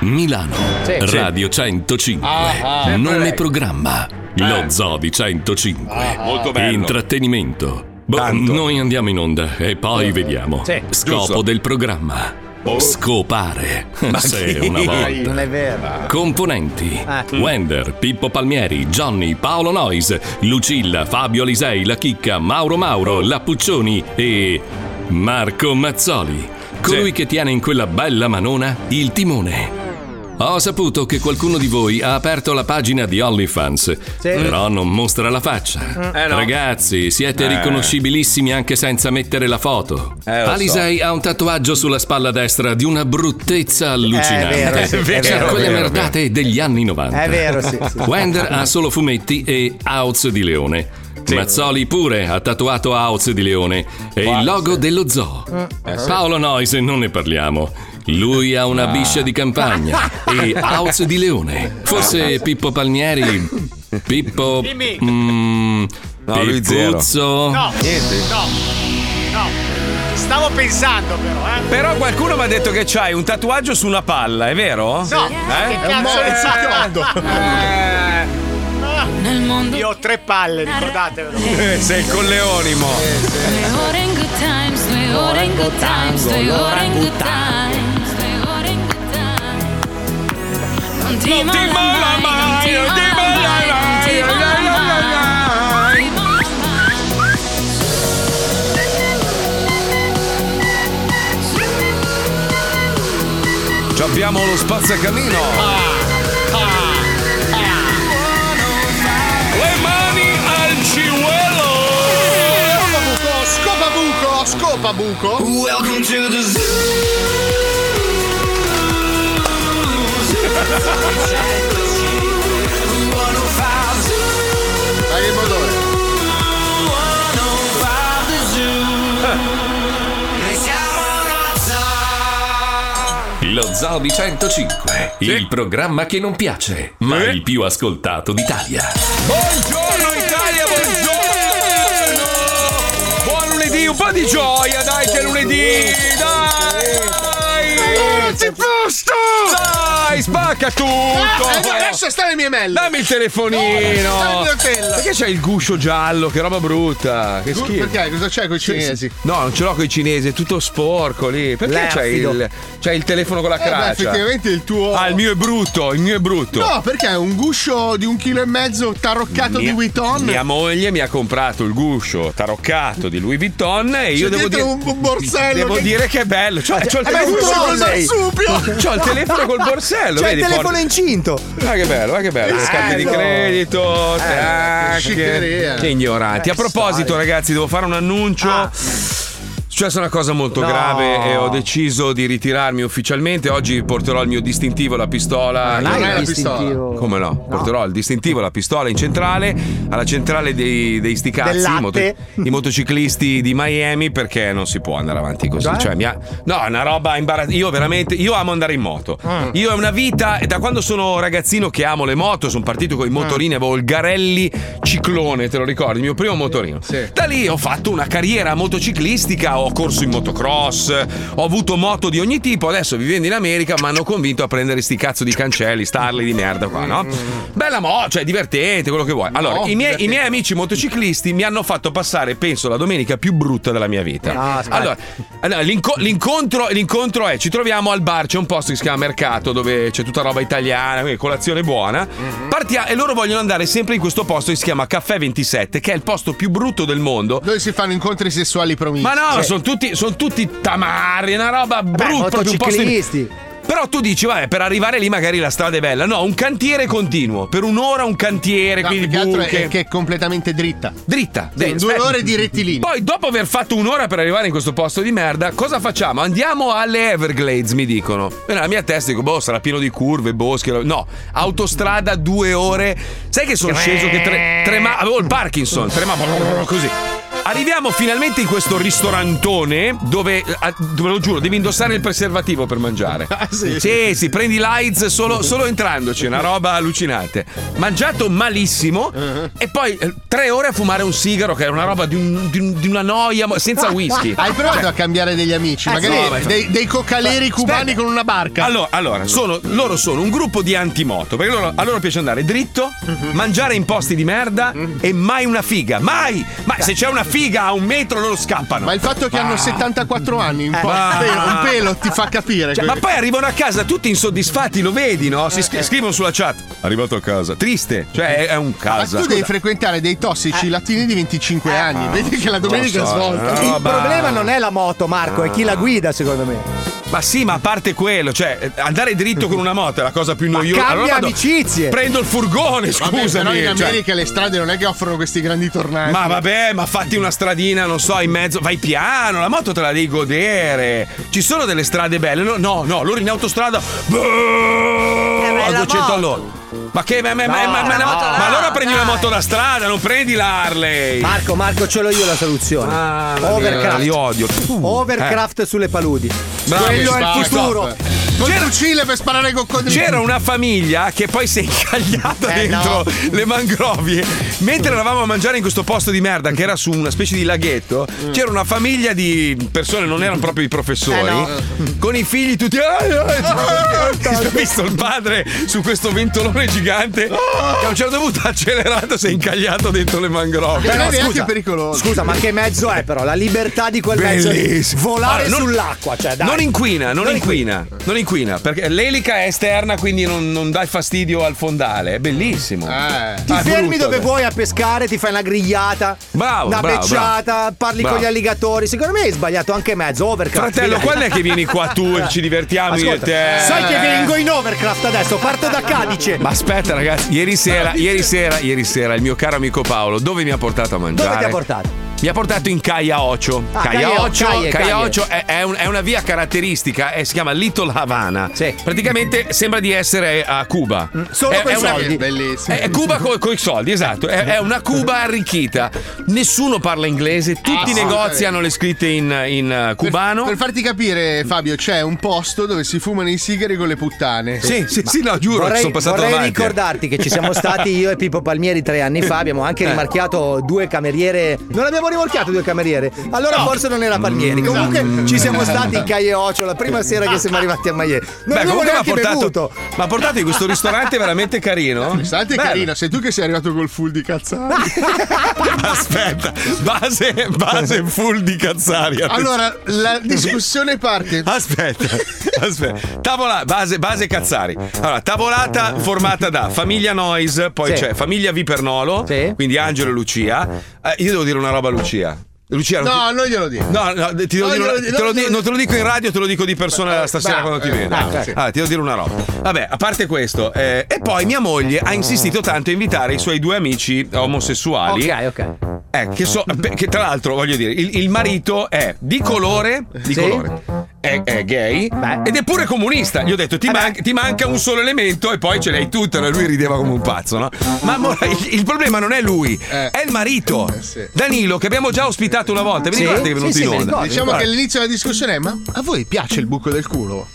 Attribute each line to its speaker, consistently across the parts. Speaker 1: Milano,
Speaker 2: Sì, sì.
Speaker 1: Radio 105.
Speaker 2: Ah, ah, sempre
Speaker 1: Nome
Speaker 2: lei.
Speaker 1: programma, lo Zoo di 105.
Speaker 2: Ah, molto bello.
Speaker 1: Intrattenimento. Boh, noi andiamo in onda e poi vediamo.
Speaker 3: Sì,
Speaker 1: Scopo
Speaker 3: giusto.
Speaker 1: del programma.
Speaker 2: Oh.
Speaker 1: Scopare. Se una volta.
Speaker 3: Non è vero.
Speaker 1: Componenti
Speaker 3: Ah.
Speaker 4: Eh.
Speaker 1: Wender, Pippo Palmieri, Johnny, Paolo Nois, Lucilla, Fabio Alisei, La Chicca, Mauro Mauro, La Puccioni e Marco Mazzoli, colui che tiene in quella bella manona il timone. Ho saputo che qualcuno di voi ha aperto la pagina di OnlyFans, però non mostra la faccia.
Speaker 4: Eh no.
Speaker 1: Ragazzi, siete
Speaker 4: Eh.
Speaker 1: riconoscibilissimi anche senza mettere la foto.
Speaker 4: lo so.
Speaker 1: Alisei ha un tatuaggio sulla spalla destra di una bruttezza allucinante.
Speaker 5: Eh, è vero, sì, è
Speaker 1: Cioè,
Speaker 5: vero,
Speaker 1: quelle
Speaker 5: è vero,
Speaker 1: merdate degli anni 90.
Speaker 5: È vero, sì, sì.
Speaker 1: Wender ha solo fumetti e House di Leone. Mazzoli pure ha tatuato House di Leone e il logo dello zoo.
Speaker 5: Eh,
Speaker 4: Eh,
Speaker 6: sì.
Speaker 1: Paolo Noise non ne parliamo. Lui ha una
Speaker 6: Ah.
Speaker 1: biscia di campagna e House di Leone.
Speaker 5: Ah.
Speaker 1: Forse Pippo Palmieri, Pippo
Speaker 7: Dimmi.
Speaker 1: mm,
Speaker 4: No, lui zero.
Speaker 1: Pippuzzo.
Speaker 7: No, no, no. Stavo pensando però, eh.
Speaker 4: Però qualcuno mi ha detto che c'hai un tatuaggio su una palla, è vero? Eh?
Speaker 7: No, che cazzo di
Speaker 8: Eh.
Speaker 9: Nel mondo.
Speaker 7: Io ho tre palle, ricordatevelo.
Speaker 4: Eh, Sei il colleonimo.
Speaker 9: Due ore in good times, due ore in good times, due ore in good times, due ore in good times. Non ti molla mai, non ti molla mai, non ti molla mai.
Speaker 4: Ci abbiamo lo spazzacamino.
Speaker 10: Ah,
Speaker 4: Le mani al ciuelo.
Speaker 10: Scopabuco, scopabuco, scopabuco. Welcome to the Dai il motore.
Speaker 1: Lo Zoo di 105, il programma che non piace, ma il più ascoltato d'Italia.
Speaker 4: Buongiorno Italia, buongiorno. Buon lunedì, un po' di gioia, dai che è lunedì. Dai. Ragazzi, posto. Dai, spacca tutto.
Speaker 10: Eh, no, adesso sta le mie melle.
Speaker 4: Dammi il telefonino.
Speaker 10: No, adesso sta il mio
Speaker 4: Perché c'hai il guscio giallo? Che roba brutta. Che
Speaker 10: Gu-
Speaker 4: schifo.
Speaker 10: Perché? Cosa c'è con i cinesi?
Speaker 4: No, non ce l'ho con i cinesi, è tutto sporco lì. Perché c'hai
Speaker 10: L'affido.
Speaker 4: il, c'hai il telefono con la
Speaker 10: Eh, beh,
Speaker 4: craccia?
Speaker 10: effettivamente il tuo.
Speaker 4: Ah, il mio è brutto, il mio è brutto.
Speaker 10: No, perché è un guscio di un chilo e mezzo taroccato di
Speaker 4: Mia-
Speaker 10: Witton.
Speaker 4: Mia moglie mi ha comprato il guscio taroccato di Louis Vuitton e io
Speaker 10: C'è
Speaker 4: devo dire
Speaker 10: dietro un- un borsello
Speaker 4: Devo
Speaker 10: che-
Speaker 4: dire che è bello. C'ho,
Speaker 10: Ah,
Speaker 4: c'ho il
Speaker 10: eh, ma è un
Speaker 4: telefono col
Speaker 10: trolley.
Speaker 4: marsupio. C'ho il telefono col borsello,
Speaker 3: C'è
Speaker 4: vedi,
Speaker 3: il telefono
Speaker 4: porta-
Speaker 3: incinto.
Speaker 4: Ma che bello, ma che bello.
Speaker 3: Che
Speaker 4: Scarti di
Speaker 3: schifo.
Speaker 4: credito,
Speaker 3: Eh,
Speaker 4: tacche.
Speaker 3: sciccheria. Eh, Ah.
Speaker 4: Che ignoranti. A proposito, ragazzi, devo fare un annuncio. È successa una cosa molto
Speaker 3: No.
Speaker 4: grave e ho deciso di ritirarmi ufficialmente. Oggi porterò il mio distintivo, la pistola.
Speaker 3: non
Speaker 4: in-
Speaker 3: hai il distintivo.
Speaker 4: Come no? Porterò il distintivo, la pistola in centrale, alla centrale dei, dei
Speaker 3: Del
Speaker 4: sticazzi,
Speaker 3: latte.
Speaker 4: i, i motociclisti di Miami, perché non si può andare avanti così.
Speaker 3: Cioè?
Speaker 4: Cioè, mi ha- no, è una roba imbarazzante. Io veramente, io amo andare in moto.
Speaker 3: Ah.
Speaker 4: Io è una vita, da quando sono ragazzino che amo le moto, sono partito con i motorini, avevo il Garelli Ciclone, te lo ricordi? Il mio primo motorino. Da lì ho fatto una carriera motociclistica, ho corso in motocross, ho avuto moto di ogni tipo, adesso vivendo in America mi hanno convinto a prendere sti cazzo di cancelli, starli di merda qua, no? Bella moto, cioè divertente, quello che vuoi. Allora,
Speaker 3: No,
Speaker 4: i, miei, i miei amici motociclisti mi hanno fatto passare, penso, la domenica più brutta della mia vita.
Speaker 3: No, aspetta.
Speaker 4: allora, allora, l'inco- l'incontro, l'incontro è: ci troviamo al bar, c'è un posto che si chiama Mercato dove c'è tutta roba italiana, quindi colazione buona. Partia- e loro vogliono andare sempre in questo posto che si chiama Caffè 27, che è il posto più brutto del mondo.
Speaker 10: Dove si fanno incontri sessuali promiscui.
Speaker 4: Ma no, ma sono tutti, sono tutti tamari, è una roba brutta. proprio un posto in- Però tu dici, vabbè, per arrivare lì magari la strada è bella. No, un cantiere continuo. Per un'ora un cantiere,
Speaker 10: No,
Speaker 4: quindi
Speaker 10: più che altro è
Speaker 4: buche.
Speaker 10: che è completamente dritta.
Speaker 4: Dritta.
Speaker 10: Sì,
Speaker 4: Dai,
Speaker 10: due
Speaker 4: aspetta.
Speaker 10: ore di rettilineo.
Speaker 4: Poi, dopo aver fatto un'ora per arrivare in questo posto di merda, cosa facciamo? Andiamo alle Everglades, mi dicono. E nella mia testa dico, boh, sarà pieno di curve, boschi. No, autostrada, Ah, due ore. Sai che sono sceso che tre- trema- Avevo il Parkinson, tremavo così. Arriviamo finalmente in questo ristorantone dove, eh, ah, ve lo giuro, devi indossare il preservativo per mangiare. sì? sì, prendi l'AIDS solo, solo entrandoci, una roba allucinante. Mangiato malissimo e poi eh, tre ore a fumare un sigaro che è una roba di, un- di un- di una noia mo- senza whisky.
Speaker 10: Hai provato
Speaker 4: Cioè,
Speaker 10: a cambiare degli amici,
Speaker 4: Eh,
Speaker 10: magari
Speaker 4: no, ma-
Speaker 10: dei, dei cocaleri cubani con una barca.
Speaker 4: Allora, allora, sono- loro sono un gruppo di antimoto, perché loro, a loro piace andare dritto,
Speaker 10: Mhm.
Speaker 4: mangiare in posti di merda e mai una figa, mai! Ma se c'è una figa a un metro loro scappano. Ah.
Speaker 10: Ma il fatto che
Speaker 4: Ma-
Speaker 10: hanno 74 anni, un, po',
Speaker 4: Ma-
Speaker 10: un pelo, un pelo ti fa capire.
Speaker 4: Eh. Ah. Cioè, ma poi arrivano a casa tutti insoddisfatti, lo vedi, no? Si scri- scrivono sulla chat. Arrivato a casa. Triste, cioè è, è un
Speaker 10: Eh, Ma
Speaker 4: casa.
Speaker 10: tu devi
Speaker 4: Scusa.
Speaker 10: frequentare dei tossici latini di 25 anni, vedi che la domenica
Speaker 4: lo so,
Speaker 10: svolta.
Speaker 4: è una
Speaker 2: Eh. Il
Speaker 4: roba-
Speaker 2: problema non è la moto, Marco, è chi la guida, secondo me.
Speaker 4: Ma sì, ma a parte quello, cioè eh, andare dritto con una moto è la cosa più noiosa.
Speaker 2: cambia
Speaker 4: Allora vado-
Speaker 2: amicizie.
Speaker 4: Prendo il furgone,
Speaker 10: Vabbè,
Speaker 4: scusami.
Speaker 10: però in
Speaker 4: cioè.
Speaker 10: America le strade non è che offrono questi grandi tornanti.
Speaker 4: Ma vabbè, ma fatti una stradina, non so, in mezzo, vai piano, la moto te la devi godere. Ci sono delle strade belle. No, no, no, loro in autostrada.
Speaker 10: Eh,
Speaker 4: A 200 all'ora. Ma che ma, ma- ma- ma- ma- ma- ma allora prendi una moto da strada, non prendi la Harley.
Speaker 2: Marco, Marco, ce l'ho io la soluzione.
Speaker 4: Mamma mia, Li
Speaker 2: Overcraft.
Speaker 4: odio. Uh, eh.
Speaker 2: Overcraft sulle paludi.
Speaker 4: Bravo,
Speaker 10: Quello è il
Speaker 4: spacca.
Speaker 10: futuro. Col
Speaker 4: C'era-
Speaker 10: fucile per sparare con coccodrilli.
Speaker 4: C'era una famiglia che poi si è incagliata
Speaker 10: Eh,
Speaker 4: dentro
Speaker 10: no.
Speaker 4: le mangrovie. Mentre eravamo a mangiare in questo posto di merda, che era su una specie di laghetto,
Speaker 10: Mm.
Speaker 4: c'era una famiglia di persone, non erano proprio i
Speaker 10: Eh,
Speaker 4: professori,
Speaker 11: Eh
Speaker 4: con i figli tutti. "Ah, ah, ah", Ho visto il padre su questo ventolone gigante che a un certo punto ha accelerato, si è incagliato dentro le mangrovie.
Speaker 10: non
Speaker 2: Però,
Speaker 10: è neanche
Speaker 2: scusa,
Speaker 10: pericoloso.
Speaker 2: Scusa, ma che mezzo è però? La libertà di quel mezzo.
Speaker 4: Bellissimo.
Speaker 2: Volare
Speaker 4: Allora, non-
Speaker 2: sull'acqua, cioè dai.
Speaker 4: Non inquina, non, inquina, non inquina, perché l'elica è esterna, quindi non, non dai fastidio al fondale, è bellissimo.
Speaker 10: Eh.
Speaker 2: Ti
Speaker 4: Ah, è
Speaker 2: fermi
Speaker 4: brutto,
Speaker 2: dove
Speaker 4: beh.
Speaker 2: vuoi a pescare, ti fai una grigliata,
Speaker 4: Bravo,
Speaker 2: una
Speaker 4: bravo,
Speaker 2: becciata,
Speaker 4: bravo.
Speaker 2: parli
Speaker 4: Bravo.
Speaker 2: con gli alligatori. Secondo me hai sbagliato anche mezzo. Overcraft.
Speaker 4: Fratello,
Speaker 2: fidati.
Speaker 4: quando è che vieni qua tu e ci divertiamo io e
Speaker 2: Ascolta,
Speaker 4: te?
Speaker 2: sai che vengo in Overcraft adesso, parto da Cadice.
Speaker 4: Ma aspetta, ragazzi, ieri sera, ieri sera, ieri sera, il mio caro amico Paolo, dove mi ha portato a mangiare?
Speaker 2: Dove ti ha portato?
Speaker 4: Mi ha portato in Cagliaocio.
Speaker 2: Ah,
Speaker 4: Cagliaocio,
Speaker 2: Cagliaocio,
Speaker 4: Cagliaocio è, è un- è una via caratteristica, eh, si chiama Little Havana.
Speaker 2: Sì. Mm,
Speaker 4: Praticamente sembra di essere a Cuba.
Speaker 2: solo
Speaker 4: è,
Speaker 2: coi
Speaker 4: è una-
Speaker 2: soldi.
Speaker 10: Bellissimo.
Speaker 4: È è Cuba co- coi soldi, esatto. È, è una Cuba arricchita. Nessuno parla inglese, tutti i negozi
Speaker 10: Assolutamente.
Speaker 4: hanno le scritte in, in, eh,
Speaker 10: Per-
Speaker 4: cubano.
Speaker 10: Per, farti capire, Fabio, c'è un posto dove si fumano i sigari con le puttane.
Speaker 4: Sì, sì, sì, no, giuro,
Speaker 2: Vorrei,
Speaker 4: ci sono passato
Speaker 2: vorrei
Speaker 4: avanti.
Speaker 2: ricordarti che ci siamo stati io e Pippo Palmieri tre anni fa. Abbiamo
Speaker 4: Eh.
Speaker 2: anche rimarchiato due cameriere. Non abbiamo rimorchiato due cameriere. Allora forse non era Palmieri.
Speaker 4: Mm, esatto.
Speaker 2: Comunque ci siamo stati in Caglioccio la prima sera che siamo arrivati a Maier. Non
Speaker 4: Ah, Beh,
Speaker 2: abbiamo
Speaker 4: comunque mi ha
Speaker 2: neanche
Speaker 4: portato,
Speaker 2: bevuto.
Speaker 4: mi ha portato in questo ristorante veramente carino.
Speaker 10: Sante
Speaker 4: Bello.
Speaker 10: carino, sei tu che sei arrivato col full di cazzari.
Speaker 4: Aspetta, base, base full di cazzari.
Speaker 10: Allora, la discussione parte.
Speaker 4: Aspetta, aspetta. Tavola, base, base Cazzari. Allora, tavolata formata da famiglia Noise, poi
Speaker 2: Sì.
Speaker 4: c'è famiglia Vipernolo,
Speaker 2: Sì.
Speaker 4: quindi Angelo e Lucia. Eh, io devo dire una roba a Lucia. Lucia, non
Speaker 10: No, non glielo dico.
Speaker 4: ti- No, no, ti devo
Speaker 10: no,
Speaker 4: dire una-
Speaker 10: no,
Speaker 4: te
Speaker 10: no,
Speaker 4: lo
Speaker 10: no,
Speaker 4: di-
Speaker 10: no.
Speaker 4: non te lo dico in radio, te lo dico di persona stasera
Speaker 10: bravo,
Speaker 4: quando ti
Speaker 10: eh,
Speaker 4: vedo.
Speaker 10: bravo,
Speaker 4: Ah,
Speaker 10: sì.
Speaker 4: allora, ti devo dire una roba. Vabbè, a parte questo, eh, e poi mia moglie ha insistito tanto a invitare i suoi due amici omosessuali.
Speaker 2: Ok, ok.
Speaker 4: Eh, che, so- beh, che tra l'altro, voglio dire, il, il marito è di colore, di
Speaker 2: Sì.
Speaker 4: colore, è, è gay ed è pure comunista. Gli ho detto, ti,
Speaker 10: Eh
Speaker 4: man- ti manca un solo elemento e poi ce l'hai tutto. E lui rideva come un pazzo, no? Ma mo- il, il problema non è lui,
Speaker 10: Eh.
Speaker 4: è il marito,
Speaker 10: Eh, sì.
Speaker 4: Danilo, che abbiamo già ospitato una volta. Vi
Speaker 2: Sì?
Speaker 4: ricordate che è venuto
Speaker 2: Sì,
Speaker 4: in
Speaker 2: sì, mi
Speaker 4: onda?
Speaker 2: ricordo.
Speaker 10: Diciamo
Speaker 4: Guarda.
Speaker 10: che all'inizio della discussione è, ma a voi piace il buco del culo?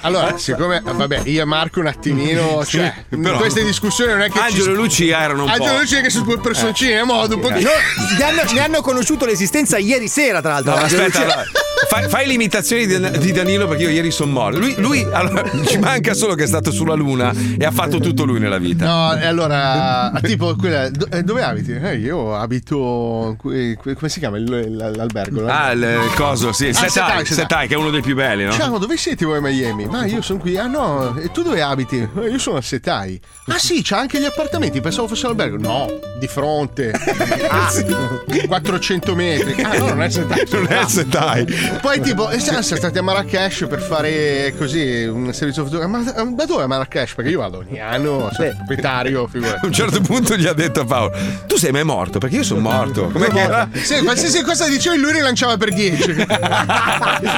Speaker 10: allora, siccome, vabbè, io e Marco un attimino, cioè,
Speaker 4: Sì, però-
Speaker 10: in queste discussioni non è che
Speaker 4: Angelo e
Speaker 10: ci...
Speaker 4: Lucia erano un
Speaker 10: Angelo
Speaker 4: po'.
Speaker 10: Lucia che su due personcine a modo, un pochino...
Speaker 2: eh. Ne hanno, ne hanno conosciuto l'esistenza ieri sera, tra l'altro. Cioè,
Speaker 4: No,
Speaker 2: Angelo
Speaker 4: aspetta,
Speaker 2: Lucia.
Speaker 4: allora, fai, fai l'imitazione di, Dan- di Danilo perché io ieri sono morto. Lui, lui, allora, ci manca solo che è stato sulla luna e ha fatto tutto lui nella vita.
Speaker 10: No, e allora, tipo quella, do- eh, dove abiti? Eh, io abito, qui- qui- come si chiama il- l- l'albergo?
Speaker 4: Ah, il coso, sì, il
Speaker 10: Eh. Ah,
Speaker 4: Setai,
Speaker 10: Setai, Setai.
Speaker 4: Setai, che è uno dei più belli, no?
Speaker 10: Ciao, dove siete voi a Miami? Ma io sono qui. Ah no, e tu dove abiti? "Eh, Io sono a Setai. Ah sì, c'ha anche gli appartamenti, pensavo fosse l'albergo. No, di fronte. Ah, 400 metri. Ah no, non è Setai.
Speaker 4: Non è il Setai,
Speaker 10: Poi tipo, e siamo stati a Marrakesh per fare così un servizio futuro. Ma da dove è Marrakesh? Perché io vado ogni anno, sono proprietario, figura.
Speaker 4: A un certo punto gli ha detto a Paolo: Tu sei mai morto? Perché io sono morto. Com'è che era?
Speaker 10: Sì, qualsiasi cosa dicevi lui rilanciava per 10.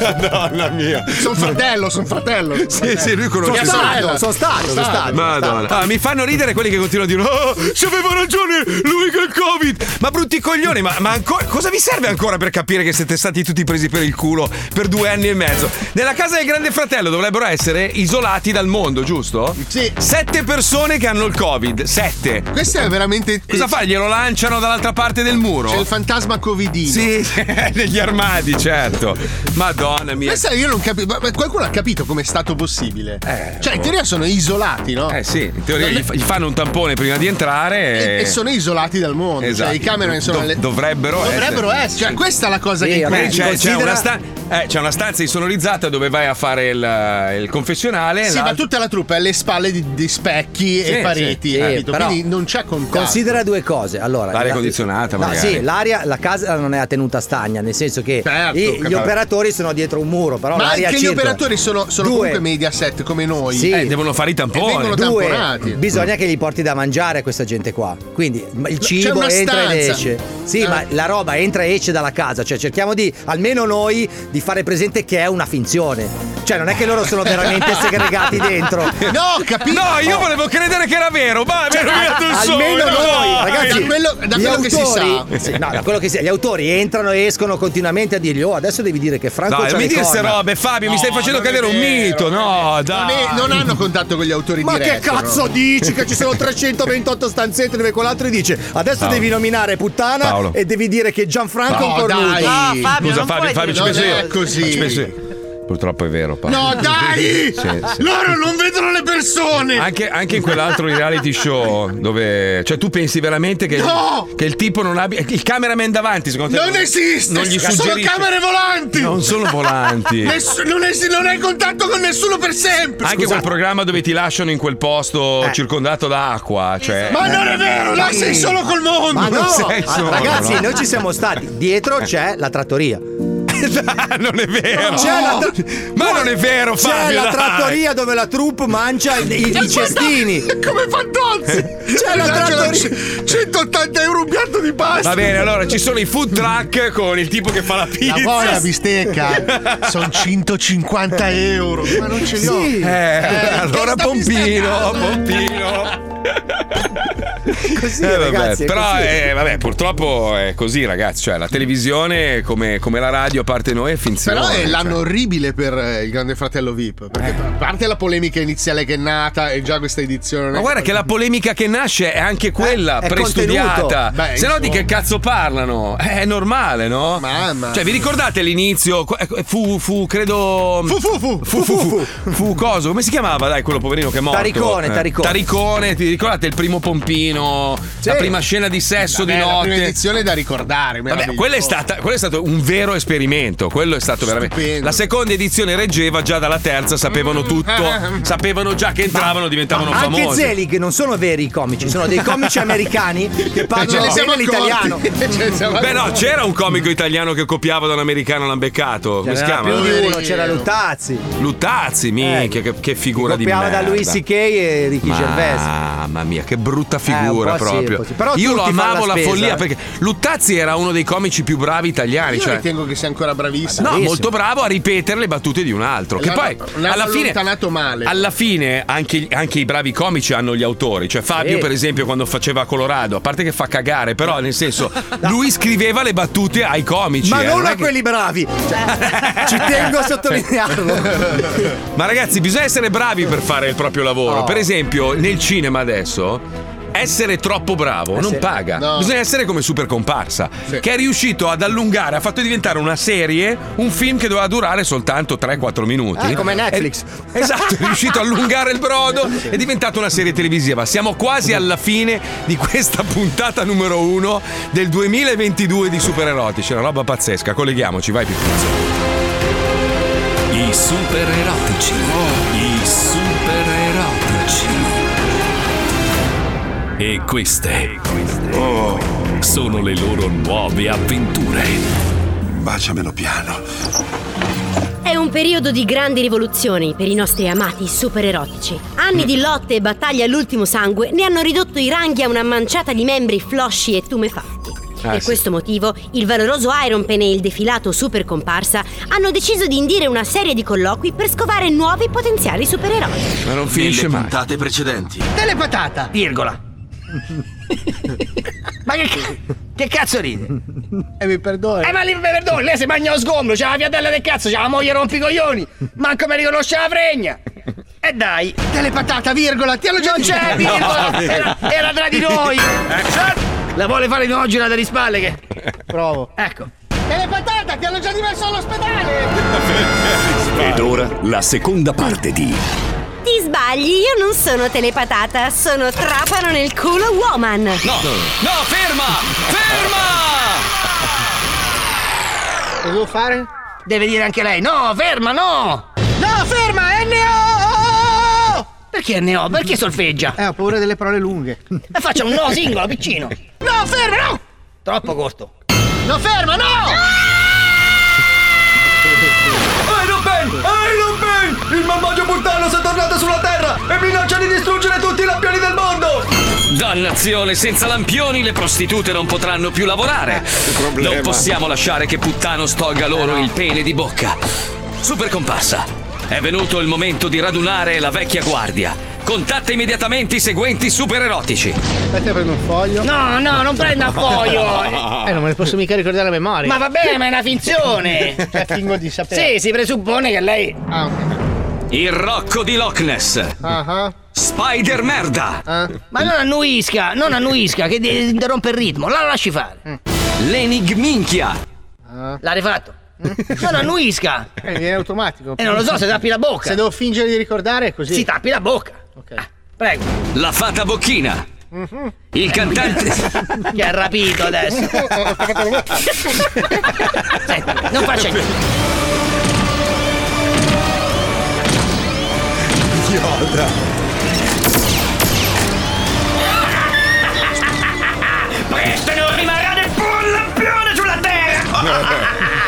Speaker 4: Madonna mia.
Speaker 10: Sono fratello, sono fratello. son
Speaker 4: Sì,
Speaker 10: fratello.
Speaker 4: sì, lui
Speaker 10: Sono
Speaker 4: conosce
Speaker 10: stato, sono stato, sono stato.
Speaker 4: Madonna. Ah, mi fanno ridere quelli che continuano a dire: Oh, ci aveva ragione lui che il Covid. Ma brutti coglioni, ma, ma ancora, cosa vi serve ancora per capire che siete stati tutti presi per il culo per due anni e mezzo? Nella casa del Grande Fratello dovrebbero essere isolati dal mondo, giusto?
Speaker 10: Sì.
Speaker 4: Sette persone che hanno il Covid. Sette.
Speaker 10: Questo è veramente.
Speaker 4: Cosa fa? Glielo lanciano dall'altra parte del muro?
Speaker 10: C'è il fantasma covidino.
Speaker 4: Sì, negli armadi, certo. Madonna mia.
Speaker 10: Questa io non capisco. Qualcuno ha capito com'è stato possibile? cioè, in
Speaker 4: boh.
Speaker 10: teoria sono isolati, no?
Speaker 4: Eh sì, in teoria gli, fa- gli fanno un tampone prima di entrare
Speaker 10: E,
Speaker 4: e,
Speaker 10: e sono isolati dal mondo.
Speaker 4: Eh. Esatto.
Speaker 10: Cioè, i cameraman sono.
Speaker 4: Dov-
Speaker 10: alle-
Speaker 4: dovrebbero
Speaker 10: Dovrebbero
Speaker 4: essere.
Speaker 10: essere. Cioè, questa è la cosa
Speaker 2: Sì,
Speaker 10: che.
Speaker 2: vabbè,
Speaker 4: Beh, c'è, c'è
Speaker 2: Considera-
Speaker 4: una sta- eh, c'è una stanza insonorizzata dove vai a fare il, il confessionale.
Speaker 10: Sì, ma
Speaker 4: l'altro-
Speaker 10: tutta la truppa è alle spalle di, di specchi
Speaker 4: eh, Sì,
Speaker 10: e pareti,
Speaker 2: sì,
Speaker 10: capito?
Speaker 2: però-
Speaker 10: Quindi non c'è contatto.
Speaker 2: Considera due cose. Allora,
Speaker 4: L'aria
Speaker 2: la-
Speaker 4: condizionata,
Speaker 2: No,
Speaker 4: magari.
Speaker 2: sì, l'aria, la casa non è a tenuta stagna, nel senso che
Speaker 10: Certo,
Speaker 2: i- gli
Speaker 10: capito.
Speaker 2: operatori sono dietro un muro, però
Speaker 10: ma
Speaker 2: l'aria
Speaker 10: anche gli
Speaker 2: circola.
Speaker 10: operatori sono, sono
Speaker 2: Due.
Speaker 10: comunque mediaset come noi.
Speaker 2: Sì.
Speaker 4: eh, devono fare i
Speaker 10: E
Speaker 4: tamponi.
Speaker 10: vengono da-
Speaker 2: Due,
Speaker 10: tamponati.
Speaker 2: bisogna che gli porti da mangiare a questa gente qua. Quindi ma il cibo
Speaker 10: una
Speaker 2: entra ed
Speaker 10: stanza.
Speaker 2: esce. Sì,
Speaker 10: Eh.
Speaker 2: ma la roba entra e esce dalla casa. Cioè, cerchiamo di, almeno noi, di fare presente che è una finzione. Cioè, non è che loro sono veramente segregati dentro. Cioè,
Speaker 10: No, capito?
Speaker 4: No, io volevo credere che era vero, ma mi ero inviato il sole.
Speaker 2: Almeno
Speaker 4: dai.
Speaker 2: noi, ragazzi,
Speaker 10: Ah, Da quello- da
Speaker 2: gli
Speaker 10: quello che si
Speaker 2: autori- sì, no, da quello che si- gli autori entrano e escono continuamente a dirgli: Oh, adesso devi dire che Franco
Speaker 4: Dai,
Speaker 2: c'ha
Speaker 4: non mi
Speaker 2: le
Speaker 4: dire queste
Speaker 2: corna."
Speaker 4: robe, Fabio, mi
Speaker 10: No,
Speaker 4: stai facendo
Speaker 10: non è
Speaker 4: cadere un
Speaker 10: vero,
Speaker 4: mito. No,
Speaker 10: Non,
Speaker 4: dai.
Speaker 10: è- non hanno contatto con gli autori
Speaker 2: Ma che
Speaker 10: diretti,
Speaker 2: cazzo
Speaker 10: no?
Speaker 2: dici che ci sono 328 stanzette dove quell'altro dice adesso
Speaker 4: Paolo.
Speaker 2: devi nominare puttana
Speaker 4: Paolo.
Speaker 2: e devi dire che Gianfranco è un
Speaker 10: No,
Speaker 2: cornuto.
Speaker 10: dai.
Speaker 7: Ah, Fabio,
Speaker 4: Scusa,
Speaker 7: non
Speaker 4: Fabio,
Speaker 7: puoi
Speaker 4: Fabio,
Speaker 7: dire-
Speaker 4: ci
Speaker 10: non
Speaker 4: penso io.
Speaker 10: è così.
Speaker 4: Ci penso io. Purtroppo è vero, Paolo.
Speaker 10: No, dai! Loro non vedono le persone!
Speaker 4: Anche, anche in quell'altro reality show dove. Cioè, tu pensi veramente che,
Speaker 10: No!
Speaker 4: che il tipo non abbia. Il cameraman davanti, secondo te.
Speaker 10: Non esiste!
Speaker 4: Non gli
Speaker 10: sono
Speaker 4: suggerisce.
Speaker 10: camere volanti!
Speaker 4: Non sono volanti.
Speaker 10: Ness- non, es- non è in contatto con nessuno per sempre!
Speaker 4: Anche quel programma dove ti lasciano in quel posto circondato da acqua. Cioè.
Speaker 10: Eh. Ma non è
Speaker 2: Eh,
Speaker 10: vero! Là sei solo col mondo!
Speaker 2: Ma no, Ah,
Speaker 4: sei solo,
Speaker 2: ragazzi,
Speaker 4: no?
Speaker 2: noi ci siamo stati. Dietro c'è la trattoria.
Speaker 4: non è vero!
Speaker 2: C'è la tra-
Speaker 4: Ma non è vero,
Speaker 2: C'è
Speaker 4: Fabio!
Speaker 2: la
Speaker 4: dai.
Speaker 2: trattoria dove la troupe mangia i, i- i cestini. Cioè,
Speaker 10: Come
Speaker 4: Eh.
Speaker 10: fantozzi!
Speaker 2: C'è la trattoria.
Speaker 10: 180 euro un piatto di pasta!
Speaker 4: Va bene, allora ci sono i food truck con il tipo che fa la pizza.
Speaker 10: la bistecca sono 150 euro, ma non ce li ho.
Speaker 4: Eh, allora
Speaker 10: sta
Speaker 4: Pompino,
Speaker 10: bistecca?
Speaker 4: Pompino.
Speaker 2: Così,
Speaker 4: Eh, vabbè,
Speaker 2: ragazzi, è
Speaker 4: però
Speaker 2: così.
Speaker 4: eh, vabbè, purtroppo è così, ragazzi. Cioè, la televisione, come, come la radio, a parte noi, è finzione.
Speaker 10: Però è
Speaker 4: cioè.
Speaker 10: l'anno orribile per eh, il Grande Fratello VIP. Perché
Speaker 2: Eh.
Speaker 10: a parte la polemica iniziale che è nata, e già questa edizione. non
Speaker 4: Ma
Speaker 10: è-
Speaker 4: guarda che la polemica che nasce è anche quella,
Speaker 2: Eh, è
Speaker 4: prestudiata.
Speaker 2: contenuto.
Speaker 10: Beh,
Speaker 4: Se no
Speaker 10: insomma.
Speaker 4: di che cazzo parlano? Eh, È normale, no?
Speaker 10: Mamma.
Speaker 4: Cioè, vi ricordate l'inizio? Qu- eh, Fu, fu, credo.
Speaker 10: Fu, fu, fu.
Speaker 4: Fu, fu, fu, Fu coso, come si chiamava? Dai, quello poverino che è morto.
Speaker 2: Taricone,
Speaker 4: Eh,
Speaker 2: Taricone.
Speaker 4: Taricone, ti ricordate il primo pompino? La prima scena di sesso
Speaker 10: Vabbè,
Speaker 4: di
Speaker 10: La prima
Speaker 4: notte.
Speaker 10: edizione è da ricordare.
Speaker 4: Vabbè, quella è, stata, quello è stato un vero esperimento. Quello è stato veramente.
Speaker 10: Stupendo. Mm.
Speaker 4: La seconda edizione reggeva, già dalla terza sapevano tutto. Sapevano già che entravano, diventavano famosi.
Speaker 2: Anche Zelig non sono veri i comici, sono dei comici americani che
Speaker 10: Ce
Speaker 2: parlano
Speaker 10: ne siamo
Speaker 2: bene l'italiano.
Speaker 10: accorti. Ce ne siamo
Speaker 4: Beh, no,
Speaker 10: accorti.
Speaker 4: c'era un comico italiano che copiava da un americano, l'hanno beccato. Come si
Speaker 2: C'era
Speaker 4: chiama?
Speaker 2: più di uno,
Speaker 10: Poverino.
Speaker 2: c'era Luttazzi.
Speaker 4: Luttazzi, minchia,
Speaker 2: Eh,
Speaker 4: che, che figura di merda.
Speaker 2: Copiava da Louis C.K. e Ricky Gervais. Eh,
Speaker 4: Mamma mia, che brutta figura
Speaker 2: un po' sì, un
Speaker 4: proprio.
Speaker 2: po' sì. Però
Speaker 4: Io lo
Speaker 2: tutti fanno
Speaker 4: amavo
Speaker 2: la
Speaker 4: la,
Speaker 2: spesa,
Speaker 4: follia
Speaker 2: eh.
Speaker 4: perché Luttazzi era uno dei comici più bravi italiani.
Speaker 10: Io
Speaker 4: cioè,
Speaker 10: ritengo che sia ancora bravissimo.
Speaker 4: No,
Speaker 2: Bravissimo.
Speaker 4: molto bravo a ripetere le battute di un altro. Che
Speaker 10: L'hanno-
Speaker 4: poi
Speaker 10: l'hanno
Speaker 4: alla fine,
Speaker 10: allontanato male.
Speaker 4: alla fine anche, anche i bravi comici hanno gli autori. Cioè, Fabio,
Speaker 2: Sì.
Speaker 4: per esempio, quando faceva Colorado, a parte che fa cagare, però nel senso, lui scriveva le battute ai comici.
Speaker 2: Ma
Speaker 4: eh,
Speaker 2: non a
Speaker 4: è che-
Speaker 2: quelli bravi. Cioè, ci tengo a sottolinearlo.
Speaker 4: Ma ragazzi, bisogna essere bravi per fare il proprio lavoro. Per esempio, nel cinema adesso. Essere troppo bravo non
Speaker 2: Eh sì.
Speaker 4: paga.
Speaker 10: No.
Speaker 4: Bisogna essere come Super Comparsa,
Speaker 10: Sì.
Speaker 4: che è riuscito ad allungare, ha fatto diventare una serie, un film che doveva durare soltanto 3-4 minuti.
Speaker 2: Eh, come Netflix.
Speaker 4: È- esatto, è riuscito a allungare il brodo, è diventata una serie televisiva. Siamo quasi alla fine di questa puntata numero uno del 2022 di Super Erotici, una roba pazzesca. Colleghiamoci, vai Pippuzzo.
Speaker 1: I super erotici. I super erotici. E queste oh, sono le loro nuove avventure.
Speaker 2: Baciamelo piano.
Speaker 6: È un periodo di grandi rivoluzioni per i nostri amati supererotici. Anni di lotte e battaglie all'ultimo sangue ne hanno ridotto i ranghi a una manciata di membri flosci e tumefatti.
Speaker 12: Ah,
Speaker 6: per
Speaker 12: sì.
Speaker 6: questo motivo, il valoroso Ironpen e il defilato Super Comparsa hanno deciso di indire una serie di colloqui per scovare nuovi potenziali supereroi.
Speaker 4: Ma non finisce
Speaker 2: Nelle
Speaker 4: mai.
Speaker 2: puntate precedenti.
Speaker 13: Telepatata! Virgola. ma che, ca- che cazzo ride? E mi perdoni. Eh, ma lì mi perdoni, lei si mangia lo sgombro, c'ha la piadella del cazzo, c'ha la moglie rompicoglioni. Manco mi riconosce la fregna. E dai! Telepatata, virgola, ti hanno già Non c'è, virgola!
Speaker 10: No.
Speaker 13: era, era tra di noi!
Speaker 4: Eh.
Speaker 13: La vuole fare di oggi la di spalle che. Provo. Ecco.
Speaker 10: Telepatata, ti hanno già diverso all'ospedale!
Speaker 1: Ed ora la seconda parte di
Speaker 6: Ti sbagli, io non sono telepatata, sono trapano nel culo woman.
Speaker 4: No, no, ferma! Ferma!
Speaker 13: Lo devo fare? Deve dire anche lei. No, ferma, no!
Speaker 10: No, ferma, NO!
Speaker 13: Perché ne ho? Perché solfeggia? Eh, ho paura delle parole lunghe. E faccia un no singolo, piccino. No, ferma, no! Troppo corto.
Speaker 10: No, ferma, no!
Speaker 14: Ah! Iron Man! Iron Man! Il malvagio puttano si è tornato sulla Terra e minaccia di distruggere tutti i lampioni del mondo!
Speaker 15: Dannazione, senza lampioni le prostitute non potranno più lavorare.
Speaker 14: problema.
Speaker 15: Non possiamo lasciare che puttano stolga loro il pene di bocca. Super comparsa, è venuto il momento di radunare la vecchia guardia. Contatta immediatamente i seguenti supererotici.
Speaker 13: Aspetta, prendo un foglio. No, no, non prenda un foglio!
Speaker 16: Eh, non me ne posso mica ricordare la memoria.
Speaker 13: Ma va bene, ma è una finzione!
Speaker 16: Cioè, fingo di sapere.
Speaker 13: Sì, si presuppone che lei. Ah,
Speaker 15: Il Rocco di Loch Ness.
Speaker 16: Ah,
Speaker 15: Spider Merda.
Speaker 13: Ma non annuisca, non annuisca, che di- interrompe il ritmo, la lasci fare.
Speaker 16: Mm.
Speaker 15: L'enigminchia.
Speaker 13: L'ha rifatto. Non annuisca.
Speaker 16: Ah. Mm. Eh, viene automatico.
Speaker 13: E non lo so se tappi la bocca.
Speaker 16: Se devo fingere di ricordare è così.
Speaker 13: Si tappi la bocca. Ah, Prego.
Speaker 15: La fata bocchina. Il cantante.
Speaker 13: Che ha rapito adesso. Senti, non faccia niente.
Speaker 14: Idiota!
Speaker 13: Presto non rimarrà neppure un lampione sulla
Speaker 14: terra!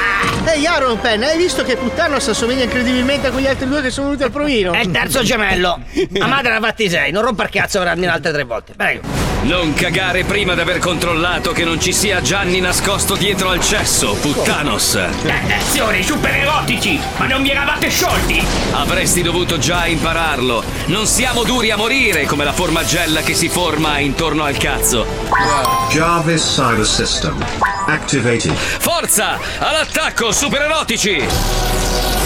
Speaker 16: Ehi, Iron Pen, hai visto che puttano si assomiglia incredibilmente a quegli altri due che sono venuti al provino?
Speaker 13: È il terzo gemello. La madre l'ha fatti sei, non rompa il cazzo per almeno altre tre volte. Prego.
Speaker 15: Non cagare prima di aver controllato che non ci sia Gianni nascosto dietro al cesso, puttanos.
Speaker 8: Dannazione, supererotici! Ma non vi eravate sciolti?
Speaker 15: Avresti dovuto già impararlo. Non siamo duri a morire come la formagella che si forma intorno al cazzo.
Speaker 11: Jarvis Cyber System. Activated.
Speaker 15: Forza! All'attacco, supererotici!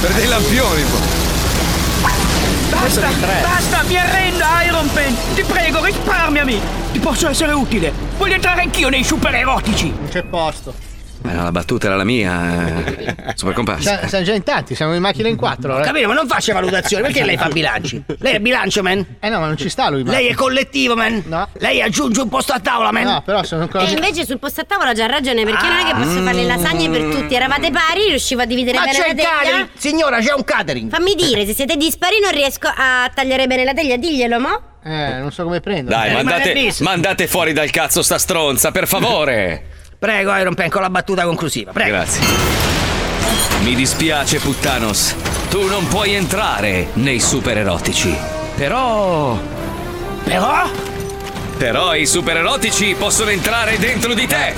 Speaker 4: Per dei lampioni,
Speaker 8: Basta, basta, mi arrendo, Iron Man! Ti prego, risparmiami! Ti posso essere utile! Voglio entrare anch'io nei supererotici! Non c'è posto.
Speaker 15: Beh, no, la battuta era la mia. eh. Super comparsa.
Speaker 13: Cioè,
Speaker 16: Sa- siamo già in tanti, siamo in macchina in quattro. eh. Esatto.
Speaker 13: Capito, ma non faccia valutazioni, perché lei fa bilanci? Lei è bilancio, man?
Speaker 16: Eh no, ma non ci sta lui. ma-
Speaker 13: Lei è collettivo, man? No. Lei aggiunge un posto a tavola, man?
Speaker 16: No, però sono
Speaker 6: E
Speaker 16: ancora.
Speaker 6: invece sul posto a tavola già ragione perché non è che posso
Speaker 13: Ah.
Speaker 6: fare le lasagne per tutti, eravate pari, riuscivo a dividere
Speaker 13: Ma
Speaker 6: bene
Speaker 13: c'è
Speaker 6: la
Speaker 13: il
Speaker 6: teglia.
Speaker 13: catering! Signora, c'è un catering!
Speaker 6: Fammi dire, se siete dispari non riesco a tagliare bene la teglia, diglielo, mo?
Speaker 16: Eh, non so come prendo.
Speaker 15: Dai, mandate, mandate fuori dal cazzo sta stronza, per favore!
Speaker 13: Prego, Iron Pen, con la battuta conclusiva. Prego.
Speaker 15: Grazie. Mi dispiace, puttanos. Tu non puoi entrare nei supererotici. Però.
Speaker 13: Però?
Speaker 15: Però i supererotici possono entrare dentro di te!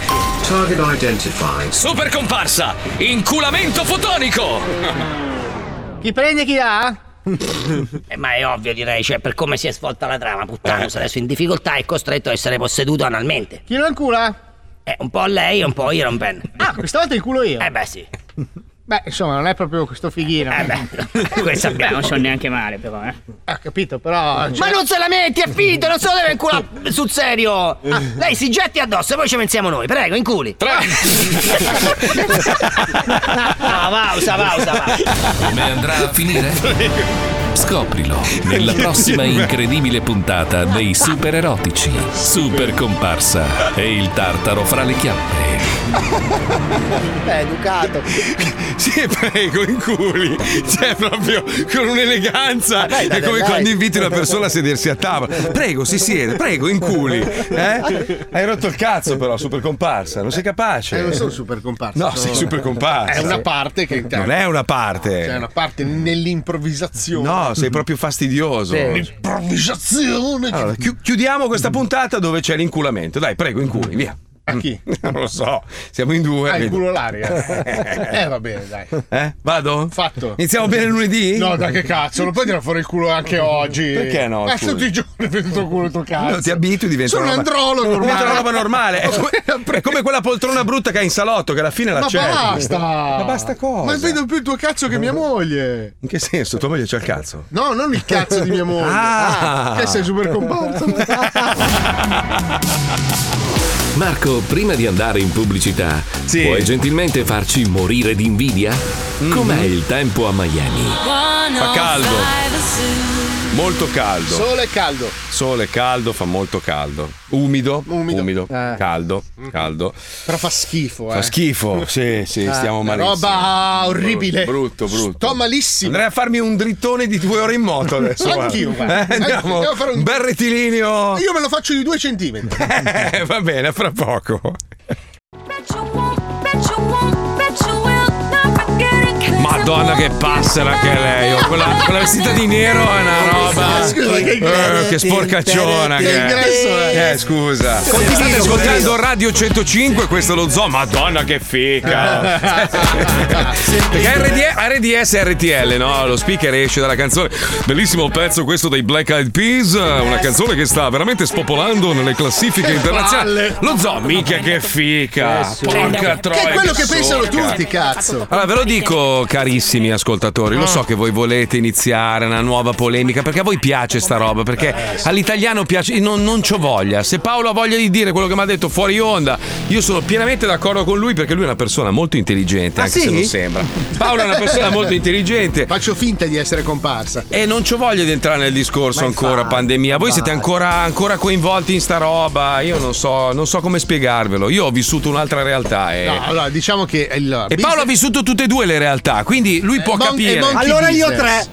Speaker 11: Target identified.
Speaker 15: Super comparsa! Inculamento fotonico!
Speaker 16: Chi prende chi dà?
Speaker 13: Eh, ma è ovvio, direi, cioè, per come si è svolta la trama, puttano, se adesso in difficoltà è costretto a essere posseduto analmente.
Speaker 16: Chi lo ancula?
Speaker 13: Eh, un po' lei e un po' Iron Pen.
Speaker 16: Ah, questa volta il culo io.
Speaker 13: Eh beh sì.
Speaker 16: Beh, insomma, non è proprio questo fighino. Eh beh,
Speaker 13: questo abbiamo.
Speaker 16: Non so
Speaker 8: neanche male, però, eh.
Speaker 16: Ha Ah, capito, però. cioè
Speaker 13: Ma non se la metti, è finto, non se lo deve inculare sul serio! Ah, lei si getti addosso e poi ci pensiamo noi, prego, inculi! Ah, pausa, pausa, pausa!
Speaker 1: Come andrà a finire? Scoprilo nella prossima incredibile puntata dei Super Erotici. Super Comparsa e il tartaro fra le chiappe.
Speaker 2: È educato.
Speaker 4: Sì, prego, inculi. Cioè, proprio con un'eleganza.
Speaker 2: Ah, dai, dai,
Speaker 4: è come
Speaker 2: dai.
Speaker 4: quando inviti una persona a sedersi a tavola. Prego, si siede, prego, inculi. Eh? Hai rotto il cazzo, però, super comparsa. Non sei capace.
Speaker 10: Eh, non sono super comparsa,
Speaker 4: No,
Speaker 10: sono-
Speaker 4: sei super comparsa.
Speaker 10: È una parte che-
Speaker 4: Non è una parte.
Speaker 10: C'è una parte nell'improvvisazione.
Speaker 4: No, sei proprio fastidioso.
Speaker 10: Sì. Improvvisazione.
Speaker 4: Allora, chi- chiudiamo questa puntata dove c'è l'inculamento. Dai, prego, inculi, via.
Speaker 10: A chi?
Speaker 4: Non lo so, siamo in due.
Speaker 10: Ah, il
Speaker 4: vedi.
Speaker 10: culo l'aria. eh, va bene, dai.
Speaker 4: Eh? Vado?
Speaker 10: Fatto.
Speaker 4: Iniziamo bene lunedì?
Speaker 10: No, dai, che cazzo, non puoi tirare fuori il culo anche oggi.
Speaker 4: Perché no,
Speaker 10: Eh,
Speaker 4: scusi?
Speaker 10: tutti i giorni per il tuo culo il tuo cazzo.
Speaker 4: No, ti abitui, diventa
Speaker 10: Sono
Speaker 4: una
Speaker 10: un
Speaker 4: roba-
Speaker 10: andrologo ormai.
Speaker 4: Diventa una roba normale. È come, è come quella poltrona brutta che hai in salotto, che alla fine la
Speaker 10: Ma
Speaker 4: c'è.
Speaker 10: basta!
Speaker 4: Ma basta cosa?
Speaker 10: Ma vedo più il tuo cazzo che mia moglie!
Speaker 4: In che senso? Tua moglie c'ha il cazzo?
Speaker 10: No, non il cazzo di mia moglie!
Speaker 4: Ah.
Speaker 10: Che sei super
Speaker 1: Marco, prima di andare in pubblicità, puoi gentilmente farci morire di invidia?
Speaker 4: Mm-hmm.
Speaker 1: Com'è il tempo a Miami?
Speaker 4: Fa caldo. Molto caldo.
Speaker 10: Sole e caldo.
Speaker 4: Sole caldo, fa molto caldo. Umido, umido, caldo, caldo.
Speaker 10: Eh. Mm. Però fa schifo, eh.
Speaker 4: Fa schifo, sì, sì,
Speaker 10: Ah,
Speaker 4: stiamo
Speaker 10: una
Speaker 4: malissimo.
Speaker 10: roba orribile.
Speaker 4: Brutto, brutto.
Speaker 10: Sto malissimo.
Speaker 4: Andrei a farmi un drittone di due ore in moto adesso. guarda.
Speaker 10: Anch'io, guarda.
Speaker 4: Eh, andiamo.
Speaker 10: Andiamo a fare un-
Speaker 4: un bel rettilineo.
Speaker 10: Io me lo faccio di due centimetri.
Speaker 4: Eh, va bene, a fra poco. Madonna che passera che è lei, oh, quella, quella vestita di nero è una roba.
Speaker 10: Scusa, che
Speaker 4: Eh, che sporcacciona
Speaker 10: Che
Speaker 4: che
Speaker 10: ingresso
Speaker 4: è. Eh, scusa. State ascoltando Radio 105, questo è lo zoo. Madonna che fica. Perché RD RDS e RTL, no? Lo speaker esce dalla canzone. Bellissimo pezzo questo dei Black Eyed Peas, una canzone che sta veramente spopolando nelle classifiche
Speaker 10: Che Eh,
Speaker 4: internazionali. Lo zoo, mica che fica. Porca troia.
Speaker 10: Che è quello che
Speaker 4: sorca.
Speaker 10: pensano tutti, cazzo.
Speaker 4: Allora, ve lo dico, carissimi ascoltatori, lo so che voi volete iniziare una nuova polemica perché a voi piace sta roba, perché all'italiano piace, non, non c'ho voglia. Se Paolo ha voglia di dire quello che mi ha detto fuori onda, io sono pienamente d'accordo con lui perché lui è una persona molto intelligente,
Speaker 10: Ah,
Speaker 4: anche se
Speaker 10: sì?
Speaker 4: non sembra. Paolo è una persona molto intelligente.
Speaker 10: Faccio finta di essere comparsa.
Speaker 4: E non c'ho voglia di entrare nel discorso ancora pandemia. Voi siete ancora, ancora coinvolti in sta roba. Io non so, non so come spiegarvelo. Io ho vissuto un'altra realtà. E...
Speaker 10: No, allora, diciamo che. allora,
Speaker 4: Eh. E Paolo ha vissuto tutte e due le realtà, quindi lui può
Speaker 10: Mon- Eh, e
Speaker 4: capire.
Speaker 10: Monkey Allora io Business.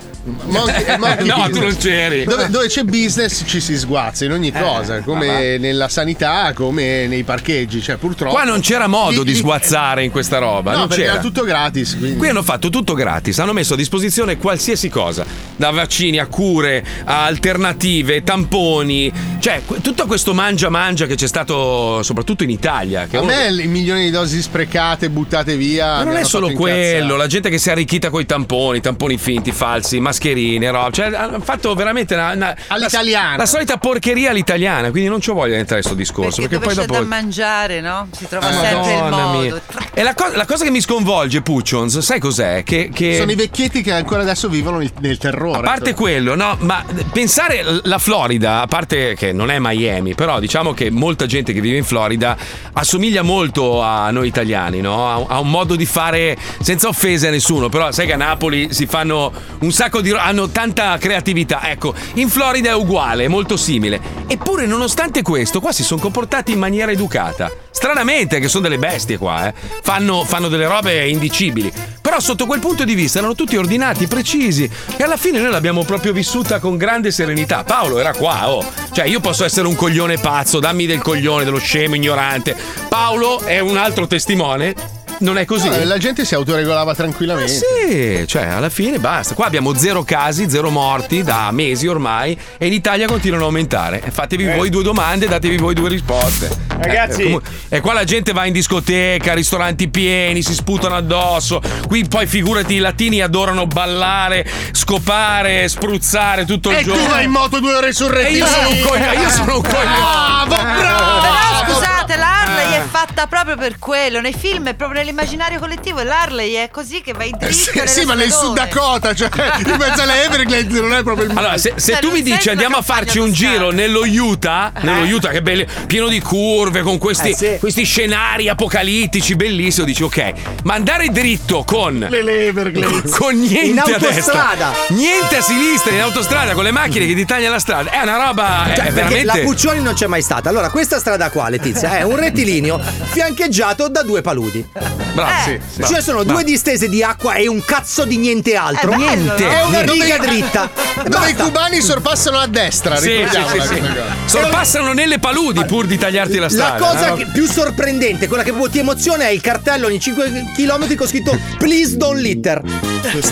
Speaker 10: Monkey- eh, monkey
Speaker 4: no, tu
Speaker 10: business.
Speaker 4: non c'eri.
Speaker 10: Dove, dove c'è business ci si sguazza in ogni
Speaker 4: Eh,
Speaker 10: cosa, come
Speaker 4: vabbè.
Speaker 10: nella sanità, come nei parcheggi. Cioè, purtroppo.
Speaker 4: Qua non c'era modo
Speaker 10: Lì-
Speaker 4: di
Speaker 10: lì-
Speaker 4: sguazzare in questa roba.
Speaker 10: No,
Speaker 4: non
Speaker 10: perché
Speaker 4: c'era.
Speaker 10: era tutto gratis. Quindi.
Speaker 4: Qui hanno fatto tutto gratis, hanno messo a disposizione qualsiasi cosa, da vaccini a cure, a alternative, tamponi, cioè que- tutto questo mangia mangia che c'è stato soprattutto in Italia. Che
Speaker 10: A
Speaker 4: uno-
Speaker 10: me i milioni di dosi sprecate, buttate via.
Speaker 4: Ma
Speaker 10: mi
Speaker 4: non è
Speaker 10: hanno
Speaker 4: solo
Speaker 10: fatto
Speaker 4: quello, la gente che si è arricchita con i tamponi, tamponi finti, falsi, mascherine, roba. Cioè, hanno fatto veramente una, una-
Speaker 17: All'italiana.
Speaker 4: La, la solita porcheria all'italiana, quindi non ci voglio entrare in questo discorso. Perché,
Speaker 17: Perché dove c'è
Speaker 4: poi dopo. Ah, Eh,
Speaker 17: da mangiare, no? Si trova sempre il
Speaker 4: Madonna
Speaker 17: modo.
Speaker 4: mia. E la, cosa- la cosa che mi sconvolge, Puccions, sai cos'è? Che, che-
Speaker 10: Sono i vecchietti che ancora adesso vivono nel, nel terrore.
Speaker 4: eh. a parte quello, no, ma pensare la Florida, a parte che non è Miami, però diciamo che molta gente che vive in Florida assomiglia molto a noi italiani, no? A, a un modo di fare senza offese a nessuno, però sai che a Napoli si fanno un sacco di ro- hanno tanta creatività, ecco, in Florida è uguale, è molto simile. Eppure nonostante questo, qua si sono comportati in maniera educata. Stranamente che sono delle bestie qua, eh. Fanno, fanno delle robe indicibili. Però sotto quel punto di vista erano tutti ordinati, precisi. E alla fine noi l'abbiamo proprio vissuta con grande serenità. Paolo era qua, oh. Cioè, io posso essere un coglione pazzo, dammi del coglione, dello scemo, ignorante. Paolo è un altro testimone. Non è così.
Speaker 10: No, la gente si autoregolava
Speaker 4: Eh
Speaker 10: tranquillamente.
Speaker 4: sì, cioè alla fine basta. Qua abbiamo zero casi, zero morti da mesi ormai e in Italia continuano a aumentare. E Fatevi voi due domande, datevi voi due risposte.
Speaker 8: Ragazzi-
Speaker 4: Eh, comu- e qua la gente va in discoteca, ristoranti pieni, si sputano addosso. Qui poi figurati i latini adorano ballare, scopare, spruzzare tutto il
Speaker 10: E tu
Speaker 4: giorno.
Speaker 10: vai in moto due ore sul Ah!
Speaker 4: E
Speaker 10: rettile.
Speaker 4: io sono un coglione, io sono un coglione.
Speaker 17: Ah,
Speaker 10: Bravo, bravo.
Speaker 4: Ah.
Speaker 17: Però scusate, la Harley è fatta proprio per quello. Nei film è proprio nell'immaginario collettivo e l'Harley è così che vai
Speaker 4: Eh
Speaker 17: dritto.
Speaker 10: Sì,
Speaker 17: nelle
Speaker 10: sì, ma nel Sud
Speaker 17: spadone.
Speaker 10: Dakota, cioè in mezzo alle Everglades non è proprio il
Speaker 4: Allora, se, se
Speaker 10: Cioè,
Speaker 4: tu
Speaker 10: non
Speaker 4: mi
Speaker 10: sei
Speaker 4: dici
Speaker 10: sulla
Speaker 4: andiamo a
Speaker 10: campagna
Speaker 4: farci un giro nello Utah, nello Utah che è bello, pieno di curve, con questi,
Speaker 10: Eh, sì.
Speaker 4: questi scenari apocalittici, bellissimo, dici ok, ma andare dritto con
Speaker 10: le Everglades.
Speaker 4: con niente
Speaker 10: In
Speaker 4: a destra,
Speaker 10: autostrada.
Speaker 4: niente a sinistra in autostrada con le macchine che ti tagliano la strada, è una roba è-
Speaker 2: Cioè, perché
Speaker 4: è Ah, eh, veramente
Speaker 2: la Puccioni non c'è mai stata. Allora, questa strada qua, Letizia, è un rettilineo fiancheggiato da due paludi.
Speaker 4: Bravo,
Speaker 10: Eh.
Speaker 4: sì, sì,
Speaker 2: Cioè
Speaker 4: bravo,
Speaker 2: sono
Speaker 4: bravo.
Speaker 2: due distese di acqua e un cazzo di niente altro.
Speaker 10: È Eh, bello, Niente, no?
Speaker 2: È una
Speaker 10: niente.
Speaker 2: riga dritta.
Speaker 10: Dove i cubani sorpassano a destra,
Speaker 4: Sì,
Speaker 10: ricordiamola
Speaker 4: sì, sì,
Speaker 10: come
Speaker 4: sì.
Speaker 10: cosa.
Speaker 4: Sorpassano nelle paludi pur di tagliarti la
Speaker 2: La
Speaker 4: strada.
Speaker 2: cosa
Speaker 4: Eh,
Speaker 2: che- più sorprendente, quella che proprio ti emoziona, è il cartello ogni 5 km con scritto Please don't litter.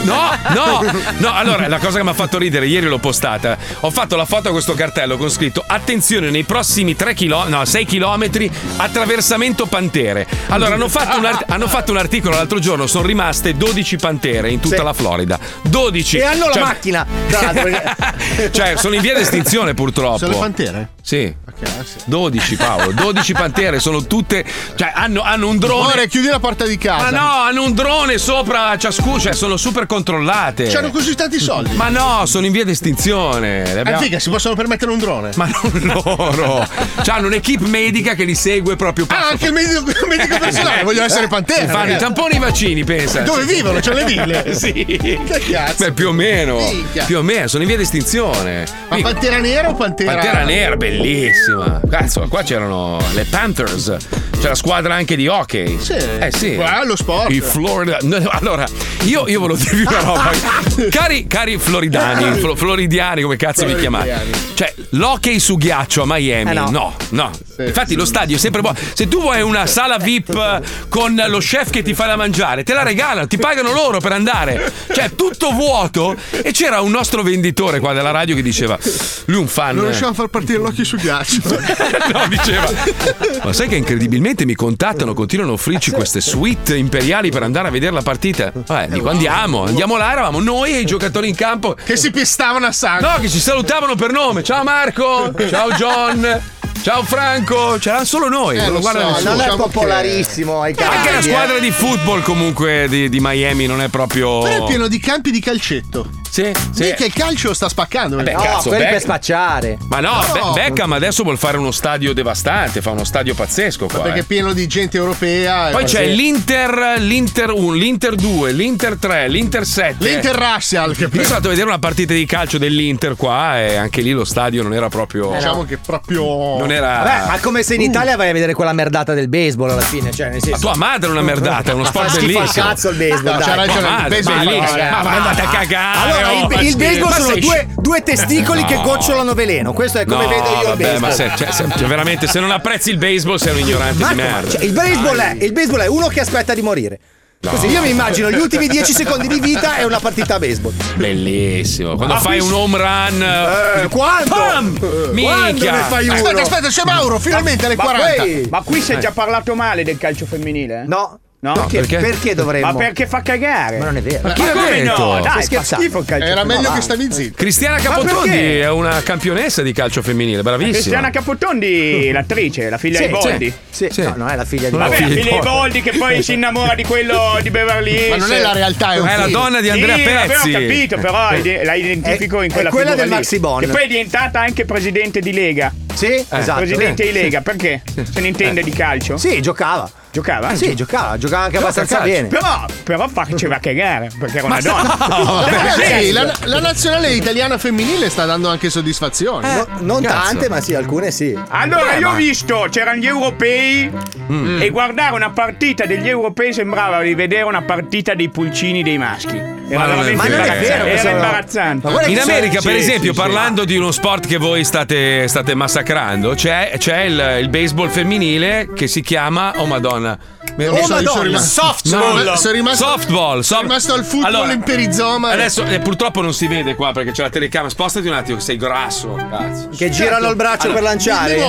Speaker 4: No, no, no. Allora, la cosa che mi ha fatto ridere, ieri l'ho postata. Ho fatto la foto a questo cartello con scritto: Attenzione, nei prossimi 3 km, no, 6 km, attraversamento pantere. Allora, hanno fatto, un art- hanno fatto un articolo l'altro giorno, sono rimaste 12 pantere in tutta la Florida. 12.
Speaker 2: E hanno
Speaker 4: Cioè-
Speaker 2: la macchina. Tra l'altro, perché-
Speaker 4: Cioè, sono in via di estinzione purtroppo.
Speaker 10: Sono le pantere?
Speaker 4: Sì.
Speaker 10: ah,
Speaker 4: 12 Paolo, 12 pantere, sono tutte. Cioè, hanno, hanno un drone.
Speaker 10: Amore, chiudi la porta di
Speaker 4: Ma
Speaker 10: casa.
Speaker 4: no, hanno un drone sopra ciascuno, cioè sono super controllate.
Speaker 10: C'hanno così tanti soldi.
Speaker 4: Ma no, sono in via di estinzione. Le abbiamo-
Speaker 10: Eh, figa, si possono permettere un drone.
Speaker 4: Ma non loro. C'hanno un'equipe medica che li segue proprio passo
Speaker 10: Ah, anche il medico, il medico personale, voglio essere pantera.
Speaker 4: Si fanno i
Speaker 10: ragazzi.
Speaker 4: tamponi e i vaccini, pensa.
Speaker 10: Dove vivono? C'è le ville?
Speaker 4: sì.
Speaker 10: Che cazzo?
Speaker 4: Beh, più o meno.
Speaker 10: Minchia.
Speaker 4: Più o meno, sono in via di estinzione.
Speaker 10: Ma
Speaker 4: Mica-
Speaker 10: pantera nera o pantera?
Speaker 4: Pantera nera, bellissima. Cazzo, qua c'erano le Panthers. C'è la squadra anche di hockey.
Speaker 10: Sì.
Speaker 4: Eh sì.
Speaker 10: Qua lo sport.
Speaker 4: I Florida. no, no, allora, io, io volevo dirvi una roba. cari, cari floridani, flo- floridiani, come cazzo vi chiamate? Cioè, l'hockey su ghiaccio a Miami.
Speaker 2: Eh, no.
Speaker 4: no, no. Infatti, lo stadio è sempre buono. Se tu vuoi una sala VIP eh, con lo chef che ti fa da mangiare, te la regalano, ti pagano loro per andare. Cioè, tutto vuoto. E c'era un nostro venditore qua della radio che diceva: Lui è un fan.
Speaker 10: Non riusciamo a far partire l'occhio su ghiaccio.
Speaker 4: No, diceva. Ma sai che incredibilmente mi contattano, continuano a
Speaker 2: Ah,
Speaker 4: offrirci queste suite imperiali per andare a vedere la partita? Eh, dico andiamo, andiamo là, eravamo noi e i giocatori in campo.
Speaker 10: Che si pistavano a sangue.
Speaker 4: No, che ci salutavano per nome. Ciao Marco, ciao John, ciao Franco. C'erano solo noi.
Speaker 2: Eh, lo
Speaker 4: guarda
Speaker 2: so,
Speaker 4: nessuno.
Speaker 2: non è popolarissimo ai
Speaker 4: Anche la
Speaker 2: Caraibi, eh.
Speaker 4: squadra di football comunque di, di Miami non è proprio...
Speaker 10: Però è pieno di campi di calcetto.
Speaker 4: Oh. Sì, sì.
Speaker 10: Mica il calcio sta spaccando.
Speaker 4: Beh,
Speaker 10: no,
Speaker 4: cazzo,
Speaker 10: quelli
Speaker 4: Beck-
Speaker 10: per spacciare.
Speaker 4: Ma no,
Speaker 10: No.
Speaker 4: Be- Beckham adesso vuol fare uno stadio devastante, fa uno stadio pazzesco qua.
Speaker 10: Perché
Speaker 4: eh.
Speaker 10: è pieno di gente europea. e
Speaker 4: Poi c'è
Speaker 10: così.
Speaker 4: l'Inter, l'Inter 1, l'Inter 2, l'Inter 3, l'Inter 7.
Speaker 10: L'Inter Russell. Che
Speaker 4: Io sono andato a vedere una partita di calcio dell'Inter qua e anche lì lo stadio non era
Speaker 2: Eh,
Speaker 4: proprio.
Speaker 10: Diciamo che proprio. Uh.
Speaker 4: Non era.
Speaker 2: Vabbè, ma come se in Italia vai a vedere quella merdata del baseball alla fine, cioè nel senso.
Speaker 4: Ma tua madre è una merdata, è uno
Speaker 2: Ma
Speaker 4: sport
Speaker 2: fa schifo al
Speaker 4: bellissimo.
Speaker 2: cazzo il baseball,
Speaker 4: No,
Speaker 2: dai.
Speaker 4: c'ha ragione, Ma il madre, baseball è bellissimo. bellissimo. Ma andate a cagare,
Speaker 2: Allora, il-
Speaker 4: oh, fa
Speaker 2: il,
Speaker 4: schifo.
Speaker 2: baseball
Speaker 4: Ma
Speaker 2: sono
Speaker 4: sei
Speaker 2: due,
Speaker 4: sci-
Speaker 2: due testicoli che
Speaker 4: No.
Speaker 2: gocciolano veleno. Questo è come
Speaker 4: No,
Speaker 2: vedo io il
Speaker 4: vabbè,
Speaker 2: baseball.
Speaker 4: ma se, cioè, se- cioè, veramente, se non apprezzi il baseball, sei un ignorante
Speaker 2: Marco,
Speaker 4: di merda.
Speaker 2: cioè, il, baseball è, il baseball è uno che aspetta di morire.
Speaker 4: No.
Speaker 2: Così io mi immagino gli ultimi 10 secondi di vita è una partita a baseball.
Speaker 4: Bellissimo. Quando
Speaker 2: Ah,
Speaker 4: fai
Speaker 2: qui-
Speaker 4: un home run. eh,
Speaker 2: quando?
Speaker 4: Pam! Minchia!
Speaker 10: Aspetta, aspetta, c'è Mauro, finalmente alle
Speaker 8: ma
Speaker 10: 40.
Speaker 8: qui- ma qui si è
Speaker 10: Eh.
Speaker 8: già parlato male del calcio femminile? eh?
Speaker 2: No.
Speaker 8: No,
Speaker 10: Perché- perché? perché dovremmo?
Speaker 8: Ma perché fa cagare? Ma non
Speaker 2: è vero.
Speaker 8: Ma,
Speaker 4: chi l'ha
Speaker 8: come
Speaker 4: detto?
Speaker 8: no?
Speaker 4: Stai
Speaker 8: Dai, fa
Speaker 4: scherzando?
Speaker 8: schifo il calcio.
Speaker 10: Era meglio
Speaker 8: femminile.
Speaker 10: che stavi zitto.
Speaker 4: Cristiana
Speaker 8: Ma
Speaker 4: Capotondi
Speaker 8: perché?
Speaker 4: è una campionessa di calcio femminile, bravissima.
Speaker 8: Cristiana Capotondi, l'attrice, la figlia
Speaker 4: Sì,
Speaker 8: di Boldi.
Speaker 2: Sì, No, non è la figlia di
Speaker 8: Vabbè,
Speaker 2: Boldi.
Speaker 8: la figlia di Boldi che poi si innamora di quello di Beverly Hills. Eh,
Speaker 10: Ma non è la realtà, è un È la film. donna di Andrea
Speaker 8: sì, vabbè,
Speaker 10: Pezzi.
Speaker 8: ho capito, però ide- la identifico
Speaker 2: È-
Speaker 8: in quella
Speaker 2: è quella
Speaker 8: figura
Speaker 2: del
Speaker 8: lì.
Speaker 2: Maxi Bon.
Speaker 8: Che poi è diventata anche presidente di Lega. Eh,
Speaker 2: Sì, esatto.
Speaker 8: Presidente
Speaker 2: Sì. Eh.
Speaker 8: di Lega, perché? Se ne intende di calcio?
Speaker 2: Sì, giocava.
Speaker 8: Giocava?
Speaker 2: Sì, giocava, giocava anche
Speaker 8: Gioca
Speaker 2: abbastanza
Speaker 8: calcio.
Speaker 2: bene.
Speaker 8: Però, però faceva cagare, perché era una
Speaker 2: Ma
Speaker 8: donna.
Speaker 2: no,
Speaker 8: Dai,
Speaker 10: Eh,
Speaker 8: ragazzi.
Speaker 10: sì, la, la nazionale italiana femminile sta dando anche soddisfazioni.
Speaker 2: No- non tante, ma sì, alcune sì.
Speaker 8: Allora,
Speaker 4: Eh,
Speaker 8: io ho visto, c'erano gli europei
Speaker 4: Mm.
Speaker 8: e guardare una partita degli europei sembrava di vedere una partita dei pulcini dei maschi. Era
Speaker 4: Ma non
Speaker 8: veramente
Speaker 4: è vero. Ma non è
Speaker 8: imbarazzante.
Speaker 4: vero,
Speaker 8: Era
Speaker 4: sono-
Speaker 8: imbarazzante.
Speaker 4: In America, per
Speaker 8: Sì,
Speaker 4: esempio,
Speaker 8: sì, sì.
Speaker 4: parlando di uno sport che voi state, state massacrando, c'è, c'è il, il baseball femminile che si chiama Oh Madonna. Me-
Speaker 10: Oh,
Speaker 4: mi io
Speaker 10: Madonna. Softball. Sono rimasto-
Speaker 4: softball, soft-
Speaker 10: sono rimasto al football in perizoma.
Speaker 4: Adesso eh, purtroppo non si vede qua perché c'è la telecamera. Spostati un attimo, che sei grasso. Cazzo.
Speaker 2: Che
Speaker 10: Certo.
Speaker 2: girano il braccio per lanciare.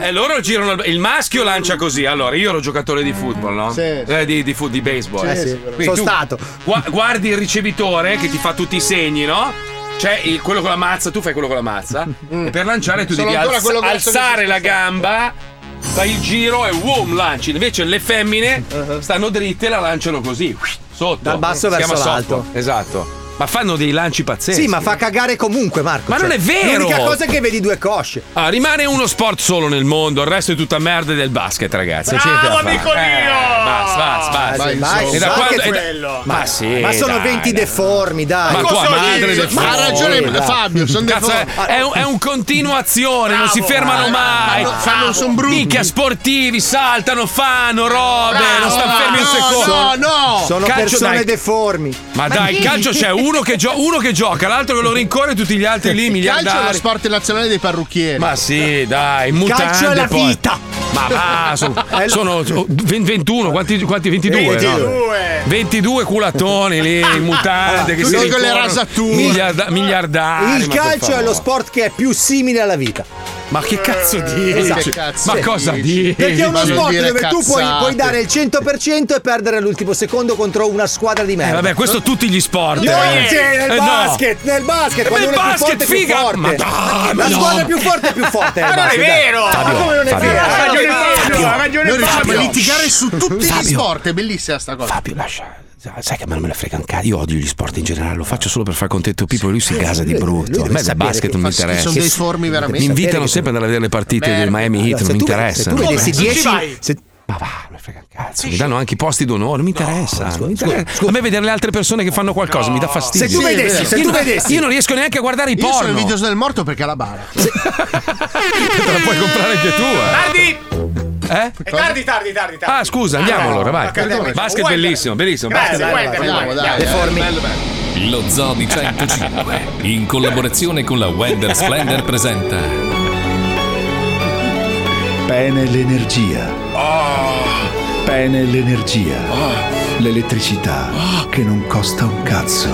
Speaker 4: Eh, loro girano il, il maschio lancia così. Allora, io ero giocatore di football, no?
Speaker 2: Sì.
Speaker 4: Eh, di, di fu- di baseball. eh.
Speaker 2: Sì, sì,
Speaker 4: Quindi
Speaker 2: sono
Speaker 4: tu
Speaker 2: stato.
Speaker 4: gua- guardi il ricevitore che ti fa tutti i segni, no? C'è il- quello
Speaker 2: Mm.
Speaker 4: con la mazza, tu fai quello con la mazza. E per lanciare tu
Speaker 10: Sono
Speaker 4: devi
Speaker 10: ancora
Speaker 4: alz-
Speaker 10: quello con la
Speaker 4: alzare la gamba. fai il giro e boom, lanci. Invece le femmine stanno dritte e la lanciano così, sotto.
Speaker 2: Uh-huh. Dal basso
Speaker 4: Si
Speaker 2: verso
Speaker 4: chiama
Speaker 2: l'alto.
Speaker 4: softball. Esatto. Ma fanno dei lanci pazzeschi.
Speaker 2: Sì, ma fa cagare comunque, Marco. cioè,
Speaker 4: Ma non è vero!
Speaker 2: L'unica cosa è che vedi due cosce.
Speaker 4: Ah, rimane uno sport solo nel mondo, il resto è tutta merda del basket, ragazzi. Non ce ne
Speaker 2: Bravo,
Speaker 4: fate.
Speaker 2: amico
Speaker 4: Eh,
Speaker 2: mio!
Speaker 4: Basta, basta, basta.
Speaker 2: Vai, vai,
Speaker 4: E da
Speaker 2: vai
Speaker 4: quando-
Speaker 2: che
Speaker 4: e da-
Speaker 2: quello.
Speaker 4: Ma sì.
Speaker 2: ma sono
Speaker 4: dai,
Speaker 2: 20
Speaker 4: dai.
Speaker 2: deformi, dai.
Speaker 4: Ma tua madre del
Speaker 2: Ma ha ragione
Speaker 10: Fabio, sono
Speaker 4: Cazzo, è, è un, è un continuazione, non si
Speaker 10: Bravo,
Speaker 4: fermano
Speaker 10: bravo,
Speaker 4: mai.
Speaker 10: fanno- fanno- son brutti.
Speaker 4: Mica sportivi, saltano, fanno robe, non stanno fermi un secondo.
Speaker 2: Sono
Speaker 4: Calcio,
Speaker 2: persone
Speaker 4: dai.
Speaker 2: deformi.
Speaker 4: Ma Ah, dai, il calcio c'è uno che, gio- uno che gioca, l'altro che lo rincorre, tutti gli altri lì,
Speaker 10: Il calcio è lo
Speaker 4: miliardari.
Speaker 10: sport nazionale dei parrucchieri.
Speaker 4: Ma sì, dai,
Speaker 10: Calcio
Speaker 4: mutande
Speaker 10: è la
Speaker 4: poi.
Speaker 10: vita.
Speaker 4: Ma va, sono,
Speaker 10: È la-
Speaker 4: sono 21, quanti, quanti 22? no?
Speaker 10: 22.
Speaker 4: 22 culatoni lì, in mutande. che si
Speaker 2: Tutti con le
Speaker 4: rincorrono.
Speaker 2: rasature.
Speaker 4: Miliarda- miliardari.
Speaker 2: il
Speaker 4: ma per
Speaker 2: calcio è
Speaker 4: favore.
Speaker 2: lo sport che è più simile alla vita.
Speaker 4: Ma che cazzo dici?
Speaker 2: Esatto.
Speaker 4: Eh, Che cazzo Ma cosa dici? dici?
Speaker 2: Perché è uno
Speaker 4: Ma non
Speaker 2: sport
Speaker 4: dire
Speaker 2: dove tu puoi,
Speaker 4: cazzate.
Speaker 2: puoi dare il 100% e perdere l'ultimo secondo contro una squadra di
Speaker 4: Eh,
Speaker 2: merda.
Speaker 4: vabbè, questo tutti gli sport.
Speaker 2: No, sì, nel
Speaker 4: Eh, no.
Speaker 2: basket, nel basket,
Speaker 4: Eh,
Speaker 2: quando
Speaker 4: nel
Speaker 2: uno è più
Speaker 4: basket,
Speaker 2: forte, è più
Speaker 4: figa. Ah,
Speaker 2: forte.
Speaker 4: Ma dai,
Speaker 2: la
Speaker 4: ma no.
Speaker 2: squadra più forte è più forte.
Speaker 4: Ma non è vero.
Speaker 2: Ma come non è
Speaker 4: Fabio,
Speaker 2: vero?
Speaker 4: Fabio,
Speaker 2: Ha ragione
Speaker 4: Fabio,
Speaker 2: Fabio,
Speaker 4: Fabio.
Speaker 2: ha ragione
Speaker 10: Noi riusciamo a
Speaker 2: Fabio.
Speaker 10: litigare su tutti gli
Speaker 2: Fabio.
Speaker 10: sport, è bellissima sta cosa.
Speaker 15: Fabio, lascia. Sai che a me non me ne frega un cazzo. Io odio gli sport in generale, lo faccio solo per far contento Pippo e lui si gasa di brutto. A me del basket non mi interessa.
Speaker 10: Sono dei formi veramente.
Speaker 15: Mi invitano sempre ad andare a vedere le partite del Miami Heat, non mi interessa.
Speaker 2: Se tu vedessi 10
Speaker 15: Cazzo, mi danno anche i posti d'onore, non mi interessa. non mi interessa. A me vedere le altre persone che fanno qualcosa mi dà fastidio.
Speaker 10: Se tu vedessi,
Speaker 15: io,
Speaker 10: se tu
Speaker 15: non-
Speaker 10: vedessi.
Speaker 15: io non riesco neanche a guardare i
Speaker 10: Io sono il
Speaker 15: porno.
Speaker 10: video del morto perché è la bara.
Speaker 15: Te la puoi comprare anche tu, eh.
Speaker 7: Tardi!
Speaker 15: Eh?
Speaker 7: È tardi, tardi, tardi, tardi.
Speaker 4: Ah, scusa, andiamo allora, vai. Basket bellissimo, bellissimo.
Speaker 7: Grazie,
Speaker 4: Basket,
Speaker 7: Wender,
Speaker 4: bello,
Speaker 7: Wender,
Speaker 4: bello,
Speaker 7: Wender.
Speaker 4: bello.
Speaker 7: Bello, bello.
Speaker 1: Lo Zoo di 105, in collaborazione con la Wender Splendor, presenta
Speaker 18: Pene l'energia.
Speaker 4: Ah.
Speaker 18: Pene l'energia. L'elettricità
Speaker 4: Ah.
Speaker 18: che non costa un cazzo.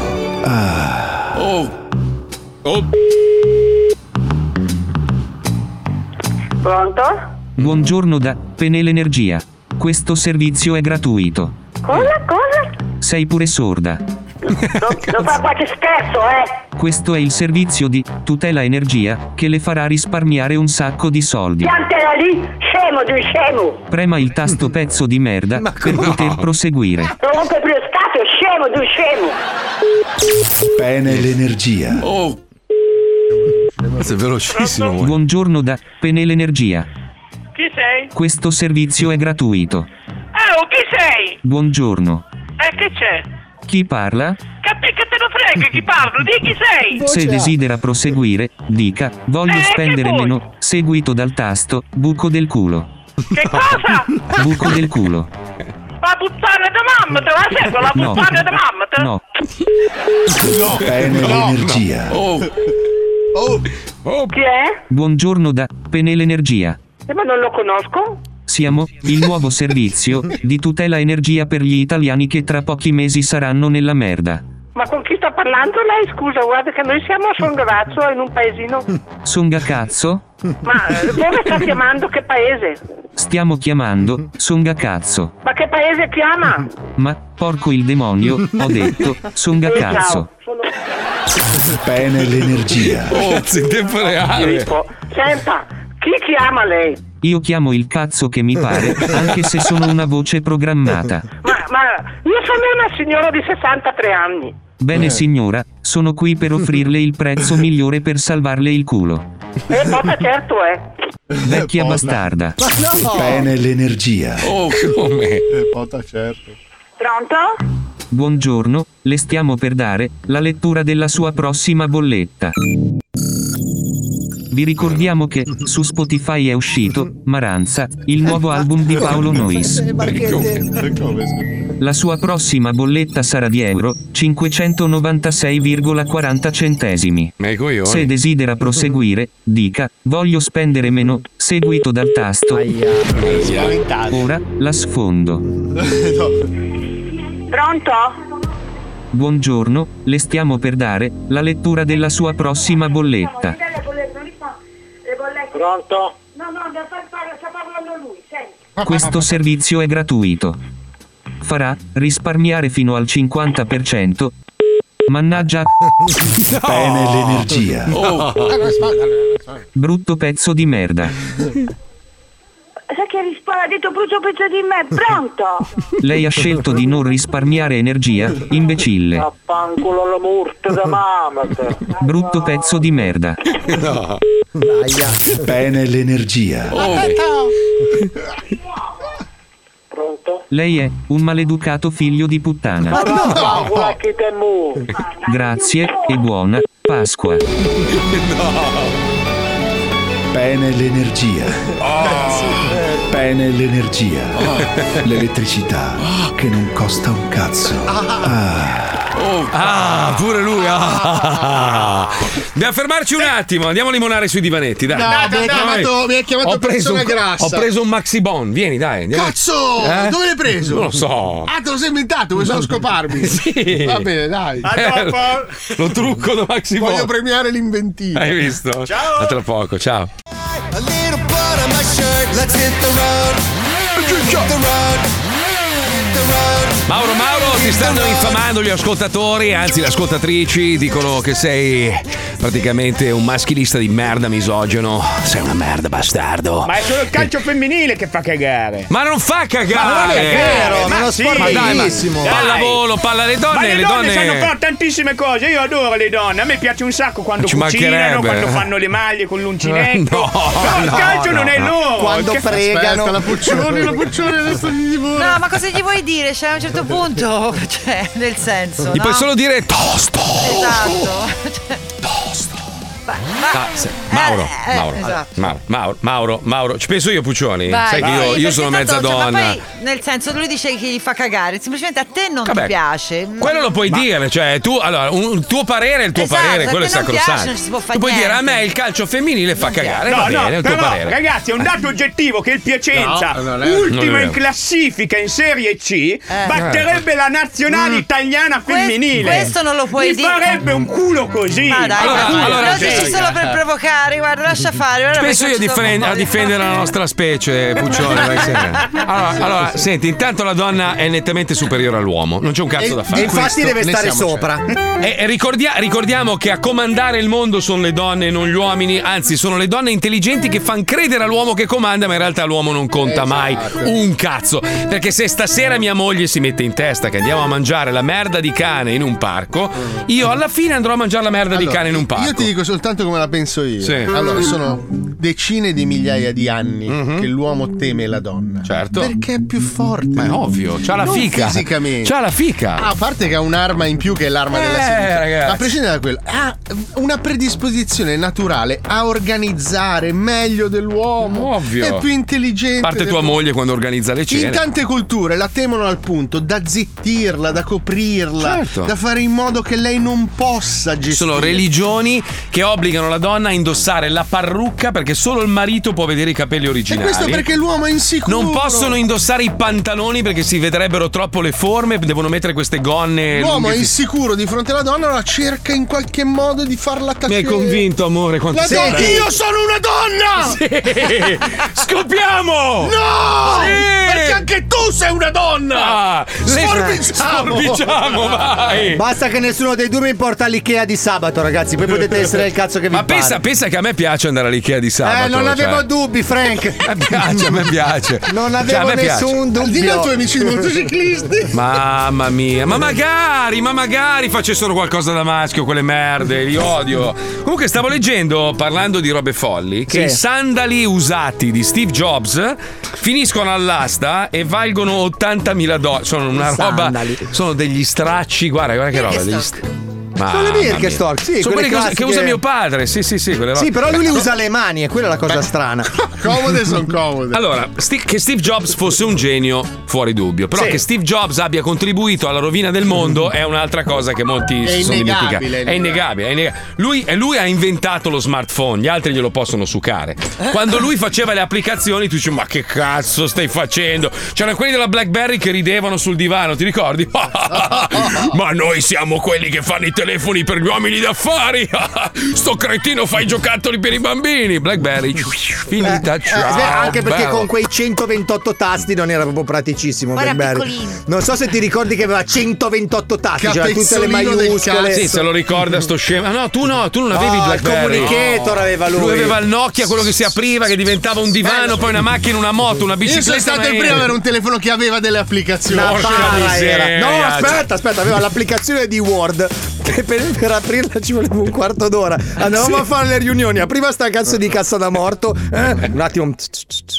Speaker 18: Ah.
Speaker 4: Oh. Oh.
Speaker 19: Pronto?
Speaker 20: Buongiorno da Penel Energia. Questo servizio è gratuito.
Speaker 19: Cosa? Cosa?
Speaker 20: Sei pure sorda.
Speaker 19: Non fa qualche scherzo, eh?
Speaker 20: Questo è il servizio di tutela energia che le farà risparmiare un sacco di soldi.
Speaker 19: Piantela lì, scemo di scemo!
Speaker 20: Prema il tasto pezzo di merda per poter proseguire.
Speaker 19: Non rompe più lo scatto, scemo di scemo!
Speaker 18: Pene l'energia.
Speaker 4: Oh.
Speaker 15: Questo è velocissimo. eh.
Speaker 20: Buongiorno da Penel Energia.
Speaker 21: Chi sei?
Speaker 20: Questo servizio è gratuito.
Speaker 19: Ah,
Speaker 21: Eh, oh, chi sei?
Speaker 20: Buongiorno.
Speaker 21: Eh, che c'è?
Speaker 20: Chi parla?
Speaker 21: Capi che te lo frega chi parlo? Di chi sei?
Speaker 20: Se desidera proseguire, dica voglio spendere meno, seguito dal tasto buco del culo.
Speaker 21: Che cosa?
Speaker 20: Buco del culo.
Speaker 21: La puttana da mamma, te la sento, la
Speaker 20: No.
Speaker 21: puttana da mamma, te la...
Speaker 20: No.
Speaker 18: Pene l'energia.
Speaker 21: Oh. Chi è?
Speaker 20: Buongiorno da Penel Energia.
Speaker 21: Eh, ma non lo conosco.
Speaker 20: Siamo il nuovo servizio di tutela energia per gli italiani che tra pochi mesi saranno nella merda.
Speaker 21: Ma con chi sta parlando lei? Scusa, guarda che noi siamo a Songarazzo in un paesino.
Speaker 20: Mm. Songa cazzo?
Speaker 21: Ma eh, dove sta chiamando? Che paese?
Speaker 20: Stiamo chiamando Songa cazzo.
Speaker 21: Ma che paese chiama?
Speaker 20: Ma porco il demonio, ho detto Songa
Speaker 21: Eh,
Speaker 20: cazzo.
Speaker 21: ciao, sono...
Speaker 18: Pene l'energia.
Speaker 4: Cazzo, Oh, in tempo
Speaker 21: Eh,
Speaker 4: reale.
Speaker 21: Filippo, Senta, chi chiama lei?
Speaker 20: Io chiamo il cazzo che mi pare, anche se sono una voce programmata.
Speaker 21: Ma, ma io sono una signora di 63 anni.
Speaker 20: Bene signora, sono qui per offrirle il prezzo migliore per salvarle il culo.
Speaker 21: Eh, papa certo è.
Speaker 20: Vecchia bastarda.
Speaker 18: Pene l'energia.
Speaker 4: Oh, come?
Speaker 10: Pota certo.
Speaker 21: Pronto?
Speaker 20: Buongiorno, le stiamo per dare la lettura della sua prossima bolletta. Vi ricordiamo che su Spotify è uscito Maranza, il nuovo album di Paolo Nois. La sua prossima bolletta sarà di euro 596,40 centesimi.
Speaker 4: Ma i coglioni.
Speaker 20: Se desidera proseguire, dica voglio spendere meno, seguito dal tasto. Ora la sfondo.
Speaker 21: Pronto?
Speaker 20: Buongiorno, le stiamo per dare la lettura della sua prossima bolletta.
Speaker 21: Pronto?
Speaker 22: No, no, da far fare, sta parlando lui, senti.
Speaker 20: Questo servizio è gratuito. Farà risparmiare fino al 50%. Mannaggia.
Speaker 18: Pene l'energia.
Speaker 20: Brutto pezzo di merda.
Speaker 22: Sai che Paolo ha detto brucio pezzo di me, pronto?
Speaker 20: Lei ha scelto di non risparmiare energia, imbecille.
Speaker 22: Panculo la morte da mamma.
Speaker 20: Brutto pezzo di merda.
Speaker 18: Bene l'energia.
Speaker 20: Lei è un maleducato figlio di puttana.
Speaker 22: Paola che te mu.
Speaker 20: Grazie e buona Pasqua.
Speaker 18: Bene l'energia.
Speaker 4: Ah.
Speaker 18: Bene l'energia.
Speaker 4: Ah.
Speaker 18: L'elettricità che non costa un cazzo. Ah.
Speaker 15: Oh,
Speaker 4: Ah, pure lui. Ah. Dobbiamo fermarci un attimo. Andiamo a limonare sui divanetti. Dai.
Speaker 10: No, mi ha chiamato- mi ha chiamato
Speaker 4: Ho preso
Speaker 10: persona
Speaker 4: un-
Speaker 10: grassa.
Speaker 4: Ho preso un maxi bon. Vieni, dai. andiamo.
Speaker 10: Cazzo!
Speaker 4: Eh?
Speaker 10: Dove l'hai preso?
Speaker 4: Non lo so.
Speaker 10: Ah, te lo sei inventato, vuoi solo scoparmi?
Speaker 4: Sì.
Speaker 10: Va bene, dai.
Speaker 4: Eh, lo trucco da maxi
Speaker 10: Voglio
Speaker 4: bon.
Speaker 10: premiare l'inventivo.
Speaker 4: Hai visto? Ciao. A tra poco, ciao. Mauro Mauro, ti stanno infamando gli ascoltatori, anzi le ascoltatrici, dicono che sei praticamente un maschilista di merda misogeno. Sei una merda bastardo.
Speaker 8: Ma è solo il calcio femminile che fa cagare.
Speaker 4: Ma non fa cagare! Eh,
Speaker 8: Ma non è vero, ma è uno sport
Speaker 4: bellissimo!
Speaker 8: bellissimo.
Speaker 4: Pallavolo, palla alle donne,
Speaker 8: Ma le, donne, sanno fare
Speaker 4: donne...
Speaker 8: tantissime cose. Io adoro le donne. A me piace un sacco quando
Speaker 4: Ci
Speaker 8: cucinano,
Speaker 4: mancherebbe.
Speaker 8: quando fanno le maglie con l'uncinetto.
Speaker 4: No,
Speaker 8: Però il
Speaker 4: no,
Speaker 8: calcio
Speaker 4: no,
Speaker 8: non è
Speaker 4: no.
Speaker 8: loro.
Speaker 2: Quando
Speaker 8: Che-
Speaker 2: fregano.
Speaker 10: Aspetta, la puccione, la puccione adesso gli divora.
Speaker 17: No, ma cosa gli vuoi dire? Cioè, a un certo punto, cioè, nel senso.
Speaker 4: Gli
Speaker 17: no?
Speaker 4: puoi solo dire tosto!
Speaker 17: Esatto. Cioè-
Speaker 4: Ah, se- Mauro,
Speaker 17: eh,
Speaker 4: Mauro,
Speaker 17: esatto.
Speaker 4: Mauro, Mauro, Mauro, Mauro, ci penso io Puccioni.
Speaker 17: Vai,
Speaker 4: Sai che
Speaker 17: vai.
Speaker 4: io, io
Speaker 17: Perché
Speaker 4: sono
Speaker 17: tanto,
Speaker 4: mezza
Speaker 17: cioè, ma
Speaker 4: donna.
Speaker 17: poi, nel senso, lui dice che gli fa cagare, semplicemente a te non
Speaker 4: Vabbè,
Speaker 17: ti piace.
Speaker 4: Quello lo puoi dire, cioè tu, allora, un, il tuo parere è il tuo
Speaker 17: Esatto,
Speaker 4: parere,
Speaker 17: se
Speaker 4: quello è
Speaker 17: a te non
Speaker 4: sacrosanto.
Speaker 17: piace, non ci si può fare
Speaker 4: tu puoi dire a
Speaker 17: niente.
Speaker 4: me il calcio femminile fa cagare,
Speaker 8: No,
Speaker 4: va bene,
Speaker 8: no,
Speaker 4: è il tuo
Speaker 8: però,
Speaker 4: parere.
Speaker 8: ragazzi, è un dato oggettivo che il Piacenza,
Speaker 4: No, non è- non è
Speaker 8: ultima
Speaker 4: vero. Eh.
Speaker 8: in classifica in Serie C, batterebbe la nazionale
Speaker 4: Mm.
Speaker 8: italiana femminile.
Speaker 17: questo non lo puoi
Speaker 8: Gli
Speaker 17: dire.
Speaker 8: farebbe un culo così.
Speaker 17: Ma dai,
Speaker 4: Allora,
Speaker 17: ma tu
Speaker 4: allora,
Speaker 17: lo dici
Speaker 4: sì.
Speaker 17: solo per provocare, guarda, lascia fare. guarda,
Speaker 4: Penso io
Speaker 17: perché
Speaker 4: a,
Speaker 17: ci sono
Speaker 4: difen-
Speaker 17: un po'
Speaker 4: a
Speaker 17: di-
Speaker 4: difendere la nostra specie, Puccione. dai, sera. Allora, allora, senti, intanto la donna è nettamente superiore all'uomo, non c'è un cazzo da fare.
Speaker 2: E infatti deve
Speaker 4: ne
Speaker 2: stare
Speaker 4: siamo
Speaker 2: sopra.
Speaker 4: E e Eh, ricordia- ricordiamo che a comandare il mondo sono le donne, non gli uomini. Anzi, sono le donne intelligenti che fanno credere all'uomo che comanda, ma in realtà l'uomo non conta
Speaker 10: Eh,
Speaker 4: mai
Speaker 10: certo.
Speaker 4: un cazzo. Perché se stasera mia moglie si mette in testa che andiamo a mangiare la merda di cane in un parco, io alla fine andrò a mangiare la merda di cane in un parco.
Speaker 10: Io ti dico soltanto come la penso io.
Speaker 4: Sì.
Speaker 10: Allora, sono decine di migliaia di anni che l'uomo teme la donna.
Speaker 4: Mhm. Certo.
Speaker 10: Perché è più forte.
Speaker 4: Ma è ovvio, c'ha la
Speaker 10: Non
Speaker 4: fica.
Speaker 10: Fisicamente.
Speaker 4: C'ha la fica.
Speaker 10: Ah, a parte che ha un'arma in più che è l'arma della
Speaker 4: Eh,
Speaker 10: sinistra.
Speaker 4: ragazzi.
Speaker 10: Ma a prescindere da quello, ha una predisposizione naturale a organizzare meglio dell'uomo.
Speaker 4: Ovvio.
Speaker 10: È più intelligente.
Speaker 4: A parte tua
Speaker 10: dell'uomo.
Speaker 4: moglie quando organizza le
Speaker 10: In
Speaker 4: cene.
Speaker 10: tante culture la temono al punto da zittirla, da coprirla,
Speaker 4: Certo.
Speaker 10: da fare in modo che lei non possa
Speaker 4: Ci
Speaker 10: gestire.
Speaker 4: sono religioni che obbligano la donna a indossare la parrucca perché solo il marito può vedere i capelli
Speaker 10: E
Speaker 4: originali.
Speaker 10: questo perché l'uomo è insicuro.
Speaker 4: Non possono indossare i pantaloni perché si vedrebbero troppo le forme, devono mettere queste gonne.
Speaker 10: L'uomo
Speaker 4: lunghe.
Speaker 10: è insicuro di fronte alla donna, la cerca in qualche modo di farla tacere.
Speaker 4: Mi hai convinto, amore, quanto
Speaker 10: La
Speaker 4: sei
Speaker 10: donna-
Speaker 4: bravo.
Speaker 10: Io sono una donna!
Speaker 4: Sì. Scopriamo!
Speaker 10: No!
Speaker 4: Sì!
Speaker 10: Perché anche tu sei una donna!
Speaker 4: Ah, lei-
Speaker 10: Sforbiciamo!
Speaker 4: Sforbiciamo, vai!
Speaker 2: Basta che nessuno dei due mi porta all'IKEA di sabato, ragazzi. Poi potete essere il cazzo che vi
Speaker 4: Ma
Speaker 2: pare.
Speaker 4: pensa, pensa che a me piace andare all'Ikea di sabato.
Speaker 2: eh, non avevo
Speaker 4: cioè.
Speaker 2: dubbi, Frank.
Speaker 4: A me piace, a me piace.
Speaker 2: Non
Speaker 4: Cioè, a
Speaker 2: avevo
Speaker 4: me piace.
Speaker 2: nessun dubbio.
Speaker 10: Dillo ai tuoi amici motociclisti.
Speaker 4: Mamma mia, ma magari, ma magari facessero qualcosa da maschio quelle merde, li odio. Comunque stavo leggendo, parlando di robe folli, che
Speaker 3: Sì.
Speaker 4: i sandali usati di Steve Jobs finiscono all'asta e valgono 80.000 dollari. Sono una roba, sono degli stracci, guarda, guarda che roba. Degli st-
Speaker 2: Sono le
Speaker 4: Mamma
Speaker 2: Birkenstock, sì,
Speaker 4: mia. sono
Speaker 2: quelle
Speaker 4: quelle che usa, che
Speaker 2: classiche.
Speaker 4: usa mio padre, sì sì sì, quelle robe.
Speaker 2: Sì, però lui le usa le mani, e quella è la cosa strana.
Speaker 10: Comode sono comode.
Speaker 4: Allora, Sti- che Steve Jobs fosse un genio, fuori dubbio. Però
Speaker 10: Sì.
Speaker 4: che Steve Jobs abbia contribuito alla rovina del mondo è un'altra cosa che molti
Speaker 10: È
Speaker 4: si sono
Speaker 10: innegabile,
Speaker 4: dimenticati. È innegabile, è innegabile. Lui, e lui ha inventato lo smartphone, gli altri glielo possono sucare. Quando lui faceva le applicazioni, tu dici: Ma che cazzo stai facendo? C'erano quelli della Blackberry che ridevano sul divano, ti ricordi? Ma noi siamo quelli che fanno i telefoni per gli uomini d'affari. Sto cretino fa i giocattoli per i bambini. Blackberry, finita.
Speaker 2: Eh,
Speaker 4: ciao,
Speaker 2: anche perché
Speaker 4: bello.
Speaker 2: con quei 128 tasti non era proprio simpaticissimo
Speaker 17: Guarda,
Speaker 2: Berbergo.
Speaker 17: piccolino.
Speaker 2: Non so se ti ricordi che aveva 128 tasti, c'era tutte le
Speaker 4: Capezzolino del
Speaker 2: maiuscole.
Speaker 4: cazzo. Sì, se lo ricorda sto scemo. Ah, no, tu no, tu non
Speaker 2: No,
Speaker 4: avevi
Speaker 2: il
Speaker 4: Blackberry.
Speaker 2: comunicator aveva lui.
Speaker 4: Lui aveva il Nokia, quello che si apriva, che diventava un divano, poi una macchina, una moto, una
Speaker 10: Io
Speaker 4: bicicletta.
Speaker 10: sono stato
Speaker 4: una-
Speaker 10: il primo ad avere un telefono che aveva delle applicazioni.
Speaker 4: Una Porca palla miseria. era.
Speaker 2: No,
Speaker 4: Ragazzi.
Speaker 2: aspetta, aspetta, aveva l'applicazione di Word. che Per, per aprirla ci voleva un quarto d'ora. Andavamo
Speaker 10: Sì.
Speaker 2: a fare le riunioni. Prima sta cazzo di cassa da morto. eh, un attimo,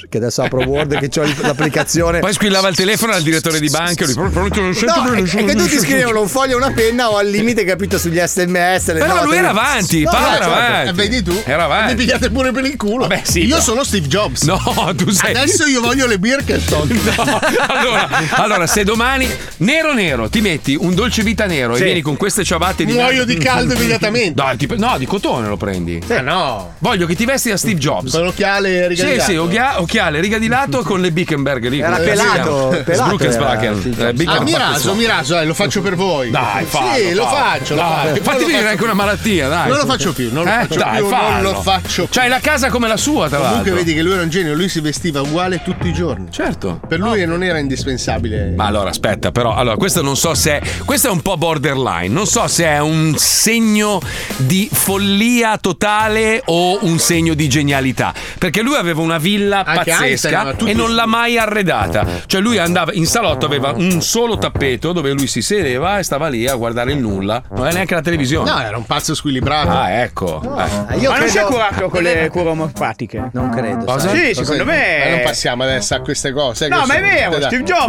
Speaker 2: che adesso apro Word, che ho l'applicazione.
Speaker 4: Poi squillava il telefono al direttore di banca. Lui, "Pro- pro- non sento
Speaker 2: No,
Speaker 4: bene,
Speaker 2: è
Speaker 4: sono-
Speaker 2: che
Speaker 4: non
Speaker 2: tutti
Speaker 4: sento-
Speaker 2: scrivevano un foglio e una penna o al limite, capito, sugli sms. le
Speaker 4: Però
Speaker 2: note.
Speaker 4: Eh, lui era avanti,
Speaker 2: No,
Speaker 4: Paolo
Speaker 2: no,
Speaker 4: era
Speaker 2: certo.
Speaker 4: avanti.
Speaker 10: Eh, vedi tu?
Speaker 4: Era avanti.
Speaker 10: Mi pigliate pure per il culo. io
Speaker 4: però.
Speaker 10: sono Steve Jobs.
Speaker 4: No, tu sei-
Speaker 10: Adesso io voglio le Birkenstock.
Speaker 4: allora, allora, se domani nero nero ti metti un dolce vita nero
Speaker 10: Sì.
Speaker 4: e vieni con queste ciabatte di
Speaker 10: Muoio
Speaker 4: nano-
Speaker 10: di caldo immediatamente.
Speaker 4: Dai, ti- no, di cotone lo prendi.
Speaker 10: Eh, no.
Speaker 4: Voglio che ti vesti da Steve Jobs.
Speaker 10: Con l'occhiale riga di
Speaker 4: Sì,
Speaker 10: lato.
Speaker 4: sì, occhia- occhiale, riga di lato con le Bickenberg lì.
Speaker 10: Era
Speaker 4: come si
Speaker 10: pelato,
Speaker 4: chiama?
Speaker 10: pelato
Speaker 4: Sbruckensbacher.
Speaker 10: era
Speaker 4: Eh, Bickenberg-
Speaker 10: Ah, mi raso, mi raso, dai, lo faccio per voi.
Speaker 4: Dai, fallo,
Speaker 10: Sì, lo
Speaker 4: fallo. Ah,
Speaker 10: faccio, lo
Speaker 4: Dai,
Speaker 10: faccio. Non
Speaker 4: Fatti
Speaker 10: lo
Speaker 4: venire
Speaker 10: faccio
Speaker 4: anche una malattia, dai.
Speaker 10: Non lo faccio più, non lo
Speaker 4: Eh?
Speaker 10: faccio
Speaker 4: Dai,
Speaker 10: più, non
Speaker 4: fallo. Certo,
Speaker 10: lo faccio più.
Speaker 4: C'hai la casa come la sua, tra l'altro.
Speaker 10: Comunque vedi che lui era un genio, lui si vestiva uguale tutti i giorni.
Speaker 4: Certo.
Speaker 10: Per lui non era indispensabile.
Speaker 4: Ma allora aspetta, però, allora, questo non so se è. Questo è un po' borderline. Non so se è un segno di follia totale o un segno di genialità. Perché lui aveva una villa
Speaker 10: Anche Einstein
Speaker 4: pazzesca
Speaker 10: aveva Esatto. tutto
Speaker 4: e non
Speaker 10: il-
Speaker 4: l'ha mai arredata. Cioè, lui andava in salotto, aveva un solo tappeto dove lui si sedeva e stava lì a guardare il nulla. Non aveva neanche la televisione.
Speaker 10: No, era un pazzo squilibrato.
Speaker 4: Ah, ecco. Eh.
Speaker 10: io
Speaker 8: Ma non si è
Speaker 10: credo-
Speaker 8: curato con le cure omopatiche? Non
Speaker 2: credo.
Speaker 10: Cosa?
Speaker 8: Sì,
Speaker 10: Cosa-
Speaker 8: secondo
Speaker 10: Ma non
Speaker 8: me.
Speaker 10: passiamo adesso a queste cose.
Speaker 8: No,
Speaker 10: questo-
Speaker 8: ma è vero,
Speaker 10: dai.
Speaker 8: Steve Jobs.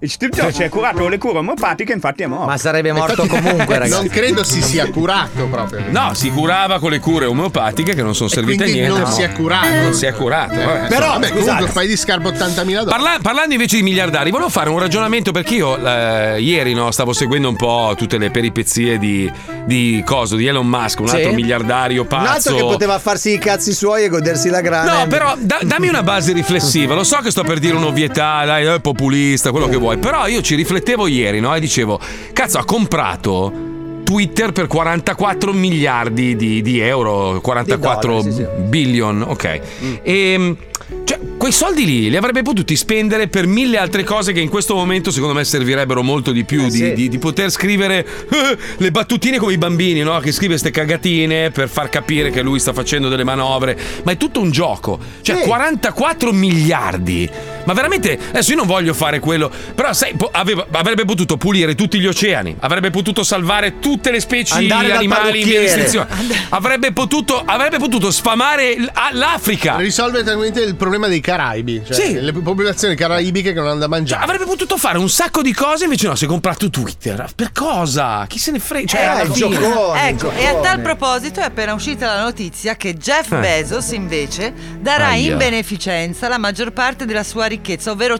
Speaker 8: eh, Steve Jobs si è curato con le cure omopatiche, infatti è morto.
Speaker 2: Ma sarebbe morto
Speaker 10: Infatti-
Speaker 2: comunque, ragazzi.
Speaker 10: Non credo si sia curato proprio.
Speaker 4: No, si curava con le cure omeopatiche che non sono servite a
Speaker 10: quindi
Speaker 4: niente.
Speaker 10: non
Speaker 4: no.
Speaker 10: si è curato.
Speaker 4: Non si è curato. vabbè.
Speaker 10: Però, Eh, vabbè, comunque
Speaker 4: scusate.
Speaker 10: fai di scarbo 80.000 dollari.
Speaker 4: Parla- parlando invece di miliardari, volevo fare un ragionamento perché io eh, ieri no, stavo seguendo un po' tutte le peripezie di, di coso, di Elon Musk, un
Speaker 2: Sì.
Speaker 4: altro miliardario pazzo.
Speaker 2: Un altro che poteva farsi i cazzi suoi e godersi la grana.
Speaker 4: No, però da- dammi una base riflessiva. Lo so che sto per dire un'ovvietà, dai, è populista, quello che vuoi. Però io ci riflettevo ieri, no? E dicevo, cazzo, ha comprato Twitter per 44 miliardi di, di euro, 44
Speaker 3: Di dollari, sì, sì.
Speaker 4: billion, ok. E. Cioè, quei soldi lì li avrebbe potuti spendere per mille altre cose che in questo momento, secondo me, servirebbero molto di più. di,
Speaker 3: Eh, sì.
Speaker 4: di- di poter scrivere eh, le battutine come i bambini, no? Che scrive ste cagatine per far capire che lui sta facendo delle manovre. Ma è tutto un gioco. Cioè, 44 miliardi. Ma veramente, adesso io non voglio fare quello. Però, sai, po- aveva- avrebbe potuto pulire tutti gli oceani, avrebbe potuto salvare tutte le specie
Speaker 3: Andare dal
Speaker 4: animali in via di
Speaker 3: parrucchiere.
Speaker 4: estinzione. Avrebbe potuto, avrebbe potuto sfamare l- a- l'Africa.
Speaker 10: Risolve tranquillamente il problema dei Caraibi, cioè
Speaker 4: Sì.
Speaker 10: le popolazioni caraibiche che non hanno da mangiare.
Speaker 4: Avrebbe potuto fare un sacco di cose, invece no, si è comprato Twitter. Per cosa? Chi se ne frega?
Speaker 3: Eh,
Speaker 4: Cioè, alla fine-
Speaker 17: ecco, e a tal proposito è appena uscita la notizia che Jeff
Speaker 4: Eh.
Speaker 17: Bezos invece darà
Speaker 4: Aia.
Speaker 17: in beneficenza la maggior parte della sua ricchezza, ovvero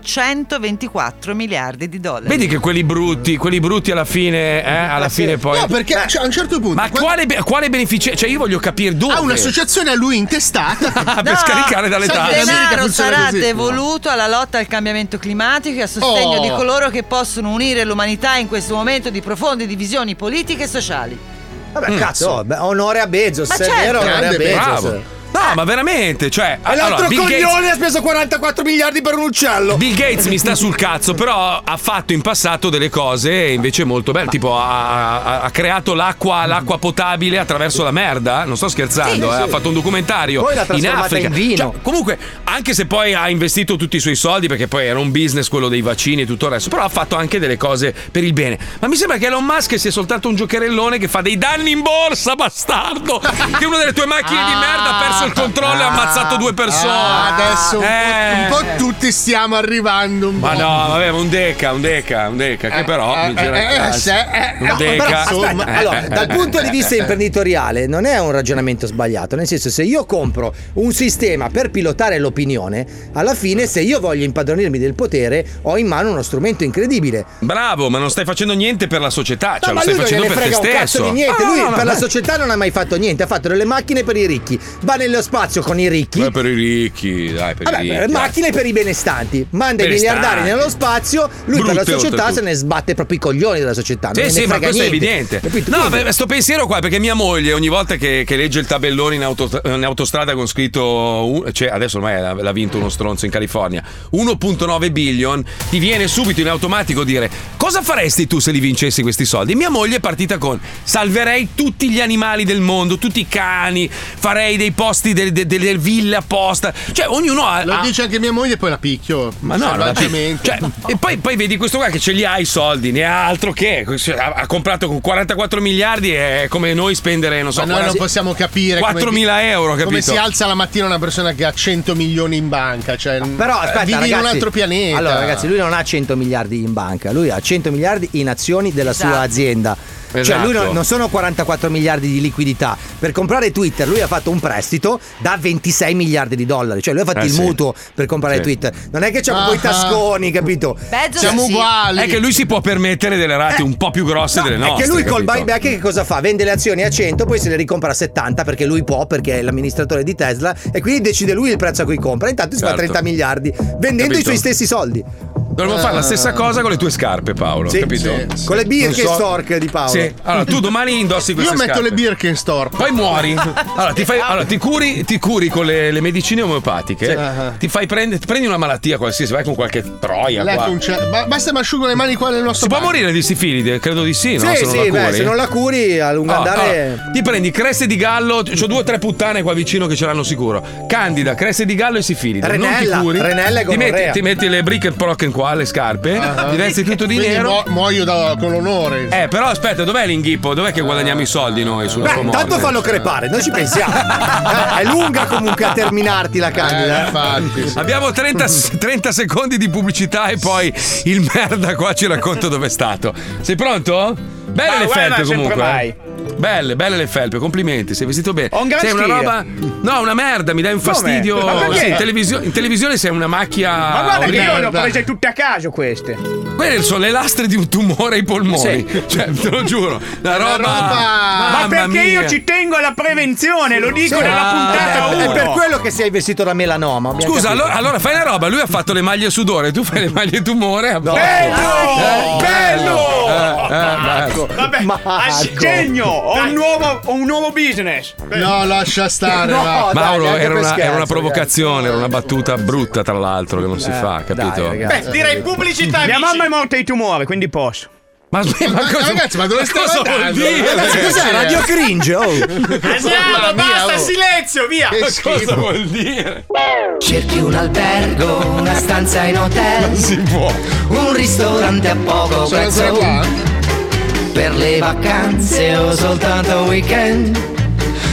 Speaker 17: 124 miliardi di dollari.
Speaker 4: Vedi che quelli brutti, quelli brutti alla fine, eh, alla fine poi. Eh.
Speaker 10: No, perché cioè, a un certo punto.
Speaker 4: Ma quale, be- quale beneficio? Cioè, io voglio capire dove. Ah,
Speaker 10: Ha un'associazione a lui intestata
Speaker 4: per scaricare dalle
Speaker 10: Sai,
Speaker 4: tasche.
Speaker 10: in America
Speaker 17: denaro
Speaker 10: funziona
Speaker 17: sarà
Speaker 10: così.
Speaker 17: devoluto alla lotta al cambiamento climatico e a sostegno
Speaker 10: Oh.
Speaker 17: di coloro che possono unire l'umanità in questo momento di profonde divisioni politiche e sociali.
Speaker 2: Vabbè,
Speaker 8: Mm.
Speaker 2: cazzo, oh, beh, onore a Bezos,
Speaker 17: Ma
Speaker 2: è
Speaker 17: certo.
Speaker 2: vero, onore a
Speaker 4: mm. Grande
Speaker 10: Eh,
Speaker 2: Bezos.
Speaker 4: Bravo.
Speaker 10: cioè,
Speaker 4: No, ma veramente, cioè.
Speaker 2: E l'altro
Speaker 4: allora, Bill Gates-
Speaker 2: coglione ha speso 44 miliardi per un uccello.
Speaker 4: Bill Gates mi sta sul cazzo, però ha fatto in passato delle cose invece molto belle. Tipo, ha, ha- ha creato l'acqua, l'acqua potabile attraverso la merda. Non sto scherzando,
Speaker 3: Sì,
Speaker 4: eh,
Speaker 3: sì.
Speaker 4: ha fatto un documentario
Speaker 3: Poi l'ha
Speaker 4: in
Speaker 3: trasformata
Speaker 4: Africa.
Speaker 3: in vino.
Speaker 4: Cioè, comunque, anche se poi ha investito tutti i suoi soldi, perché poi era un business quello dei vaccini e tutto il resto, però ha fatto anche delle cose per il bene. Ma mi sembra che Elon Musk sia soltanto un giocherellone che fa dei danni in borsa, bastardo! che una delle tue macchine di merda ha perso il controllo e ha ammazzato due persone.
Speaker 10: Ah, adesso un,
Speaker 4: Eh.
Speaker 10: po', un po' tutti stiamo arrivando un po'.
Speaker 4: Ma no, vabbè, ma un deca, un deca, un deca, che però
Speaker 10: eh,
Speaker 4: mi gira il
Speaker 10: eh,
Speaker 4: cazzo.
Speaker 10: se- eh,
Speaker 4: un
Speaker 2: No,
Speaker 4: deca.
Speaker 2: però, aspetta,
Speaker 4: Eh,
Speaker 2: allora,
Speaker 4: eh,
Speaker 2: dal
Speaker 4: eh,
Speaker 2: punto di
Speaker 4: eh,
Speaker 2: vista
Speaker 4: eh,
Speaker 2: imprenditoriale non è un ragionamento sbagliato, nel senso se io compro un sistema per pilotare l'opinione, alla fine se io voglio impadronirmi del potere ho in mano uno strumento incredibile.
Speaker 4: Bravo, ma non stai facendo niente per la società, cioè
Speaker 2: No,
Speaker 4: Eh, lo
Speaker 2: ma
Speaker 4: stai
Speaker 2: lui non
Speaker 4: facendo
Speaker 2: gliene
Speaker 4: per te
Speaker 2: frega un
Speaker 4: stesso.
Speaker 2: cazzo di niente,
Speaker 4: Ah,
Speaker 2: lui
Speaker 4: no, no,
Speaker 2: per
Speaker 4: no,
Speaker 2: la società non ha mai fatto niente, ha fatto delle macchine per i ricchi, va nello spazio con i ricchi.
Speaker 4: Ma per i ricchi, dai, per i
Speaker 2: Vabbè,
Speaker 4: ricchi.
Speaker 2: macchine per i benestanti, manda i
Speaker 4: Benestanti.
Speaker 2: miliardari nello spazio, lui per la
Speaker 4: Brutte,
Speaker 2: società
Speaker 4: oltretutto.
Speaker 2: se ne sbatte proprio i coglioni della società.
Speaker 4: Sì,
Speaker 2: non
Speaker 4: sì,
Speaker 2: ne
Speaker 4: ma
Speaker 2: frega
Speaker 4: questo
Speaker 2: niente.
Speaker 4: è evidente.
Speaker 2: Capito?
Speaker 4: No,
Speaker 2: Quindi-
Speaker 4: beh, sto pensiero qua perché mia moglie ogni volta che, che legge il tabellone in, auto- in autostrada con scritto, un- cioè adesso ormai l'ha, l'ha vinto uno stronzo in California, 1.9 billion, ti viene subito in automatico dire cosa faresti tu se li vincessi questi soldi? Mia moglie è partita con salverei tutti gli animali del mondo, tutti i cani, farei dei posti, del- de- delle ville apposta, cioè ognuno ha...
Speaker 10: Lo
Speaker 4: ha-
Speaker 10: dice anche mia moglie, poi la picchio.
Speaker 4: ma no, non la pi-
Speaker 10: selvaggiamente.
Speaker 4: cioè, e poi, poi vedi questo qua che ce li ha i soldi, ne ha altro che. cioè, Ha, ha comprato con 44 miliardi, è come noi spendere, non so,
Speaker 10: Ma noi non
Speaker 4: 40
Speaker 10: possiamo capire come-
Speaker 4: 4.000 euro,
Speaker 10: come
Speaker 4: capito?
Speaker 10: si alza la mattina una persona che ha 100 milioni in banca. Cioè,
Speaker 2: Però
Speaker 4: Eh,
Speaker 2: aspetta,
Speaker 10: vivi in un
Speaker 2: ragazzi,
Speaker 10: altro pianeta.
Speaker 2: Allora, ragazzi, lui non ha 100 miliardi in banca, lui ha 100 miliardi in azioni della sua azienda. Cioè,
Speaker 10: Esatto.
Speaker 2: lui non, non sono 44 miliardi di liquidità. Per comprare Twitter, lui ha fatto un prestito da 26 miliardi di dollari. Cioè, lui ha fatto
Speaker 4: Eh,
Speaker 2: il
Speaker 4: sì.
Speaker 2: mutuo per comprare
Speaker 4: Sì.
Speaker 2: Twitter. Non è che c'ha proprio i
Speaker 4: Ah.
Speaker 2: tasconi, capito? Siamo uguali.
Speaker 4: È che lui si può permettere delle rate un po' più grosse
Speaker 2: Eh. No,
Speaker 4: delle
Speaker 2: è
Speaker 4: nostre.
Speaker 2: che lui col
Speaker 4: capito?
Speaker 2: buyback che cosa fa? Vende le azioni a 100, poi se le ricompra a 70 perché lui può, perché è l'amministratore di Tesla e quindi decide lui il prezzo a cui compra. Intanto si fa
Speaker 4: Certo.
Speaker 2: 30 miliardi vendendo i
Speaker 4: Capito.
Speaker 2: suoi stessi soldi.
Speaker 4: Dovremmo fare la stessa cosa con le tue scarpe, Paolo.
Speaker 2: Ah. Sì,
Speaker 4: capito?
Speaker 2: sì, sì. Con le Birkenstock
Speaker 4: Non
Speaker 2: di Paolo.
Speaker 4: Sì. Allora, tu domani indossi
Speaker 10: Io
Speaker 4: queste
Speaker 10: metto
Speaker 4: scarpe.
Speaker 10: le Birkenstock.
Speaker 4: Poi muori. Allora, ti, fai-
Speaker 2: Ah.
Speaker 4: allora, ti curi, ti curi con le, le medicine omeopatiche.
Speaker 2: Ah,
Speaker 4: Ti fai prendere, prendi una malattia qualsiasi, vai con qualche troia.
Speaker 10: Letto
Speaker 4: qua.
Speaker 10: un
Speaker 2: certo
Speaker 10: cer- ba- basta che mi asciugo le mani qua nel nostro
Speaker 4: Si può
Speaker 10: bagno.
Speaker 4: morire di sifilide? Credo di sì, no?
Speaker 2: Sì,
Speaker 4: se non
Speaker 2: sì,
Speaker 4: la
Speaker 2: beh,
Speaker 4: curi.
Speaker 2: se non la curi a lungo
Speaker 8: Ah,
Speaker 4: Oh,
Speaker 2: andare.
Speaker 4: allora, ti prendi creste di gallo, c'ho due o tre puttane qua vicino che ce l'hanno sicuro. Candida, creste di gallo e sifilide. non ti
Speaker 2: Renella,
Speaker 4: curi.
Speaker 2: Renella e
Speaker 4: ti metti,
Speaker 2: gonorrea. Ah,
Speaker 4: ti metti le brick procken qua, le scarpe, ti vesti tutto di
Speaker 10: Quindi
Speaker 4: nero.
Speaker 10: mu- muoio da- con l'onore.
Speaker 4: Eh, però aspetta, dov'è l'inghippo? Dov'è che guadagniamo i soldi noi sulla
Speaker 2: Beh,
Speaker 4: tua morte?
Speaker 2: intanto fallo crepare, noi ci pensiamo. Eh, è lunga comunque a terminarti la
Speaker 8: Eh,
Speaker 2: candida.
Speaker 4: Eh, Abbiamo 30, s- 30 secondi di pubblicità e poi il merda qua ci racconta dov'è stato. Sei pronto? Belle
Speaker 8: Ma
Speaker 4: le
Speaker 8: guarda,
Speaker 4: felpe
Speaker 8: sempre
Speaker 4: comunque.
Speaker 8: vai.
Speaker 4: eh. Belle, belle le felpe, complimenti, sei vestito bene.
Speaker 8: Ho un gran
Speaker 4: sei una
Speaker 8: stile.
Speaker 4: roba. No, una merda, mi dai un
Speaker 8: Come?
Speaker 4: fastidio.
Speaker 8: Ma perché?
Speaker 4: Sì, in, televisione, in televisione sei una macchia.
Speaker 8: Ma
Speaker 4: Ah,
Speaker 8: guarda che io le ho
Speaker 4: orrenda.
Speaker 8: prese tutte a caso queste.
Speaker 4: Quelle sono le lastre di un tumore ai polmoni.
Speaker 8: Sì.
Speaker 4: Cioè, te lo giuro. La roba.
Speaker 8: Ma
Speaker 4: Mamma
Speaker 8: perché io
Speaker 4: mia.
Speaker 8: ci tengo alla prevenzione, lo dico
Speaker 2: Sì.
Speaker 8: nella puntata
Speaker 2: Eh, È
Speaker 8: 1.
Speaker 2: per quello che sei vestito da melanoma. abbiamo
Speaker 4: Scusa,
Speaker 2: capito.
Speaker 4: allora, allora fai la roba, lui ha fatto le maglie sudore, tu fai le maglie tumore. Eh, Bello!
Speaker 8: Bello!
Speaker 4: eh, bello!
Speaker 8: Vabbè, a genio! Ho un nuovo, ho un nuovo business.
Speaker 10: No, lascia stare.
Speaker 8: No,
Speaker 10: va.
Speaker 8: dai,
Speaker 4: Mauro
Speaker 8: neanche
Speaker 4: era,
Speaker 8: per
Speaker 4: una,
Speaker 8: scherzo,
Speaker 4: era una
Speaker 8: ragazzi.
Speaker 4: provocazione, era una battuta brutta, tra l'altro, che non si
Speaker 8: Eh,
Speaker 4: fa, capito?
Speaker 8: dai, ragazzi. Beh,
Speaker 7: Direi pubblicità.
Speaker 8: Mia mamma è morta di tumore, quindi posso.
Speaker 4: Ma,
Speaker 10: cosa- ragazzi, ma dove ma stai cosa vuol andando?
Speaker 2: dire? Ragazzi, cos'è? Radio Cringe, oh.
Speaker 7: Andiamo, basta,
Speaker 8: oh.
Speaker 7: silenzio, via.
Speaker 4: Che cosa vuol dire?
Speaker 3: Cerchi un albergo, una stanza in hotel. Un ristorante a poco
Speaker 10: Sono
Speaker 3: prezzo.
Speaker 10: ancora qua?
Speaker 3: Per le vacanze o soltanto weekend.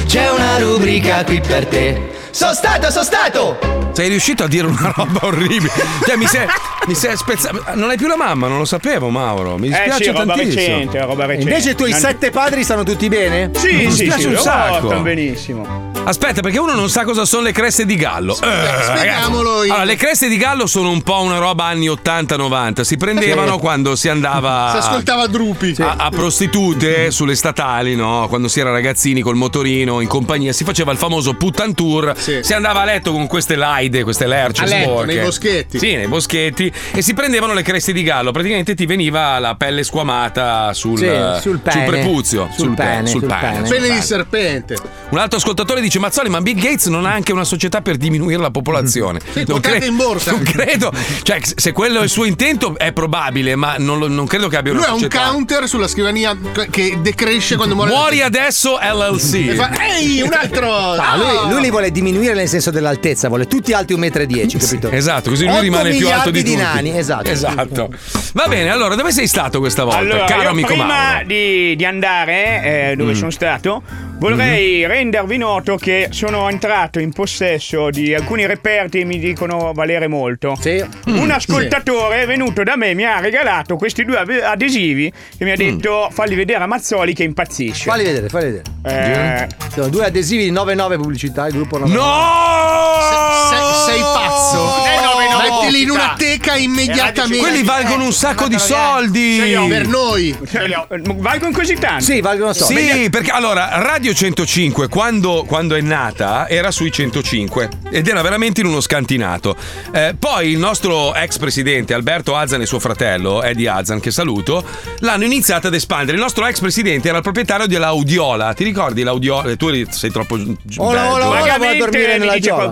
Speaker 3: C'è una rubrica qui per te. Sono stato, sono stato!
Speaker 4: Sei riuscito a dire una roba orribile. Cioè, mi sei, mi sei spezzato. Non hai più la mamma, non lo sapevo, Mauro. Mi dispiace
Speaker 8: Eh, sì, roba
Speaker 4: tantissimo.
Speaker 8: recente, roba recente.
Speaker 2: Invece i tuoi
Speaker 8: Non-
Speaker 2: sette padri stanno tutti bene?
Speaker 8: Sì,
Speaker 4: Mi
Speaker 8: sì,
Speaker 4: dispiace
Speaker 8: sì,
Speaker 4: un
Speaker 8: lo
Speaker 4: sacco.
Speaker 8: portano benissimo.
Speaker 4: Aspetta, perché uno non sa cosa sono le creste di gallo. Eh, ragazzi.
Speaker 8: spieghiamolo io.
Speaker 4: Allora, le creste di gallo sono un po' una roba anni 80-90. Si prendevano
Speaker 10: Sì.
Speaker 4: quando si andava.
Speaker 10: Si ascoltava Drupi.
Speaker 4: a, a prostitute sulle statali, no? Quando si era ragazzini col motorino in compagnia, si faceva il famoso puttan tour. Si andava a letto con queste laide, queste lerce
Speaker 10: A letto,
Speaker 4: sporche.
Speaker 10: nei boschetti.
Speaker 4: Sì, nei boschetti. E si prendevano le creste di gallo. Praticamente ti veniva la pelle squamata sul,
Speaker 10: Sì, sul pene.
Speaker 4: prepuzio.
Speaker 10: Sul pene,
Speaker 4: sul
Speaker 10: sul
Speaker 4: pane.
Speaker 10: pene. Pene di serpente.
Speaker 4: Un altro ascoltatore dice: Mazzoli, ma Bill Gates non ha anche una società per diminuire la popolazione.
Speaker 10: Sì, quotate in borsa.
Speaker 4: Non credo. Cioè, se quello è il suo intento, è probabile, ma non, lo- non credo che abbia
Speaker 10: Lui
Speaker 4: una
Speaker 10: ha un
Speaker 4: società.
Speaker 10: counter sulla scrivania che decresce quando muore.
Speaker 4: Muori adesso LLC.
Speaker 10: E fa, ehi, un altro!
Speaker 2: Ah, lui, lui li vuole diminuire nel senso dell'altezza, vuole tutti alti 1,10 m, capito?
Speaker 4: Esatto, così lui
Speaker 2: Otto
Speaker 4: rimane più alto di
Speaker 2: miliardi
Speaker 4: tutti.
Speaker 2: nani, esatto.
Speaker 4: Esatto. Va bene, allora dove sei stato questa volta,
Speaker 8: Allora,
Speaker 4: caro
Speaker 8: io
Speaker 4: amico
Speaker 8: prima
Speaker 4: Mauro?
Speaker 8: Di, di andare eh, dove
Speaker 4: Mm. Mm-hmm.
Speaker 8: sono stato, vorrei rendervi noto che sono entrato in possesso di alcuni reperti che mi dicono valere molto. Un
Speaker 7: Mm,
Speaker 8: ascoltatore è venuto da me e mi ha regalato questi due ave- adesivi e mi ha
Speaker 4: Mm.
Speaker 8: detto falli vedere a Mazzoli che impazzisce.
Speaker 2: Falli vedere, falli vedere.
Speaker 8: Eh.
Speaker 2: Sono due adesivi di 99 pubblicità, il gruppo 99.
Speaker 4: No! Eh,
Speaker 10: Eh,
Speaker 2: sei pazzo?
Speaker 7: Nel
Speaker 10: Oh, Mettili in una teca immediatamente.
Speaker 4: Quelli valgono un sacco di soldi.
Speaker 10: Ce li ho. Per noi.
Speaker 8: Ce li ho. Valgono così tanto.
Speaker 2: Sì, valgono soldi.
Speaker 4: Sì, perché allora Radio 105 quando, quando è nata era sui 105 ed era veramente in uno scantinato. Eh, poi il nostro ex presidente Alberto Azan e suo fratello Eddie Azan, che saluto, l'hanno iniziata ad espandere. Il nostro ex presidente era il proprietario dell'Audiola. Ti ricordi l'Audiola? Tu eri- sei troppo. gi-
Speaker 2: Ola,
Speaker 4: bello.
Speaker 2: ola, ola, vado a dormire nella giola.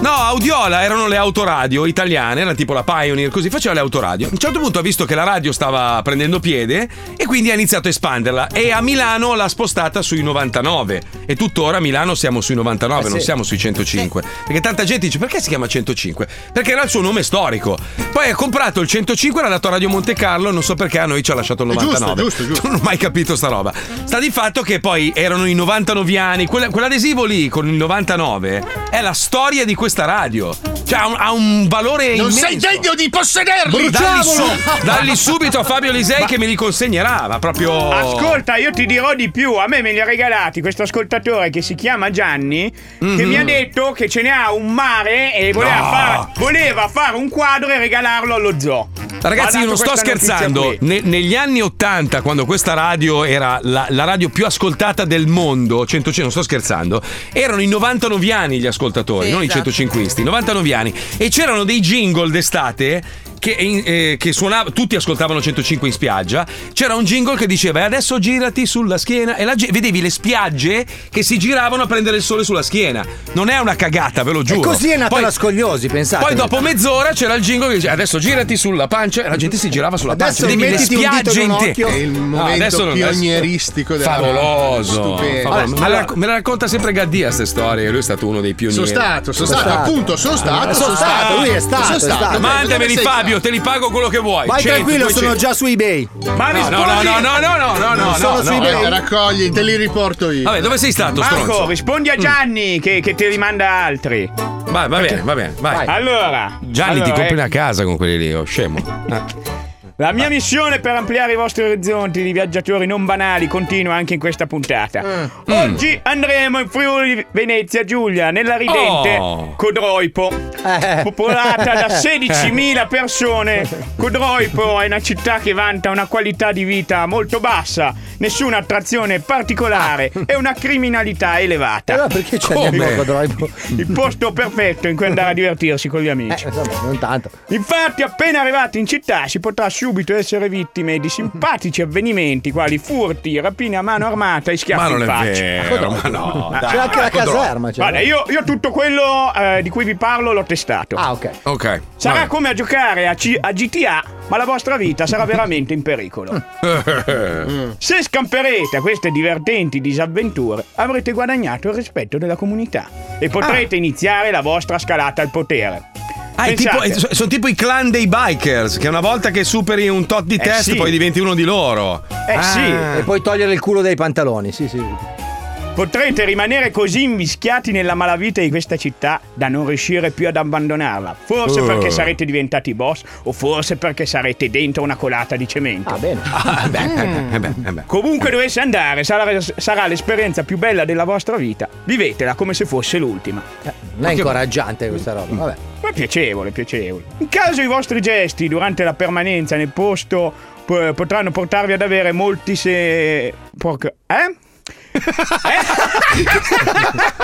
Speaker 4: No, Audiola erano le autoradio italiane, era tipo la Pioneer, così faceva le autoradio. A un certo punto ha visto che la radio stava prendendo piede e quindi ha iniziato a espanderla e a Milano l'ha spostata sui 99 e tuttora a Milano siamo sui 99,
Speaker 5: Eh,
Speaker 4: non
Speaker 5: sì.
Speaker 4: siamo sui 105. Perché tanta gente dice perché si chiama 105? Perché era il suo nome storico. Poi ha comprato il 105 l'ha dato a Radio Monte Carlo, non so perché a noi ci ha lasciato il
Speaker 10: È giusto,
Speaker 4: 99.
Speaker 10: giusto, giusto.
Speaker 4: Non ho mai capito sta roba. Sta di fatto che poi erano i 99 anni, quella- quell'adesivo lì con il 99 è la storia di questa radio. Cioè ha un, ha un valore
Speaker 10: Eh, Non
Speaker 4: immenso.
Speaker 10: sei degno di possederli.
Speaker 4: Dalli,
Speaker 10: Bruciamolo!
Speaker 4: su- dalli subito a Fabio Lisei che me li consegnerà, ma proprio
Speaker 8: Ascolta, io ti dirò di più. A me me li ha regalati questo ascoltatore che si chiama Gianni, che
Speaker 4: Mhm.
Speaker 8: mi ha detto che ce ne ha un mare e voleva,
Speaker 4: No.
Speaker 8: far- voleva fare un quadro e regalarlo allo zoo.
Speaker 4: Ragazzi,
Speaker 8: Ha
Speaker 4: io non
Speaker 8: dato
Speaker 4: sto
Speaker 8: questa notizia
Speaker 4: scherzando.
Speaker 8: qui.
Speaker 4: Ne- negli anni 80, quando questa radio era la, la radio più ascoltata del mondo, 105, non sto scherzando, erano i 99 anni gli ascoltatori,
Speaker 5: Sì,
Speaker 4: non
Speaker 5: esatto.
Speaker 4: i 105 99 anni. E c'erano dei jingle d'estate che, eh, che suonava- tutti ascoltavano 105 in spiaggia. C'era un jingle che diceva: "E Adesso girati sulla schiena. E la ge- vedevi le spiagge che si giravano a prendere il sole sulla schiena. Non è una cagata, ve lo giuro.
Speaker 2: E così è nata
Speaker 4: Poi-
Speaker 2: la Scogliosi, pensate.
Speaker 4: poi dopo mezz'ora c'era il jingle che diceva adesso girati sulla pancia e la gente si girava sulla
Speaker 10: Adesso
Speaker 4: pancia. Vedi le
Speaker 10: mettiti un dito
Speaker 4: spiagge
Speaker 10: in un
Speaker 4: in te.
Speaker 10: occhio. È il momento pionieristico della-
Speaker 4: Favoloso.
Speaker 10: Stupendo.
Speaker 4: favoloso. Me,
Speaker 10: Allora-
Speaker 4: la, racco- me la racconta sempre Gaddia queste storie, lui è stato uno dei pionieri.
Speaker 10: Sono stato, sono stato, appunto, sono stato, sono stato, lui è stato, sono stato.
Speaker 4: Mandameli
Speaker 10: Dove sei
Speaker 4: Fabio, te li pago quello che vuoi.
Speaker 10: Vai tranquillo, sono
Speaker 2: Sono già su eBay.
Speaker 4: Ma
Speaker 10: No,
Speaker 4: rispondi.
Speaker 10: no, no, no, no, no, no,
Speaker 4: Sono
Speaker 10: no,
Speaker 4: sui
Speaker 10: no,
Speaker 4: bei.
Speaker 10: eh, raccogli, te li riporto io.
Speaker 4: Vabbè, dove sei stato,
Speaker 8: Marco,
Speaker 4: stronzo?
Speaker 8: rispondi a Gianni che, che ti rimanda altri.
Speaker 4: Vai, va bene, va bene, vai.
Speaker 8: Allora,
Speaker 4: Gianni
Speaker 8: allora,
Speaker 4: ti compri
Speaker 8: ecco.
Speaker 4: una casa con quelli lì, oh scemo.
Speaker 10: Eh.
Speaker 8: La
Speaker 4: Ah.
Speaker 8: mia missione per ampliare i vostri orizzonti di viaggiatori non banali continua anche in questa
Speaker 10: Eh.
Speaker 8: puntata.
Speaker 4: Mm.
Speaker 8: Oggi andremo in Friuli Venezia Giulia, nella ridente
Speaker 5: Oh.
Speaker 8: Codroipo, popolata da 16.000 persone. Codroipo è una città che vanta una qualità di vita molto bassa, nessuna attrazione particolare e una criminalità elevata.
Speaker 2: Allora perché c'è andiamo a Codroipo?
Speaker 8: Il posto perfetto in cui andare a divertirsi con gli amici.
Speaker 2: Eh, insomma, non tanto.
Speaker 8: Infatti, appena arrivati in città si potrà subito essere vittime di simpatici avvenimenti quali furti, rapine a mano armata e schiaffi
Speaker 4: Ma non
Speaker 8: in
Speaker 4: è
Speaker 8: faccia.
Speaker 4: vero, ma no,
Speaker 8: Ah,
Speaker 4: dai.
Speaker 8: c'è anche la
Speaker 4: Codro-
Speaker 8: caserma, c'è. Guarda, io, io tutto quello eh, di cui vi parlo l'ho testato. Ah,
Speaker 2: ok.
Speaker 4: Ok.
Speaker 8: Sarà come a giocare a, C- a GTA, ma la vostra vita sarà veramente in
Speaker 4: Mm.
Speaker 8: pericolo.
Speaker 10: Mm.
Speaker 8: Se scamperete a queste divertenti disavventure, avrete guadagnato il rispetto della comunità e potrete iniziare la vostra scalata al potere.
Speaker 4: Ah, è tipo-
Speaker 8: Pensate-
Speaker 4: eh, so- sono tipo i clan dei bikers, che una volta che superi un tot di
Speaker 8: Eh,
Speaker 4: test,
Speaker 8: sì.
Speaker 4: poi diventi uno di loro. Ah,
Speaker 8: Eh, sì.
Speaker 2: E poi togliere il culo dai pantaloni, sì, sì.
Speaker 8: Potrete rimanere così invischiati nella malavita di questa città da non riuscire più ad abbandonarla. Forse
Speaker 4: Uh.
Speaker 8: perché sarete diventati boss o forse perché sarete dentro una colata di cemento. Ah, bene.
Speaker 4: Ah, beh, eh, beh, eh, beh, eh, beh.
Speaker 8: Comunque dovesse andare, sarà, sarà l'esperienza più bella della vostra vita. Vivetela come se fosse l'ultima.
Speaker 2: Eh, Non è incoraggiante questa
Speaker 4: Mm.
Speaker 2: roba. Vabbè.
Speaker 8: Ma è piacevole, piacevole. In caso i vostri gesti durante la permanenza nel posto p- potranno portarvi ad avere molti se... porca- Eh?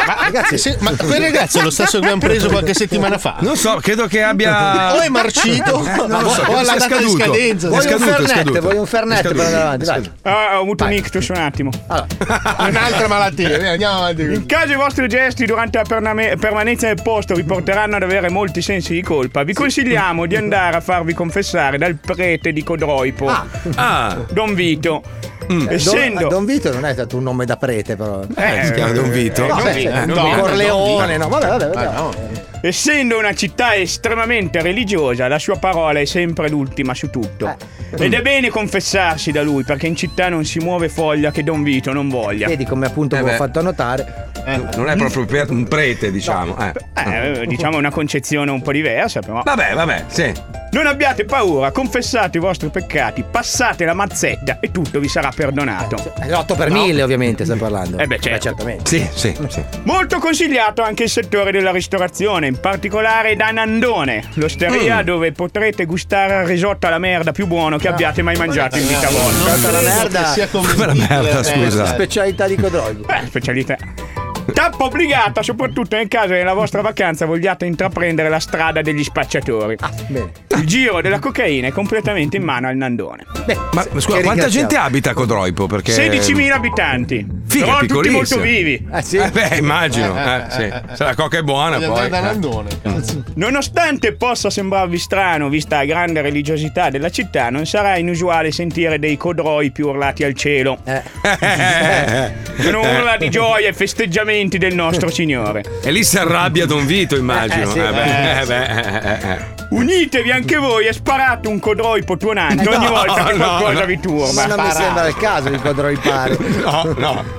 Speaker 10: Ma ragazzi, se- ma quel ragazzo è lo stesso che abbiamo preso qualche settimana fa.
Speaker 4: Non so, credo che abbia.
Speaker 10: O è marcito,
Speaker 4: Eh, non lo so,
Speaker 10: o
Speaker 4: credo
Speaker 10: alla
Speaker 4: sia
Speaker 10: data di
Speaker 4: scaduto.
Speaker 10: scadenza.
Speaker 4: È
Speaker 10: Voglio un
Speaker 4: scaduto, è
Speaker 10: Fernet,
Speaker 4: scaduto.
Speaker 10: voglio un
Speaker 4: È
Speaker 10: Fernet
Speaker 4: scaduto.
Speaker 10: per andare avanti,
Speaker 4: È
Speaker 10: dai.
Speaker 4: scaduto.
Speaker 8: Ah, ho avuto un ictus un attimo.
Speaker 10: Un'altra malattia, via, andiamo avanti.
Speaker 8: In caso i vostri gesti durante la pername- permanenza nel posto vi porteranno ad avere molti sensi di colpa, vi consigliamo di andare a farvi confessare dal prete di Codroipo,
Speaker 4: Ah. mm.
Speaker 8: Don Vito.
Speaker 2: Eh,
Speaker 8: Essendo.
Speaker 2: Don, Don Vito non è stato un nome da prete, però.
Speaker 8: Eh, si chiama Don Vito?
Speaker 2: No,
Speaker 8: Don
Speaker 2: beh,
Speaker 8: Vito, eh,
Speaker 2: cioè,
Speaker 8: Don Vito.
Speaker 2: Corleone,
Speaker 8: Don Vito. Ah,
Speaker 2: no, vabbè, vabbè, vabbè.
Speaker 8: Essendo una città estremamente religiosa, la sua parola è sempre l'ultima su tutto.
Speaker 2: Eh.
Speaker 8: Ed è bene confessarsi da lui, perché in città non si muove foglia che Don Vito non voglia.
Speaker 2: Vedi come appunto
Speaker 8: Eh
Speaker 2: vi ho
Speaker 8: beh.
Speaker 2: fatto notare.
Speaker 4: Eh, Non è proprio per un prete, diciamo. Eh.
Speaker 8: Eh, diciamo una concezione un po' diversa, però.
Speaker 4: Vabbè, vabbè, sì.
Speaker 8: Non abbiate paura, confessate i vostri peccati, passate la mazzetta e tutto vi sarà perdonato.
Speaker 4: Eh,
Speaker 2: È l'8 per 1000 ovviamente stai parlando. Eh beh, certamente.
Speaker 4: Sì, sì, sì.
Speaker 8: Molto consigliato anche il settore della ristorazione, in particolare da Nandone, l'osteria dove potrete gustare il risotto alla merda più buono che abbiate mai mangiato in vita vostra.
Speaker 2: Tanta la merda.
Speaker 4: Come la merda, Eh, scusa.
Speaker 2: Specialità di Codroglio.
Speaker 8: Beh, Eh, specialità. Tappa obbligata, soprattutto nel caso nella vostra vacanza vogliate intraprendere la strada degli spacciatori. Il giro della cocaina è completamente in mano al Nandone.
Speaker 4: Ma scusa,
Speaker 8: che
Speaker 4: quanta
Speaker 8: ringraziamo.
Speaker 4: gente abita a Codroipo? Perché...
Speaker 8: 16.000 abitanti.
Speaker 4: Figa,
Speaker 8: però tutti
Speaker 4: piccolissimo.
Speaker 8: molto vivi.
Speaker 4: Eh, sì. Eh, beh, immagino, eh, sì. Se la coca è buona, Voglio poi, andare da eh. Nandone.
Speaker 8: Nonostante possa sembrarvi strano, vista la grande religiosità della città, non sarà inusuale sentire dei codroi più urlati al cielo.
Speaker 4: Eh,
Speaker 8: Sono urla di gioia e festeggiamenti del nostro Signore.
Speaker 4: E Eh, lì si arrabbia Don Vito, immagino.
Speaker 8: Eh, sì,
Speaker 4: Eh, beh,
Speaker 8: eh,
Speaker 4: eh, beh, eh, eh, eh.
Speaker 8: Unitevi anche voi e sparate un codroipo tuonante ogni
Speaker 4: No,
Speaker 8: volta che
Speaker 4: no,
Speaker 8: qualcosa
Speaker 4: no.
Speaker 8: vi turba.
Speaker 4: Ma non mi
Speaker 8: Sparate.
Speaker 2: sembra il caso di quadroipare.
Speaker 4: No, no.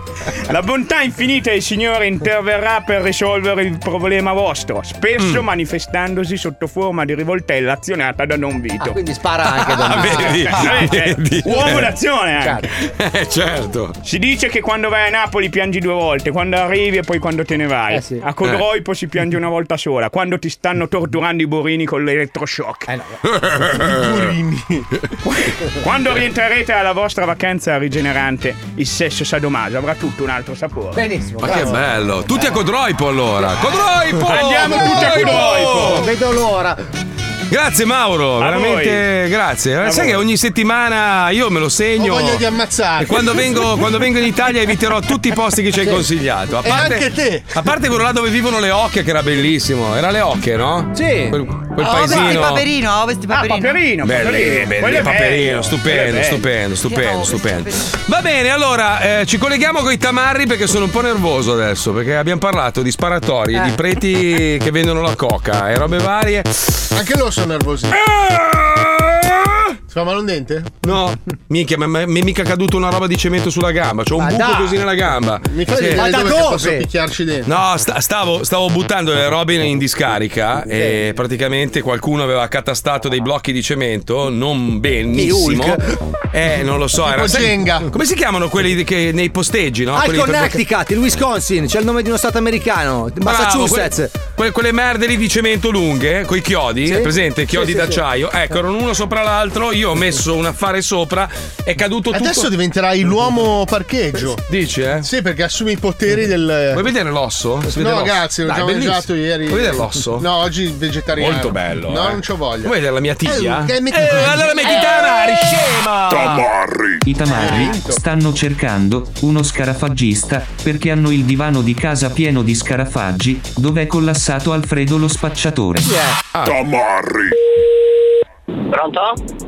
Speaker 8: La bontà infinita del Signore interverrà per risolvere il problema vostro,
Speaker 2: Mm.
Speaker 8: spesso manifestandosi sotto forma di rivoltella azionata da Don Vito.
Speaker 2: Ah, quindi spara anche Don
Speaker 8: Ah,
Speaker 2: Vito.
Speaker 8: vedi,
Speaker 2: Ah,
Speaker 8: vedi,
Speaker 2: vedi.
Speaker 8: Uomo
Speaker 2: Eh.
Speaker 8: d'azione anche.
Speaker 4: Eh, certo.
Speaker 8: Si dice che quando vai a Napoli piangi due volte, quando arrivi e poi quando te ne vai.
Speaker 2: Eh
Speaker 8: A Codroipo si piange una volta sola, quando ti stanno torturando i burini con l'elettroshock.
Speaker 2: Eh
Speaker 8: Quando rientrerete alla vostra vacanza rigenerante, il sesso sadomaso avrà tutto un altro sapore.
Speaker 2: Benissimo.
Speaker 4: Ma che bello. Tutti a Codroipo allora. Codroipo!
Speaker 8: Andiamo
Speaker 10: Oh,
Speaker 8: tutti a Codroipo!
Speaker 2: Vedo l'ora.
Speaker 4: Grazie Mauro, veramente grazie. Eh, Sai che ogni settimana io me lo segno.
Speaker 10: Ho voglia di ammazzare.
Speaker 4: E quando vengo, quando vengo in Italia eviterò tutti i posti che ci hai
Speaker 10: Sì.
Speaker 4: consigliato. A
Speaker 10: E
Speaker 4: parte,
Speaker 10: anche te.
Speaker 4: A parte quello là dove vivono le ocche, che era bellissimo. Era le ocche, no?
Speaker 2: Sì.
Speaker 4: Quel,
Speaker 10: Ah,
Speaker 4: quel
Speaker 17: A ovest di
Speaker 4: paesino.
Speaker 17: Oh, Paperino, a ovest di Paperino.
Speaker 8: Ah, Paperino,
Speaker 4: Belli, belli, paperino, stupendo,
Speaker 10: eh.
Speaker 4: stupendo, stupendo, stupendo. Va bene, allora eh, ci colleghiamo con i tamarri perché sono un po' nervoso adesso perché abbiamo parlato di sparatori,
Speaker 10: Eh.
Speaker 4: di preti che vendono la coca e robe varie.
Speaker 10: Anche loro sono nervosi.
Speaker 4: Ah!
Speaker 10: Si fa male un dente?
Speaker 4: No, minchia, ma ma- mi è mica caduto una roba di cemento sulla gamba. C'ho un
Speaker 10: Ma
Speaker 4: buco
Speaker 10: dai.
Speaker 4: così nella gamba.
Speaker 10: Mi fai
Speaker 4: Sì.
Speaker 10: vedere dove che posso picchiarci dentro?
Speaker 4: No, sta- stavo, stavo buttando le robe in discarica e praticamente qualcuno aveva catastato dei blocchi di cemento, non benissimo.
Speaker 2: Di
Speaker 4: Eh, non lo so,
Speaker 2: Tipo
Speaker 4: era sai-
Speaker 2: Jenga. Ah,
Speaker 4: Come si chiamano quelli che nei posteggi, no?
Speaker 2: Al
Speaker 4: Quelli per bloccare-
Speaker 2: Connecticut, il Wisconsin, c'è il nome di uno stato americano,
Speaker 4: Bravo,
Speaker 2: Massachusetts.
Speaker 4: que- que- quelle merde lì di cemento lunghe, eh, coi chiodi,
Speaker 2: Sì.
Speaker 4: è presente?
Speaker 2: Sì,
Speaker 4: Chiodi
Speaker 2: sì,
Speaker 4: d'acciaio. Ecco, erano uno sopra l'altro, io ho messo un affare sopra, è caduto tutto.
Speaker 10: Adesso diventerai l'uomo parcheggio.
Speaker 4: Dici, eh?
Speaker 10: Sì, perché assumi i poteri del.
Speaker 4: Vuoi vedere l'osso? Si vede
Speaker 10: no,
Speaker 4: l'osso?
Speaker 10: grazie, l'ho
Speaker 4: Dai,
Speaker 10: già
Speaker 4: bellissimo.
Speaker 10: mangiato ieri.
Speaker 4: Vuoi vedere l'osso?
Speaker 10: No, oggi vegetariano.
Speaker 4: Molto bello.
Speaker 10: No,
Speaker 4: eh.
Speaker 10: non c'ho voglia.
Speaker 4: Vuoi vedere la mia tiglia?
Speaker 10: Eh, eh, metti-
Speaker 4: Eh, allora metti i tamarri, scema!
Speaker 20: I tamarri stanno cercando uno scarafaggista perché hanno il divano di casa pieno di scarafaggi, dov'è collassato Alfredo lo spacciatore.
Speaker 10: Tamarri.
Speaker 19: Pronto?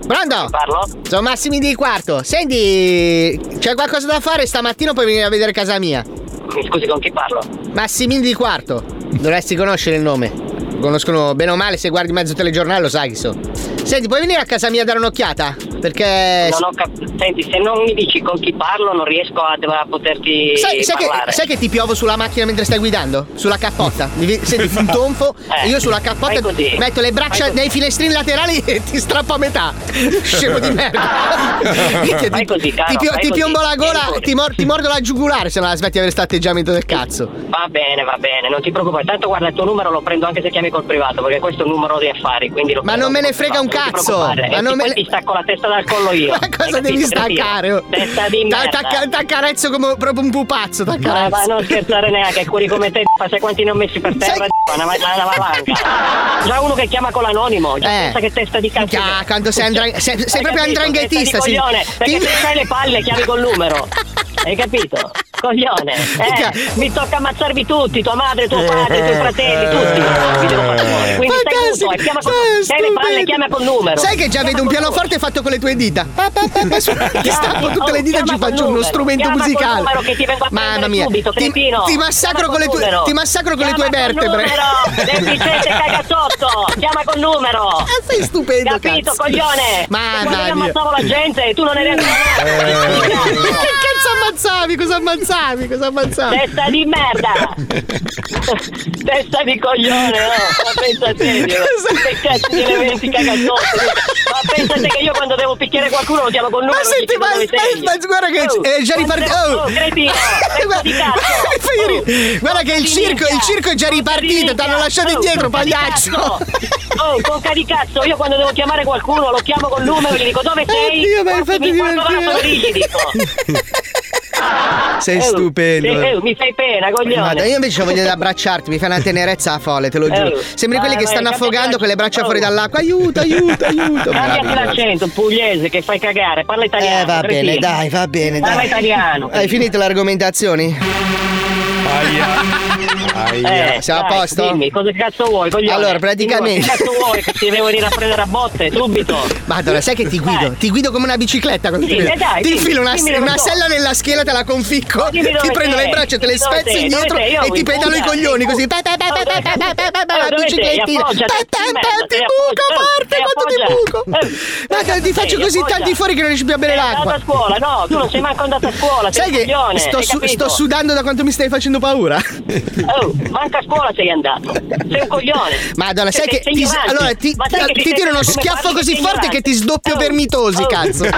Speaker 13: Pronto?
Speaker 19: Parlo?
Speaker 13: Sono Massimi di quarto. Senti, c'è qualcosa da fare stamattina puoi venire a vedere casa mia.
Speaker 19: Mi scusi, con chi parlo?
Speaker 13: Massimini di quarto. Dovresti conoscere il nome. Conoscono bene o male, se guardi mezzo telegiornale lo sai chi sono. Senti, puoi venire a casa mia a dare un'occhiata? Perché.
Speaker 19: Non ho cap- Senti, se non mi dici con chi parlo, non riesco a, a poterti
Speaker 13: Sai, sai
Speaker 19: parlare.
Speaker 13: che, sai che ti piovo sulla macchina mentre stai guidando? Sulla cappotta? Mi vi- Senti, fa un tonfo
Speaker 19: Eh,
Speaker 13: e io sulla cappotta metto le braccia nei finestrini laterali e ti strappo a metà. Scemo di merda. Minchia,
Speaker 19: Fai così, caro,
Speaker 13: ti, pio-
Speaker 19: fai
Speaker 13: ti
Speaker 19: così.
Speaker 13: piombo la gola,
Speaker 19: Vieni
Speaker 13: ti, mor- ti mordo la giugulare se non la smetti di avere questo atteggiamento del cazzo.
Speaker 19: Va bene, va bene, non ti preoccupare. Tanto guarda, il tuo numero lo prendo anche se chiami col privato, perché questo è un numero di affari, quindi lo
Speaker 13: Ma
Speaker 19: prendo
Speaker 13: non me
Speaker 19: col
Speaker 13: ne frega
Speaker 19: privato,
Speaker 13: un
Speaker 19: non ti
Speaker 13: cazzo.
Speaker 19: preoccupare.
Speaker 13: Ma
Speaker 19: E
Speaker 13: non
Speaker 19: ti-
Speaker 13: me
Speaker 19: poi
Speaker 13: ne-
Speaker 19: ti stacco la testa dal collo io.
Speaker 13: Ma cosa
Speaker 19: Hai capito?
Speaker 13: devi staccare? oh?
Speaker 19: Testa di
Speaker 13: Dai,
Speaker 19: merda.
Speaker 13: t'acca- T'accarezzo come proprio un pupazzo,
Speaker 19: Ma,
Speaker 13: t'accarezzo.
Speaker 19: ma non scherzare neanche, curi come te, fa sai quanti ne ho messi per terra, una, una, una valanga. Già uno che chiama con l'anonimo, già
Speaker 13: Eh.
Speaker 19: pensa che testa di cazzo.
Speaker 13: Ah, quando sei, andra- sei, sei
Speaker 19: Hai
Speaker 13: proprio
Speaker 19: capito? Testa
Speaker 13: andranghettista.
Speaker 19: di
Speaker 13: sì.
Speaker 19: coglione, perché
Speaker 13: Ti-
Speaker 19: se fai le palle chiami col numero. Hai capito? Coglione.
Speaker 13: Minchia.
Speaker 19: Eh, mi tocca ammazzarvi tutti, tua madre, tuo padre, i tuoi fratelli, tutti.
Speaker 13: Eh.
Speaker 19: Vi devo far fuori. Quindi stai
Speaker 13: Fantastico.
Speaker 19: muto e chiama col
Speaker 13: Eh,
Speaker 19: Se hai le palle
Speaker 13: stupendo.
Speaker 19: chiama col numero.
Speaker 13: Sai che già
Speaker 19: Chiama
Speaker 13: vedo un
Speaker 19: col
Speaker 13: pianoforte fatto con le tue dita. Pa, pa, pa, pa, su- Ti stacco tutte le dita e ci
Speaker 19: Chiama col
Speaker 13: faccio uno
Speaker 19: numero,
Speaker 13: strumento
Speaker 19: chiama col
Speaker 13: musicale.
Speaker 19: numero che ti vengo a
Speaker 13: Mamma
Speaker 19: prendere
Speaker 13: mia.
Speaker 19: subito,
Speaker 13: Ti,
Speaker 19: cretino.
Speaker 13: ti massacro
Speaker 19: Chiama
Speaker 13: con le
Speaker 19: col
Speaker 13: tue
Speaker 19: numero.
Speaker 13: ti massacro con le tue
Speaker 19: Chiama col
Speaker 13: vertebre.
Speaker 19: numero, deficiente cagazzotto, chiama col numero.
Speaker 13: Ah, sei stupendo,
Speaker 19: Capito,
Speaker 13: cazzo.
Speaker 19: coglione?
Speaker 13: Mamma
Speaker 19: Guarda che
Speaker 13: mia.
Speaker 19: ammazzavo la gente e tu non eri andato.
Speaker 13: Che cazzo ammazzavi? ammazzavi? Cosa ammazzavi? Cosa ammazzavi?
Speaker 19: Testa di merda! Testa di coglione, no? Ma pensa a te, Dio. Che cazzo di elementi cagazzotto? Ma pensate che io quando devo picchiare qualcuno lo chiamo con numero.
Speaker 13: Ma senti, ma, ma- ma guarda che è già ripartito.
Speaker 19: Oh, oh, cretino, testa di cazzo. Oh,
Speaker 13: Guarda che il circo, il circo è già ripartito, ti hanno lasciato indietro, pagliaccio.
Speaker 19: Oh, conca di cazzo, io quando devo chiamare qualcuno lo chiamo col numero, gli dico dove sei?
Speaker 13: Oddio, mi hai
Speaker 19: Portami qua dove
Speaker 13: fatto
Speaker 19: la
Speaker 13: divertire.
Speaker 19: Parigi, dico.
Speaker 17: Oh.
Speaker 13: Sei
Speaker 19: Eh,
Speaker 13: stupendo.
Speaker 19: sì, eh, mi fai pena, coglione.
Speaker 13: Madonna, io invece ho voglia di abbracciarti, mi fai una tenerezza a folle, te lo
Speaker 19: Eh,
Speaker 13: giuro. Sembri quelli
Speaker 19: vai, vai,
Speaker 13: che stanno
Speaker 19: cambia
Speaker 13: affogando con le braccia fuori dall'acqua. Aiuto, aiuto, aiuto.
Speaker 19: Cambiati
Speaker 13: Meraviglioso.
Speaker 19: l'accento pugliese che fai cagare, parla italiano.
Speaker 13: Eh, va bene,
Speaker 19: cretino.
Speaker 13: dai, va bene.
Speaker 19: Parla
Speaker 13: Dai.
Speaker 19: italiano.
Speaker 13: Hai finito le argomentazioni?
Speaker 19: Eh,
Speaker 13: Siamo a
Speaker 19: dai,
Speaker 13: posto?
Speaker 19: dimmi, cosa cazzo vuoi, coglione?
Speaker 13: Allora, praticamente-
Speaker 19: Dimmi, Cosa cazzo vuoi che ti devo venire a prendere a botte subito?
Speaker 13: Madonna, sai che ti guido? Ti guido come una bicicletta quando
Speaker 19: Sì,
Speaker 13: ti vedo.
Speaker 19: eh, dai,
Speaker 13: Ti
Speaker 19: dimmi,
Speaker 13: infilo una,
Speaker 19: dimmi dove
Speaker 13: una
Speaker 19: sono.
Speaker 13: sella nella schiena, te la conficco, Ecco, ti
Speaker 19: dimmi dove
Speaker 13: prendo
Speaker 19: sei,
Speaker 13: le braccia, te le
Speaker 19: dimmi dove
Speaker 13: spezzo
Speaker 19: sei, dove
Speaker 13: indietro
Speaker 19: sei, io
Speaker 13: e
Speaker 19: mi
Speaker 13: ti pedalo i
Speaker 19: pugna,
Speaker 13: coglioni
Speaker 19: mi
Speaker 13: così.
Speaker 19: pugna.
Speaker 13: Pa, pa, pa, pa, pa, pa, pa, pa, pa,
Speaker 19: Eh,
Speaker 13: La
Speaker 19: dove sei?
Speaker 13: biciclettina.
Speaker 19: Appoggiati,
Speaker 13: Pa, pa,
Speaker 19: merda,
Speaker 13: pa, Ti
Speaker 19: ti
Speaker 13: buco
Speaker 19: appoggia.
Speaker 13: forte
Speaker 19: Eh,
Speaker 13: quanto ti buco. Ma ti faccio
Speaker 19: sei?
Speaker 13: così
Speaker 19: Appoggia.
Speaker 13: tanti fuori che non riesci più a bere
Speaker 19: Sei
Speaker 13: l'acqua.
Speaker 19: andato a scuola, no, tu non sei manco andato a scuola, sei
Speaker 13: Sai
Speaker 19: un
Speaker 13: che
Speaker 19: coglione,
Speaker 13: sto,
Speaker 19: hai
Speaker 13: su-
Speaker 19: capito?
Speaker 13: sto sudando da quanto mi stai facendo paura.
Speaker 19: Oh, manca a scuola sei andato. Sei un coglione. Cioè,
Speaker 13: Madonna, sai
Speaker 19: Sei-
Speaker 13: che
Speaker 19: sei
Speaker 13: ti,
Speaker 19: ignorante.
Speaker 13: allora, ti,
Speaker 19: Ma sai
Speaker 13: ti-
Speaker 19: che
Speaker 13: ti
Speaker 19: sei-
Speaker 13: tiro uno
Speaker 19: come
Speaker 13: schiaffo
Speaker 19: parli,
Speaker 13: così
Speaker 19: sei
Speaker 13: forte che ti sdoppio per mitosi, cazzo.
Speaker 19: Oh.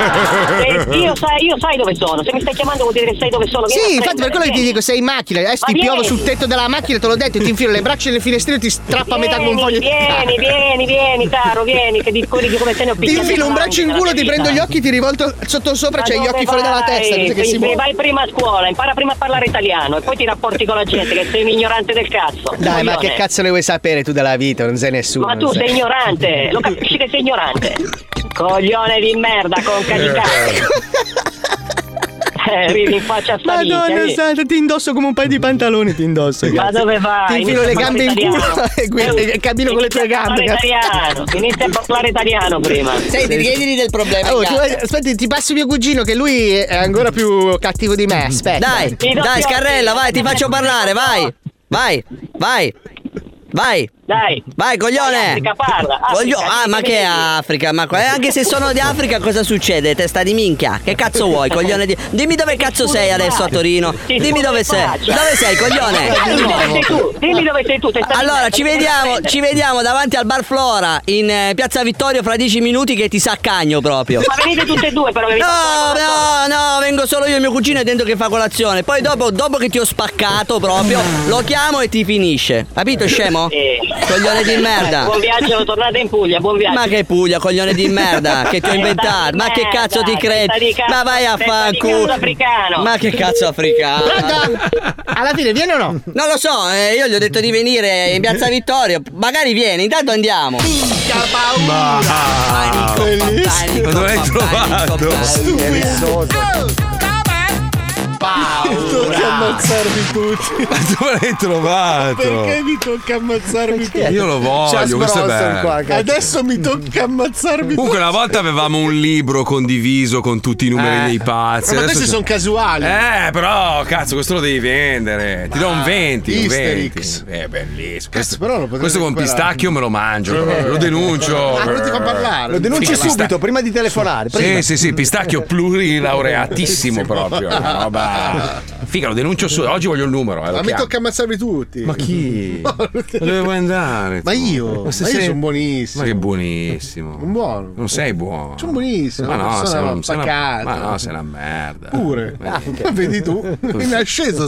Speaker 19: Eh, io, sai, io sai dove sono, se mi stai chiamando vuol dire che sai dove sono. vieni a
Speaker 13: Sì, infatti per
Speaker 19: prendere,
Speaker 13: quello che ti
Speaker 19: vieni.
Speaker 13: dico, sei in macchina, adesso
Speaker 19: Ma
Speaker 13: ti piovo
Speaker 19: vieni.
Speaker 13: sul tetto della macchina, te l'ho detto, ti infilo le braccia nel finestrino e ti strappo a metà con un foglio di
Speaker 19: Vieni, vieni, vieni, caro, vieni, che di quelli che come te ne ho
Speaker 13: Ti
Speaker 19: picchiati.
Speaker 13: infilo un braccio in
Speaker 19: tanti
Speaker 13: culo,
Speaker 19: nella
Speaker 13: ti
Speaker 19: mia
Speaker 13: prendo
Speaker 19: vita.
Speaker 13: gli occhi, ti rivolto sotto sopra,
Speaker 19: Ma
Speaker 13: c'hai gli
Speaker 19: dove
Speaker 13: occhi fuori dalla
Speaker 19: vai?
Speaker 13: testa, così che
Speaker 19: Sì,
Speaker 13: si
Speaker 19: sì,
Speaker 13: muove.
Speaker 19: Vai prima a scuola, impara prima a parlare italiano e poi ti rapporti con la gente che sei un ignorante del cazzo.
Speaker 13: Dai, ma che
Speaker 19: coglione.
Speaker 13: cazzo ne vuoi sapere tu della vita? Non sei nessuno.
Speaker 19: Ma tu
Speaker 13: non
Speaker 19: sei ignorante, lo capisci che sei ignorante? Coglione di merda, conca di
Speaker 4: eh,
Speaker 19: cazzo. Eh, ridi in faccia a sta minchia,
Speaker 13: Madonna
Speaker 19: ridi.
Speaker 13: santa, ti indosso come un paio di pantaloni, ti indosso.
Speaker 19: Ma
Speaker 13: grazie.
Speaker 19: dove vai?
Speaker 13: Ti infilo
Speaker 19: Inizia
Speaker 13: le
Speaker 19: a
Speaker 13: gambe in
Speaker 19: parlare
Speaker 13: culo
Speaker 19: italiano. Eh,
Speaker 13: e gue- e cammino con le tue gambe.
Speaker 19: Parla
Speaker 13: cazzo.
Speaker 19: italiano, inizia a parlare italiano prima.
Speaker 13: Oh, ti- aspetta, ti passo mio cugino che lui è ancora più cattivo di me. Aspetta.
Speaker 3: Dai, dai, scarrella, vai, ti faccio parlare, vai. Vai, vai. Vai.
Speaker 19: Dai.
Speaker 3: Vai, coglione.
Speaker 19: Africa, parla, Africa,
Speaker 3: Voglio- ah,
Speaker 19: che
Speaker 3: ma
Speaker 19: mi
Speaker 3: che
Speaker 19: dici?
Speaker 3: Africa? Ma qua- eh, anche se sono di Africa cosa succede? Testa di minchia. Che cazzo vuoi, coglione di Dimmi dove cazzo sei adesso a Torino.
Speaker 19: Sì, tu
Speaker 3: Dimmi dove
Speaker 19: sei
Speaker 3: sei.
Speaker 19: faccia.
Speaker 3: Dove sei, coglione?
Speaker 19: Dimmi dove sei tu, dimmi dove sei tu. sei stato
Speaker 3: Allora,
Speaker 19: in
Speaker 3: ci
Speaker 19: mezzo,
Speaker 3: vediamo,
Speaker 19: ti
Speaker 3: ci
Speaker 19: devo
Speaker 3: vediamo davanti al bar Flora in eh, Piazza Vittorio fra dieci minuti che ti saccagno proprio.
Speaker 19: Ma venite tutte e due però che vi faccio la
Speaker 3: No, no, no, vengo solo io e mio cugino è dentro che fa colazione. Poi dopo, dopo che ti ho spaccato proprio, lo chiamo e ti finisce. Capito, scemo?
Speaker 19: Eh, Sì.
Speaker 3: Coglione di merda.
Speaker 19: Buon viaggio, tornate in Puglia, buon viaggio.
Speaker 3: Ma che Puglia, coglione di merda, che ti ho
Speaker 19: Eh, dai,
Speaker 3: inventato. Ma che
Speaker 19: merda,
Speaker 3: cazzo ti
Speaker 19: testa di
Speaker 3: credi?
Speaker 19: cazzo,
Speaker 3: Ma vai a
Speaker 19: testa di
Speaker 3: fanculo.
Speaker 19: cazzo africano.
Speaker 3: Ma che cazzo africano?
Speaker 13: Alla fine viene o no?
Speaker 3: Non lo so, eh, io gli ho detto di venire in Piazza Vittorio. Magari vieni, intanto andiamo.
Speaker 4: Ma Ma dove l'hai trovato?
Speaker 10: Tocca ammazzarvi tutti.
Speaker 4: Ma dove l'hai trovato?
Speaker 10: Perché mi tocca ammazzarmi tutti?
Speaker 4: Io lo voglio,
Speaker 10: Charles
Speaker 4: questo è
Speaker 10: Bronson
Speaker 4: bello.
Speaker 10: qua, cazzo. Adesso mi tocca ammazzarmi
Speaker 4: Comunque
Speaker 10: tutti.
Speaker 4: una volta avevamo un libro condiviso con tutti i numeri
Speaker 10: Eh.
Speaker 4: dei pazzi.
Speaker 10: Ma
Speaker 4: adesso
Speaker 10: questi
Speaker 4: c'è-
Speaker 10: sono casuali. Ah,
Speaker 4: Eh, però, cazzo, questo lo devi vendere. Ti do un 20, un
Speaker 10: Easter
Speaker 4: 20.
Speaker 10: X.
Speaker 4: È bellissimo.
Speaker 10: Cazzo, però lo potrei
Speaker 4: Questo con
Speaker 10: recuperare. Cioè, eh,
Speaker 4: pistacchio me lo mangio, però. lo denuncio.
Speaker 10: Ah, non ti fa parlare.
Speaker 2: Lo denunci
Speaker 4: Pista-
Speaker 2: subito, prima di telefonare. prima.
Speaker 4: Sì, sì, sì, pistacchio plurilaureatissimo proprio. Una roba. Figa, lo denuncio su. Oggi voglio il numero. Eh, lo
Speaker 10: Ma mi
Speaker 4: chiamo.
Speaker 10: tocca ammazzarvi tutti.
Speaker 4: Ma chi? Ma dove vuoi andare?
Speaker 10: Ma
Speaker 4: tu?
Speaker 10: io?
Speaker 4: se
Speaker 10: Ma io sono buonissimo.
Speaker 4: Ma che buonissimo.
Speaker 10: Un buono.
Speaker 4: Non sei buono.
Speaker 10: Sono buonissimo.
Speaker 4: Ma no,
Speaker 10: sono
Speaker 4: sei
Speaker 10: una
Speaker 4: un- sei una,
Speaker 10: pacata.
Speaker 4: ma no, sei una merda.
Speaker 10: Pure. Ma vedi tu, in ascesa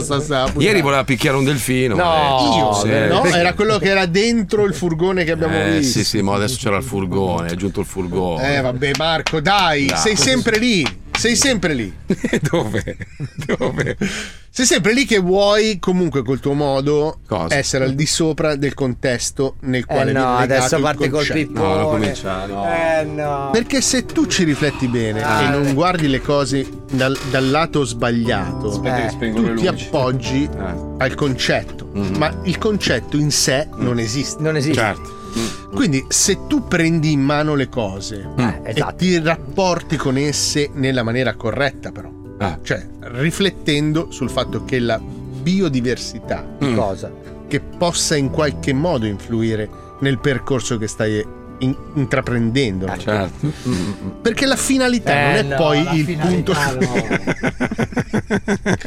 Speaker 10: stasera.
Speaker 4: Ieri voleva picchiare un delfino.
Speaker 10: No,
Speaker 4: ma-
Speaker 10: io,
Speaker 4: Sì.
Speaker 10: no,
Speaker 4: Perché-
Speaker 10: era quello che era dentro il furgone che abbiamo
Speaker 4: Eh,
Speaker 10: visto.
Speaker 4: sì, sì, ma adesso c'era il furgone, è giunto il furgone.
Speaker 10: Eh, vabbè, Marco, dai,
Speaker 4: Dai.
Speaker 10: sei sempre lì. Sei sempre lì.
Speaker 4: Dove? Dove?
Speaker 10: Sei sempre lì che vuoi, comunque, col tuo modo,
Speaker 4: Cosa? Eh,
Speaker 10: essere al di sopra del contesto nel quale
Speaker 2: no,
Speaker 10: viene legato
Speaker 2: adesso
Speaker 10: il
Speaker 2: parte col
Speaker 10: concetto.
Speaker 2: pippone. No, non
Speaker 4: cominciare, no.
Speaker 2: Eh no.
Speaker 10: Perché se tu ci rifletti bene
Speaker 4: Ah.
Speaker 10: e non guardi le cose dal, dal lato sbagliato,
Speaker 4: Mm. Aspetta che spengo le
Speaker 10: tu ti
Speaker 4: luci. Ah. Mm.
Speaker 10: appoggi al concetto, ma il concetto in sé non esiste.
Speaker 2: Non esiste.
Speaker 4: Certo.
Speaker 10: Quindi se tu prendi in mano le cose eh, e ti rapporti con esse nella maniera corretta però, cioè riflettendo sul fatto che la biodiversità
Speaker 2: cosa
Speaker 10: che possa in qualche modo influire nel percorso che stai in- intraprendendo. Perché la finalità
Speaker 2: Eh,
Speaker 10: non è
Speaker 2: no,
Speaker 10: poi
Speaker 2: la
Speaker 10: il
Speaker 2: finalità
Speaker 10: punto.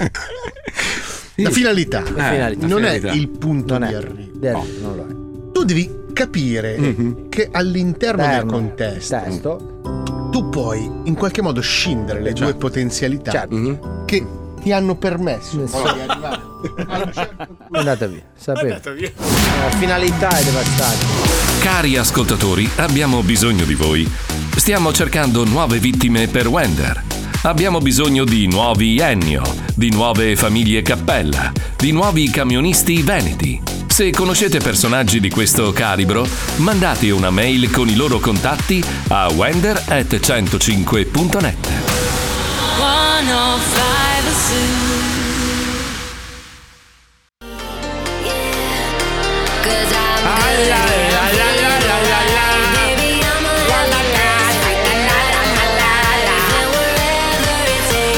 Speaker 10: La finalità,
Speaker 4: La finalità.
Speaker 10: non
Speaker 4: Finalità.
Speaker 10: è il punto di arrivo. Tu devi capire
Speaker 4: Mhm.
Speaker 10: che all'interno del contesto tu puoi in qualche modo scindere le
Speaker 4: Certo.
Speaker 10: due potenzialità
Speaker 4: Mhm.
Speaker 10: che ti hanno permesso poi di arrivare.
Speaker 2: È andata via, sapevo. La Eh, finalità è devastante.
Speaker 1: Cari ascoltatori, abbiamo bisogno di voi. Stiamo cercando nuove vittime per Wender. Abbiamo bisogno di nuovi Ennio, di nuove famiglie Cappella, di nuovi camionisti veneti. Se conoscete personaggi di questo calibro, mandate una mail con i loro contatti a wender.105.net.
Speaker 5: 105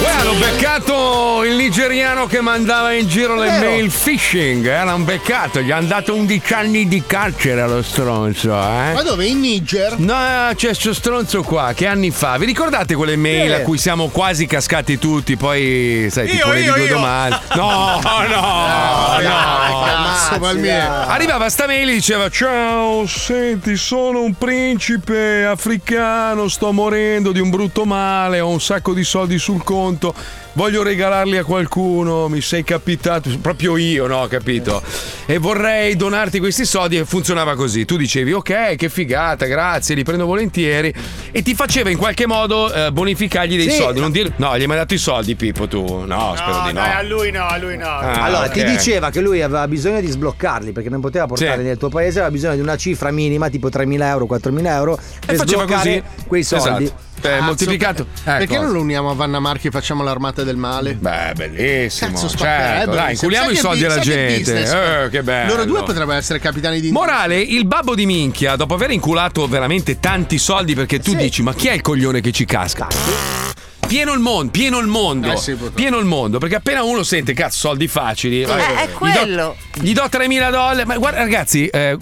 Speaker 4: Uè, hanno beccato il nigeriano che mandava in giro le
Speaker 5: Vero.
Speaker 4: mail phishing. Eh? L'hanno beccato, gli hanno dato 11 anni di carcere allo stronzo. Eh?
Speaker 10: Ma dove? In Niger?
Speaker 4: No, c'è sto stronzo qua, che anni fa? Vi ricordate quelle mail
Speaker 10: Sì.
Speaker 4: a cui siamo quasi cascati tutti? Poi, sai, ti
Speaker 10: Io,
Speaker 4: ponevi
Speaker 10: io,
Speaker 4: due
Speaker 10: io.
Speaker 4: domande. No, no, no.
Speaker 10: dai,
Speaker 5: cazzo, Palmieri.
Speaker 4: Arrivava sta mail e diceva: Ciao, senti, sono un principe africano, sto morendo di un brutto male, ho un sacco di soldi sul conto, voglio regalarli a qualcuno, mi sei capitato, proprio io, no, capito? E vorrei donarti questi soldi e funzionava così. Tu dicevi, ok, che figata, grazie, li prendo volentieri. E ti faceva in qualche modo eh, bonificargli dei
Speaker 7: Sì.
Speaker 4: soldi. Non dire, no, gli hai mai dato i soldi, Pippo, tu? No, spero
Speaker 7: No,
Speaker 4: di no.
Speaker 8: Eh,
Speaker 7: dai, a lui no, a lui no.
Speaker 4: Ah,
Speaker 2: allora,
Speaker 4: ok.
Speaker 2: ti diceva che lui aveva bisogno di sbloccarli perché non poteva portarli
Speaker 4: Sì.
Speaker 2: nel tuo paese, aveva bisogno di una cifra minima, tipo 3.000 euro, 4.000 euro, per
Speaker 4: faceva
Speaker 2: sbloccare
Speaker 4: così.
Speaker 2: quei soldi.
Speaker 4: Esatto. Eh, moltiplicato. Eh,
Speaker 10: perché
Speaker 4: cosa?
Speaker 10: non lo uniamo a Vanna Marchi e facciamo l'armata del male?
Speaker 4: Beh, bellissimo.
Speaker 10: Cazzo,
Speaker 4: certo,
Speaker 10: spaccherebbe.
Speaker 4: dai, inculiamo
Speaker 10: Sai
Speaker 4: i
Speaker 10: che
Speaker 4: soldi
Speaker 10: bi-
Speaker 4: alla
Speaker 10: sai che
Speaker 4: gente.
Speaker 10: business?
Speaker 4: Eh, che bello.
Speaker 10: Loro due potrebbero essere capitani di
Speaker 4: Morale, il babbo di minchia, dopo aver inculato veramente tanti soldi, perché tu dici, ma chi è il coglione che ci casca? Pieno il mondo, pieno il mondo,
Speaker 10: Eh sì, purtroppo. Eh,
Speaker 4: pieno il mondo, perché appena uno sente cazzo soldi facili, vai,
Speaker 17: è quello.
Speaker 4: gli do 3.000 dollari, ma guarda ragazzi, eh,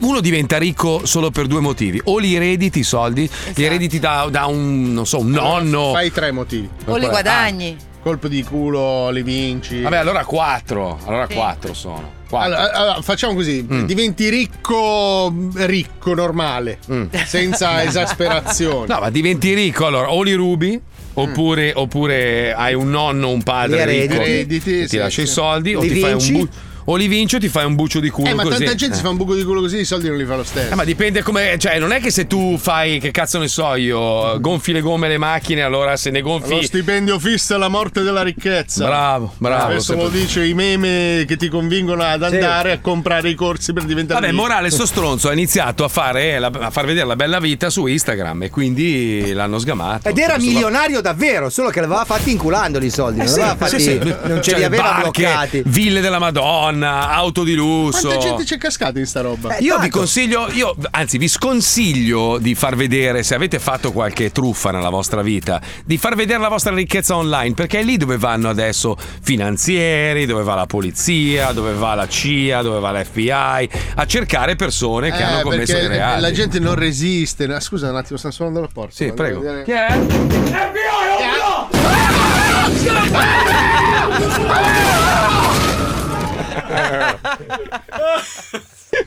Speaker 4: uno diventa ricco solo per due motivi, o li erediti i soldi, li erediti da, da un, non so, un nonno.
Speaker 10: Esatto. Fai tre motivi. Ah,
Speaker 17: O li guadagni.
Speaker 10: Colpo di culo, li vinci.
Speaker 4: Vabbè, allora quattro, allora quattro sono. Quattro.
Speaker 10: Allora, allora, facciamo così:
Speaker 4: Mm.
Speaker 10: diventi ricco, ricco, normale, Mm. senza esasperazioni.
Speaker 4: Mm. No, ma diventi ricco allora, o li rubi. Oppure, oppure hai un nonno, un padre
Speaker 10: Mm. Li
Speaker 4: ricco
Speaker 10: erediti,
Speaker 4: che
Speaker 10: sì,
Speaker 4: ti lascia
Speaker 10: sì.
Speaker 4: i soldi, o
Speaker 10: Li
Speaker 4: ti fai un
Speaker 10: vinci?
Speaker 4: bu- o li vinci o ti fai un buccio di culo.
Speaker 10: eh, ma
Speaker 4: così.
Speaker 10: tanta gente
Speaker 4: Eh.
Speaker 10: si fa un buco di culo così, i soldi non li fa lo stesso.
Speaker 4: Eh, ma dipende come. Cioè, non è che se tu fai, che cazzo ne so io, gonfi le gomme le macchine, allora se ne gonfi.
Speaker 10: Lo stipendio fisso è la morte della ricchezza.
Speaker 4: Bravo, bravo,
Speaker 10: Questo
Speaker 4: sempre.
Speaker 10: lo dice i meme che ti convincono ad
Speaker 4: Sì.
Speaker 10: andare a comprare i corsi per diventare
Speaker 4: Vabbè,
Speaker 10: ricco.
Speaker 4: morale, sto stronzo ha iniziato a, fare la- a far vedere la bella vita su Instagram e quindi l'hanno sgamato.
Speaker 2: Ed era
Speaker 4: Questo va-
Speaker 2: milionario davvero, solo che l'aveva fatti inculandoli i soldi,
Speaker 4: Eh
Speaker 2: non,
Speaker 4: sì,
Speaker 2: l'aveva
Speaker 4: sì,
Speaker 2: fatti-
Speaker 4: sì.
Speaker 2: non ce
Speaker 4: Cioè,
Speaker 2: li aveva
Speaker 4: barche,
Speaker 2: bloccati.
Speaker 4: Ville della Madonna, auto di lusso.
Speaker 10: Quanta gente c'è cascata in sta roba?
Speaker 4: Io vi consiglio, io, anzi vi sconsiglio di far vedere, se avete fatto qualche truffa nella vostra vita, di far vedere la vostra ricchezza online, perché è lì dove vanno adesso finanzieri, dove va la polizia, dove va la CIA, dove va l'FBI, a cercare persone che
Speaker 10: Eh,
Speaker 4: hanno commesso
Speaker 10: perché
Speaker 4: dei reati.
Speaker 10: La gente non resiste. No, Scusa un attimo, stanno suonando la porta.
Speaker 4: Sì,
Speaker 10: Voglio
Speaker 4: prego.
Speaker 10: vedere-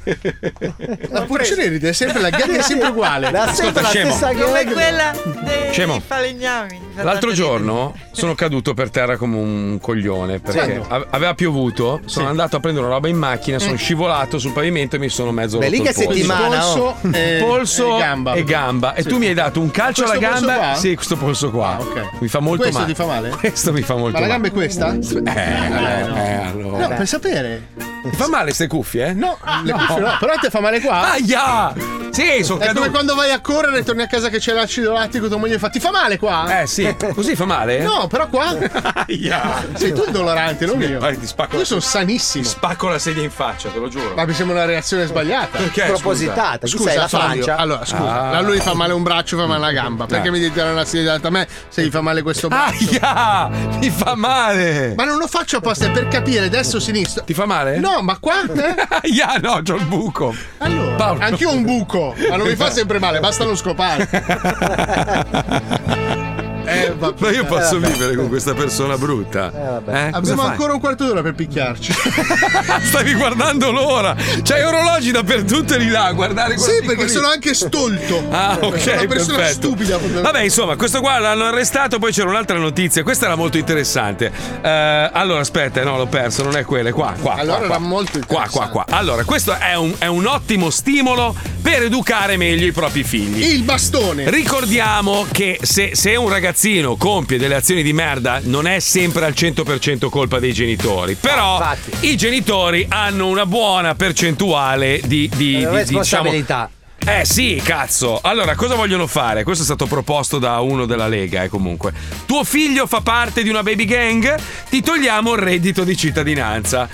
Speaker 10: La Puccineri è sempre la gag è sempre uguale.
Speaker 2: Da sempre la
Speaker 4: scemo.
Speaker 2: stessa
Speaker 17: Come
Speaker 2: gag.
Speaker 17: quella dei
Speaker 4: Scemo.
Speaker 17: falegnami.
Speaker 4: L'altro giorno sono caduto per terra come un coglione perché
Speaker 17: Sì.
Speaker 4: ave- aveva piovuto, sono andato a prendere una roba in macchina, sono
Speaker 10: Mm.
Speaker 4: scivolato sul pavimento e mi sono mezzo
Speaker 10: Beh,
Speaker 4: rotto
Speaker 10: lì
Speaker 4: il
Speaker 10: che
Speaker 4: polso.
Speaker 10: settimana, oh.
Speaker 4: polso,
Speaker 10: Eh,
Speaker 4: polso
Speaker 10: e
Speaker 4: e
Speaker 10: gamba.
Speaker 4: gamba. E,
Speaker 10: Sì.
Speaker 4: tu mi hai dato un calcio alla
Speaker 10: Questo polso
Speaker 4: gamba.
Speaker 10: qua? Ah,
Speaker 4: Sì, questo polso qua. Mi fa molto
Speaker 10: Questo
Speaker 4: male.
Speaker 10: ti fa male?
Speaker 4: Questo mi fa molto
Speaker 10: Ma la
Speaker 4: male.
Speaker 10: gamba è questa?
Speaker 4: Eh, eh, allora.
Speaker 10: No, per sapere.
Speaker 4: Ti fa male queste cuffie? eh?
Speaker 10: No, le cuffie no, però te fa male qua.
Speaker 4: Aia! Sì, sono
Speaker 10: È
Speaker 4: caduto.
Speaker 10: come quando vai a correre e torni a casa che c'è l'acido lattico, tua moglie fa ti fa male qua?
Speaker 4: Eh sì, così fa male?
Speaker 10: No, però qua
Speaker 4: Aia!
Speaker 10: sei tu il dolorante, non
Speaker 4: Sì,
Speaker 10: io.
Speaker 4: vai, ti spacco-
Speaker 10: Io sono sanissimo.
Speaker 4: Ti spacco la sedia in faccia, te lo giuro.
Speaker 10: Ma Ah, mi sembra una reazione sbagliata.
Speaker 4: Perché, Propositata, scusa? chi sei, la
Speaker 10: Fabio,
Speaker 4: Francia?
Speaker 10: Allora, scusa.
Speaker 4: Ah.
Speaker 10: A lui fa male un braccio, fa male la gamba. Perché
Speaker 4: Eh.
Speaker 10: mi dite una sedia alta a me se gli fa male questo
Speaker 4: Ah,
Speaker 10: braccio?
Speaker 4: Aia! Mi fa male!
Speaker 10: Ma non lo faccio apposta, è per capire destro o sinistro.
Speaker 4: Ti fa male?
Speaker 10: No, ma qua? eh?
Speaker 4: Aia, no, c'ho il buco.
Speaker 10: Allora, anch'io
Speaker 4: Eh,
Speaker 10: ho un buco, ma non mi fa sempre male, basta non scopare.
Speaker 4: Ma io posso vivere con questa persona brutta. Eh, cosa
Speaker 10: Abbiamo
Speaker 4: fai?
Speaker 10: ancora un quarto d'ora per picchiarci.
Speaker 4: Stavi guardando l'ora. C'hai orologi dappertutto e lì là a guardare
Speaker 10: Sì, perché sono
Speaker 4: anche stolto. Ah, ok.
Speaker 10: Una persona
Speaker 4: perfetto.
Speaker 10: stupida.
Speaker 4: Vabbè, insomma, questo qua l'hanno arrestato, poi c'era un'altra notizia. Questa era molto interessante. Eh, allora, aspetta, no, l'ho perso, non è quella, è qua, qua.
Speaker 10: Allora
Speaker 4: qua,
Speaker 10: era
Speaker 4: qua.
Speaker 10: molto
Speaker 4: Qua, qua, qua. Allora, questo è un, è un ottimo stimolo per educare meglio i propri figli.
Speaker 10: Il bastone.
Speaker 4: Ricordiamo che se, se un ragazzino compie delle azioni di merda non è sempre al 100% colpa dei genitori, però i genitori hanno una buona percentuale di, di- di-
Speaker 2: responsabilità.
Speaker 4: diciamo- eh sì, cazzo. Allora, cosa vogliono fare? Questo è stato proposto da uno della Lega, eh, comunque. Tuo figlio fa parte di una baby gang, ti togliamo il reddito di cittadinanza.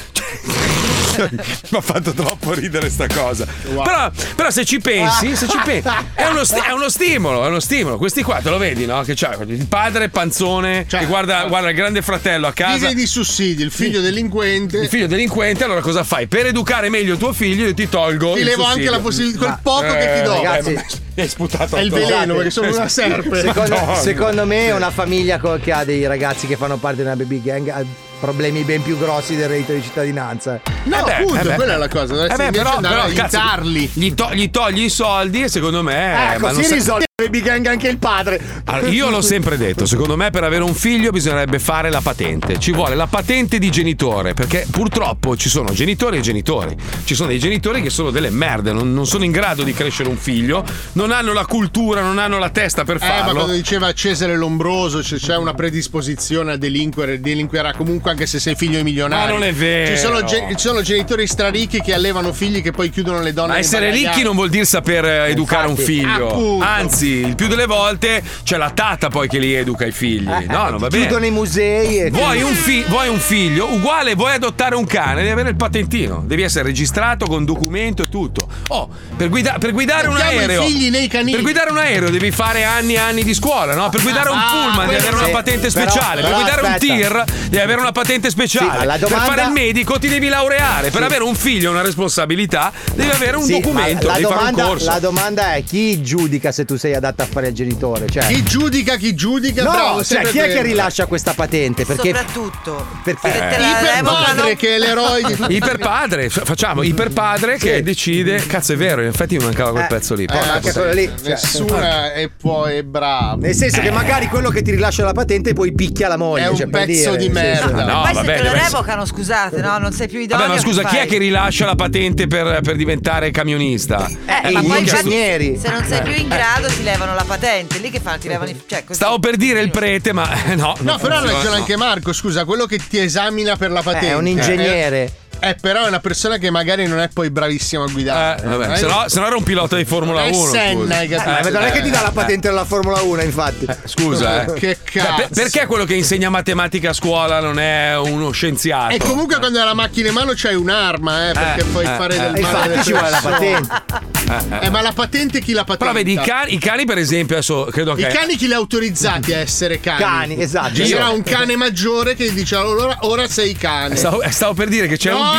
Speaker 4: Mi ha fatto troppo ridere sta cosa. Però, però se ci pensi, se ci pensi, è uno, sti- è uno stimolo, è uno stimolo. Questi qua te lo vedi, no? Che c'ha il padre panzone che guarda, guarda il grande fratello a casa.
Speaker 10: Cioè, eh. Vive di sussidi, il figlio delinquente.
Speaker 4: Il figlio delinquente, allora cosa fai? Per educare meglio il tuo figlio, io ti tolgo.
Speaker 10: Ti
Speaker 4: il
Speaker 10: levo anche
Speaker 4: sussidio.
Speaker 10: la possibilità, quel
Speaker 4: Ma- eh,
Speaker 10: poco che
Speaker 2: eh,
Speaker 10: ti do.
Speaker 4: vabbè,
Speaker 10: Ragazzi,
Speaker 4: ma- mi hai sputato
Speaker 10: è il
Speaker 4: addosso.
Speaker 10: veleno, perché sono una serpe.
Speaker 2: Secondo,
Speaker 10: Madonna.
Speaker 2: secondo me una famiglia co- che ha dei ragazzi che fanno parte di una baby gang ha problemi ben più grossi del reddito di cittadinanza.
Speaker 10: No,
Speaker 4: Eh beh,
Speaker 10: appunto,
Speaker 4: eh beh.
Speaker 10: quella è la cosa.
Speaker 4: Eh
Speaker 10: Dovresti
Speaker 4: beh,
Speaker 10: invece
Speaker 4: però,
Speaker 10: andare
Speaker 4: però,
Speaker 10: a
Speaker 4: cazzo,
Speaker 10: aiutarli.
Speaker 4: Gli, to- gli togli i soldi e secondo me.
Speaker 2: Ecco,
Speaker 10: Eh,
Speaker 4: ma non
Speaker 10: così
Speaker 4: sa-
Speaker 10: risolvi
Speaker 2: baby gang anche il padre.
Speaker 4: Allora, io l'ho sempre detto, secondo me per avere un figlio bisognerebbe fare la patente. Ci vuole la patente di genitore, perché purtroppo ci sono genitori e genitori. Ci sono dei genitori che sono delle merde, non, non sono in grado di crescere un figlio, non hanno la cultura, non hanno la testa per
Speaker 10: Eh, ma
Speaker 4: farlo.
Speaker 10: quando diceva Cesare Lombroso c'è, c'è una predisposizione a delinquere, delinquerà comunque anche se sei figlio di milionario.
Speaker 4: Ma non è vero.
Speaker 10: Ci sono, ge- ci sono genitori straricchi che allevano figli che poi chiudono le donne.
Speaker 4: Ma
Speaker 10: nei
Speaker 4: essere
Speaker 10: bagagliai.
Speaker 4: ricchi non vuol dire saper eh, educare un
Speaker 10: Infatti,
Speaker 4: figlio.
Speaker 10: appunto.
Speaker 4: Anzi, il più delle volte c'è la tata poi che li educa i figli.
Speaker 10: Eh,
Speaker 4: eh, No, non va bene.
Speaker 2: Chiudono i musei e
Speaker 4: Vuoi un, fi- vuoi un figlio? Uguale, vuoi adottare un cane? Devi avere il patentino. Devi essere registrato con documento e tutto. Oh, per, guida- per guidare un
Speaker 10: Mettiamo i
Speaker 4: aereo.
Speaker 10: figli nei canili.
Speaker 4: Per guidare un aereo devi fare anni e anni di scuola, no? Per guidare un
Speaker 10: Ah,
Speaker 4: pullman devi
Speaker 10: quello
Speaker 4: avere una
Speaker 10: sì.
Speaker 4: patente
Speaker 10: Però-
Speaker 4: speciale. per
Speaker 10: però
Speaker 4: guidare
Speaker 10: aspetta.
Speaker 4: un tir devi avere una patente
Speaker 2: Sì, ma
Speaker 4: speciale.
Speaker 2: la domanda-
Speaker 4: Per fare il medico ti devi laureare. Per
Speaker 2: Sì.
Speaker 4: avere un figlio e una responsabilità devi avere un
Speaker 2: Sì, ma
Speaker 4: documento,
Speaker 2: La
Speaker 4: devi
Speaker 2: domanda,
Speaker 4: fare un corso.
Speaker 2: la domanda è chi giudica se tu sei adatta a fare il genitore? Cioè,
Speaker 10: Chi giudica, chi giudica,
Speaker 2: no,
Speaker 10: bravo,
Speaker 2: cioè,
Speaker 10: sempre
Speaker 2: chi è che
Speaker 10: quello.
Speaker 2: rilascia questa patente? Perché
Speaker 17: Soprattutto
Speaker 2: perché
Speaker 4: Eh.
Speaker 10: Iperpadre che è l'eroe di tutti.
Speaker 4: Iperpadre, fa- facciamo iperpadre che decide. Cazzo, è vero, in effetti mi mancava quel
Speaker 10: Eh,
Speaker 4: pezzo lì.
Speaker 10: eh,
Speaker 4: porca
Speaker 10: anche
Speaker 4: puttana.
Speaker 2: quello lì, cioè.
Speaker 10: Nessuna è poi è bravo. Eh.
Speaker 2: Nel senso che magari quello che ti rilascia la patente poi picchia la moglie.
Speaker 10: È un
Speaker 2: cioè, per
Speaker 10: pezzo
Speaker 2: dire,
Speaker 10: di
Speaker 2: sì,
Speaker 10: merda.
Speaker 2: sì.
Speaker 4: Ah, no,
Speaker 17: Poi
Speaker 4: vabbè,
Speaker 17: se te lo
Speaker 4: deve essere-
Speaker 17: revocano, scusate, no? Non sei più idoneo.
Speaker 4: Vabbè, ma scusa, chi è
Speaker 17: fai?
Speaker 4: che rilascia la patente per, per diventare camionista?
Speaker 17: Eh, ma
Speaker 4: minchia,
Speaker 17: poi
Speaker 4: stu-
Speaker 17: ingegneri. Se non sei
Speaker 4: Eh.
Speaker 17: più in grado, ti levano la patente. Lì che fanno? Ti levano i. Cioè, così.
Speaker 4: Stavo per dire il prete, ma eh, no.
Speaker 10: No,
Speaker 4: non
Speaker 10: però ha
Speaker 4: funziona,
Speaker 10: ragione
Speaker 4: no.
Speaker 10: anche Marco, scusa, quello che ti esamina per la patente.
Speaker 4: Eh, è un ingegnere.
Speaker 10: Eh, eh, però è una persona che magari non è poi bravissima a guidare.
Speaker 4: Eh,
Speaker 10: Eh?
Speaker 4: Vabbè, se no, se no era un pilota di Formula Eh,
Speaker 10: Dai,
Speaker 4: 1.
Speaker 10: Senna, hai capito?
Speaker 2: Ma non è che ti dà la patente alla Formula 1, infatti.
Speaker 4: Scusa, eh.
Speaker 10: Che
Speaker 4: Cioè, per-
Speaker 10: cazzo.
Speaker 4: perché quello che insegna matematica a scuola non è uno scienziato?
Speaker 10: E comunque quando hai la macchina in mano c'hai un'arma, eh, perché
Speaker 4: Eh,
Speaker 10: puoi
Speaker 4: eh,
Speaker 10: fare
Speaker 4: eh.
Speaker 10: del male.
Speaker 4: Infatti
Speaker 10: alle
Speaker 4: ci vuole la
Speaker 10: persone.
Speaker 4: Eh, eh.
Speaker 10: Eh, ma la patente chi la patente?
Speaker 4: Però vedi, i cani, i cani, per esempio, adesso credo che.
Speaker 10: I cani chi li ha autorizzati a essere cani?
Speaker 4: Cani, esatto.
Speaker 10: Ci
Speaker 4: Io.
Speaker 10: sarà un cane maggiore che dice allora ora sei cane.
Speaker 4: Eh, Stavo, stavo per dire che c'è
Speaker 10: No,
Speaker 4: un.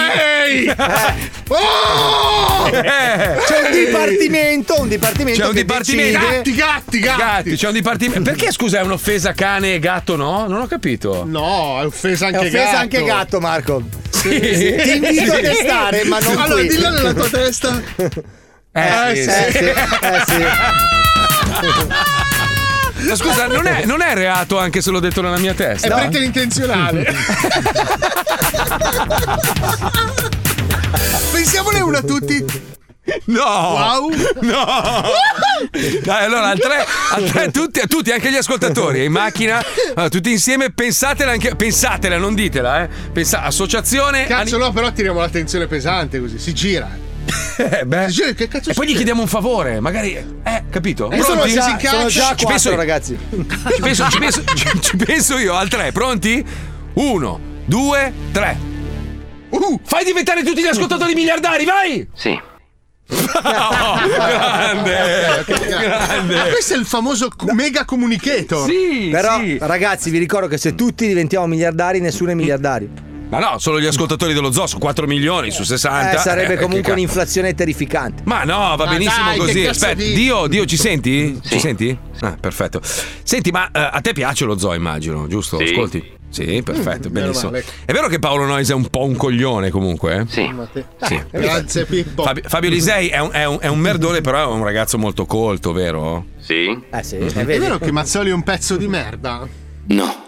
Speaker 10: ehi! Oh!
Speaker 2: C'è Oh! un dipartimento, un dipartimento.
Speaker 4: Eh. C'è Cioè, un
Speaker 2: che
Speaker 4: dipartimento.
Speaker 2: decide-
Speaker 4: Gatti, c'è un dipartimento. Perché scusa, è un'offesa cane e gatto no? Non ho capito.
Speaker 10: No, è offesa
Speaker 2: È offesa anche gatto, Marco. Sì, sì. Ti invito a testare, ma non
Speaker 10: Allora,
Speaker 2: qui.
Speaker 10: dillo nella tua testa.
Speaker 4: Eh, sì, sì.
Speaker 2: eh, sì.
Speaker 4: Ma scusa, non è, non è reato anche se l'ho detto nella mia
Speaker 10: È
Speaker 4: testa?
Speaker 10: prete intenzionale. Pensiamone una tutti.
Speaker 4: No!
Speaker 10: Wow.
Speaker 4: No! Dai, allora, al tre, al tre tutti, a tutti, anche gli ascoltatori, in macchina, allora, tutti insieme, pensatela anche, pensatela, non ditela, eh. Pensa, associazione...
Speaker 10: Cazzo, no, però tiriamo l'attenzione pesante così. Si gira.
Speaker 4: Eh, beh.
Speaker 10: Si gira, che cazzo
Speaker 4: E poi gli chiediamo un favore, magari... Eh, capito?
Speaker 10: E sono
Speaker 4: Pronti?
Speaker 10: già-
Speaker 4: Si incalcia-
Speaker 10: sono già
Speaker 4: Ci penso
Speaker 10: quattro,
Speaker 4: io.
Speaker 2: ragazzi.
Speaker 4: Ci penso, ci penso- ci- ci penso io, al tre, pronti? Uno, due, tre. Uh, fai diventare tutti gli ascoltatori miliardari, vai!
Speaker 15: Sì.
Speaker 4: Oh, grande! grande.
Speaker 10: Ma questo è il famoso co- mega comunicator.
Speaker 4: eh. Sì,
Speaker 2: Però, ragazzi, vi ricordo che se tutti diventiamo miliardari, nessuno è miliardario.
Speaker 4: Ma no, solo gli ascoltatori dello zoo sono 4 milioni su 60.
Speaker 2: Eh, sarebbe
Speaker 4: Eh, che
Speaker 2: comunque
Speaker 4: cazzo.
Speaker 2: un'inflazione terrificante.
Speaker 4: Ma no, va benissimo così. Aspetta, Dio, Dio, ci senti? Ci senti? Ah, perfetto. Senti, ma eh, a te piace lo zoo, immagino, giusto?
Speaker 6: Sì.
Speaker 4: Ascolti. Sì, perfetto,
Speaker 10: Mm, meno
Speaker 4: benissimo.
Speaker 10: male.
Speaker 4: È vero che Paolo Noyes è un po' un coglione comunque? eh? Sì.
Speaker 10: Grazie Pippo.
Speaker 4: Fabio, Fabio Lisei è un, è un- è un merdone, però è un ragazzo molto colto, vero? Mm-hmm.
Speaker 6: Sì.
Speaker 2: Eh sì,
Speaker 10: È vero che Mazzoli è un pezzo di merda?
Speaker 6: No.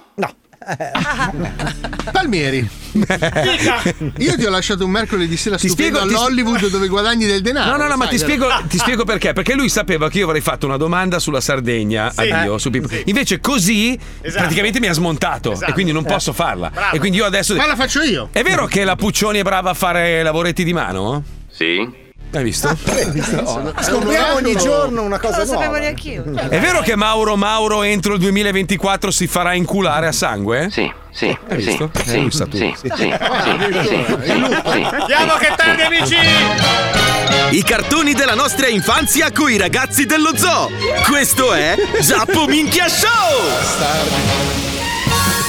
Speaker 10: Palmieri, io ti ho lasciato un mercoledì sera stupendo
Speaker 4: spiego- ti-
Speaker 10: all'Hollywood dove guadagni del denaro.
Speaker 4: No, no, no, ma
Speaker 10: sai,
Speaker 4: ti spiego,
Speaker 10: allora.
Speaker 4: ti spiego perché. Perché lui sapeva che io avrei fatto una domanda sulla Sardegna
Speaker 10: Sì.
Speaker 4: a Dio,
Speaker 10: Eh.
Speaker 4: su Pippo. Invece così
Speaker 10: Esatto.
Speaker 4: praticamente mi ha smontato
Speaker 10: Esatto.
Speaker 4: e quindi non
Speaker 10: Eh.
Speaker 4: posso farla.
Speaker 10: Bravo.
Speaker 4: E quindi io adesso...
Speaker 10: Ma la faccio io.
Speaker 4: È vero che la Puccioni è brava a fare lavoretti di mano?
Speaker 6: Sì.
Speaker 4: Hai
Speaker 10: Ah,
Speaker 4: visto?
Speaker 10: Oh,
Speaker 2: Scopriamo ogni giorno una cosa
Speaker 17: Non lo
Speaker 2: nuova.
Speaker 17: sapevo neanche io.
Speaker 4: È vero che Mauro Mauro entro il 2024 si farà inculare a sangue?
Speaker 6: Sì, sì.
Speaker 4: Hai
Speaker 6: sì,
Speaker 4: visto?
Speaker 6: sì,
Speaker 4: Eh, lui sa tutto.
Speaker 6: sì, sì, sì,
Speaker 10: Ah,
Speaker 6: sì, sì.
Speaker 7: Andiamo che tardi amici!
Speaker 9: I cartoni della nostra infanzia coi ragazzi dello zoo. Questo è
Speaker 4: eh?
Speaker 9: Zappo Minchia Show!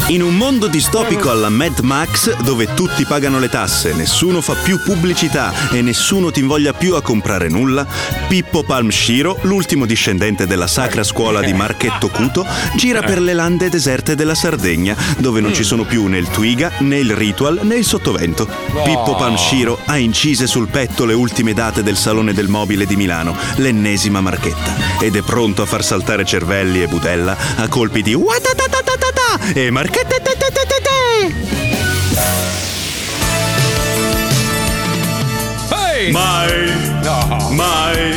Speaker 11: In un mondo distopico alla Mad Max, dove tutti pagano le tasse, nessuno fa più pubblicità e nessuno ti invoglia più a comprare nulla, Pippo Palmshiro, l'ultimo discendente della sacra scuola di Marchetto Cuto, gira per le lande deserte della Sardegna, dove non ci sono più né il Twiga, né il Ritual, né il Sottovento. Pippo Palmshiro ha incise sul petto le ultime date del Salone del Mobile di Milano, l'ennesima marchetta, ed è pronto a far saltare cervelli e budella a colpi di "Watatatatata" e marchette
Speaker 14: Mai, mai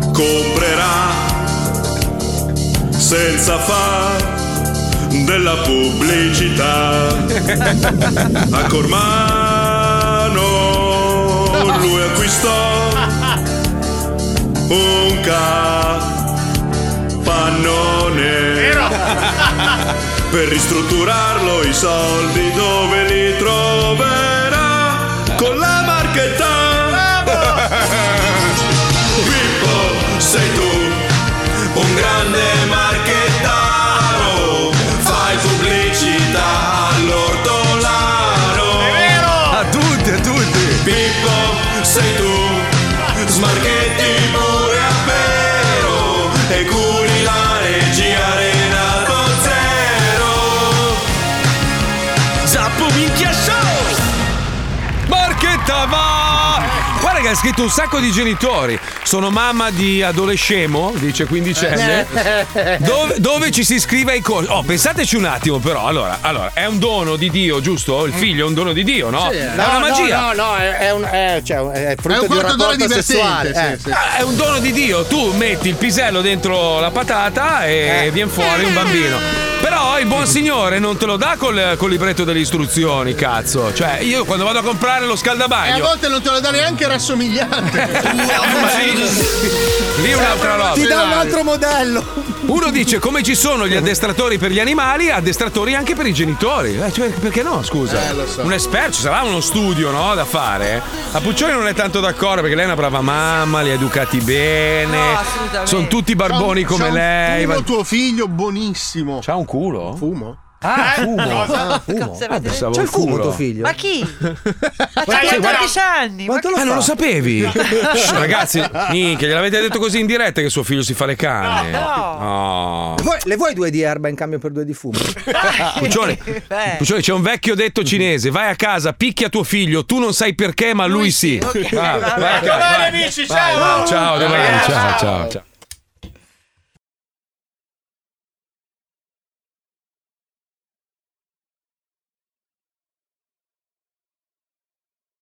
Speaker 14: comprerà senza far della pubblicità. A Cormano Ah lui acquistò
Speaker 7: Ah,
Speaker 14: un capannone per ristrutturarlo i soldi dove li troverà con la marchetta Pippo sei tu un grande marchettaro fai pubblicità all'ortolano è vero a tutti a tutti Pippo sei tu smarchetti pure a vero e curi la regia Renato Zero
Speaker 6: Zappo minchia show!
Speaker 4: Marchetta va! Guarda che ha scritto un sacco di genitori. Sono mamma di adolescemo, dice quindicenne. Dove, dove ci si iscrive ai corsi? Oh, pensateci un attimo, però. Allora, allora, è un dono di Dio, giusto? Il figlio è un dono di Dio, no?
Speaker 2: Sì, eh,
Speaker 4: è
Speaker 2: no,
Speaker 4: una magia.
Speaker 2: No, no, no, è, è un, è, cioè, è frutto
Speaker 4: È un
Speaker 2: di un
Speaker 4: quarto d'ora
Speaker 2: rapporto
Speaker 4: divertente,
Speaker 2: sessuale.
Speaker 4: sì,
Speaker 2: eh.
Speaker 4: sì. Ah, È un dono di Dio. Tu metti il pisello dentro la patata e viene fuori un bambino. Però il buon signore non te lo dà col, col libretto delle istruzioni, cazzo. Cioè, io quando vado a comprare lo
Speaker 10: E a
Speaker 4: scaldabagno,
Speaker 10: volte non te lo dà neanche rassomigliante.
Speaker 4: lì è un'altra roba.
Speaker 2: Ti dà un altro modello.
Speaker 4: Uno dice come ci sono gli addestratori per gli animali, addestratori anche per i genitori. Eh, cioè, perché no, scusa?
Speaker 10: Eh, lo so.
Speaker 4: Un esperto, ci sarà uno studio no, da fare. La Puccioni non è tanto d'accordo perché lei è una brava mamma, li ha educati bene.
Speaker 17: No, assolutamente.
Speaker 4: Sono tutti barboni
Speaker 10: C'ha un-
Speaker 4: come
Speaker 10: c'ha un
Speaker 4: lei.
Speaker 10: culo
Speaker 4: ma-
Speaker 10: tuo figlio buonissimo.
Speaker 4: C'ha un culo?
Speaker 10: Fumo?
Speaker 4: Ah,
Speaker 10: Eh,
Speaker 4: fumo.
Speaker 10: cosa?
Speaker 4: Ah, fumo.
Speaker 17: Cosa
Speaker 4: Ah,
Speaker 17: avete detto?
Speaker 4: pensavo C'ha il culo culo. tuo figlio?
Speaker 17: Ma chi? Ma
Speaker 4: Guarda,
Speaker 17: c'ha 14 anni. Ma
Speaker 4: Ah, non lo sapevi? Shh, Ragazzi, minchia, gliel'avete detto così in diretta che suo figlio si fa le canne. No.
Speaker 2: Vuoi- le vuoi due di erba in cambio per due di fumo?
Speaker 4: Puccione, Puccione, c'è un vecchio detto cinese: vai a casa, picchia tuo figlio, tu non sai perché, ma lui sì.
Speaker 7: Ok.
Speaker 4: Ah, vai a
Speaker 7: Domani,
Speaker 4: casa, vai.
Speaker 7: amici,
Speaker 4: Vai,
Speaker 7: ciao!
Speaker 4: vai, Ciao, domani, ciao, ciao, ciao.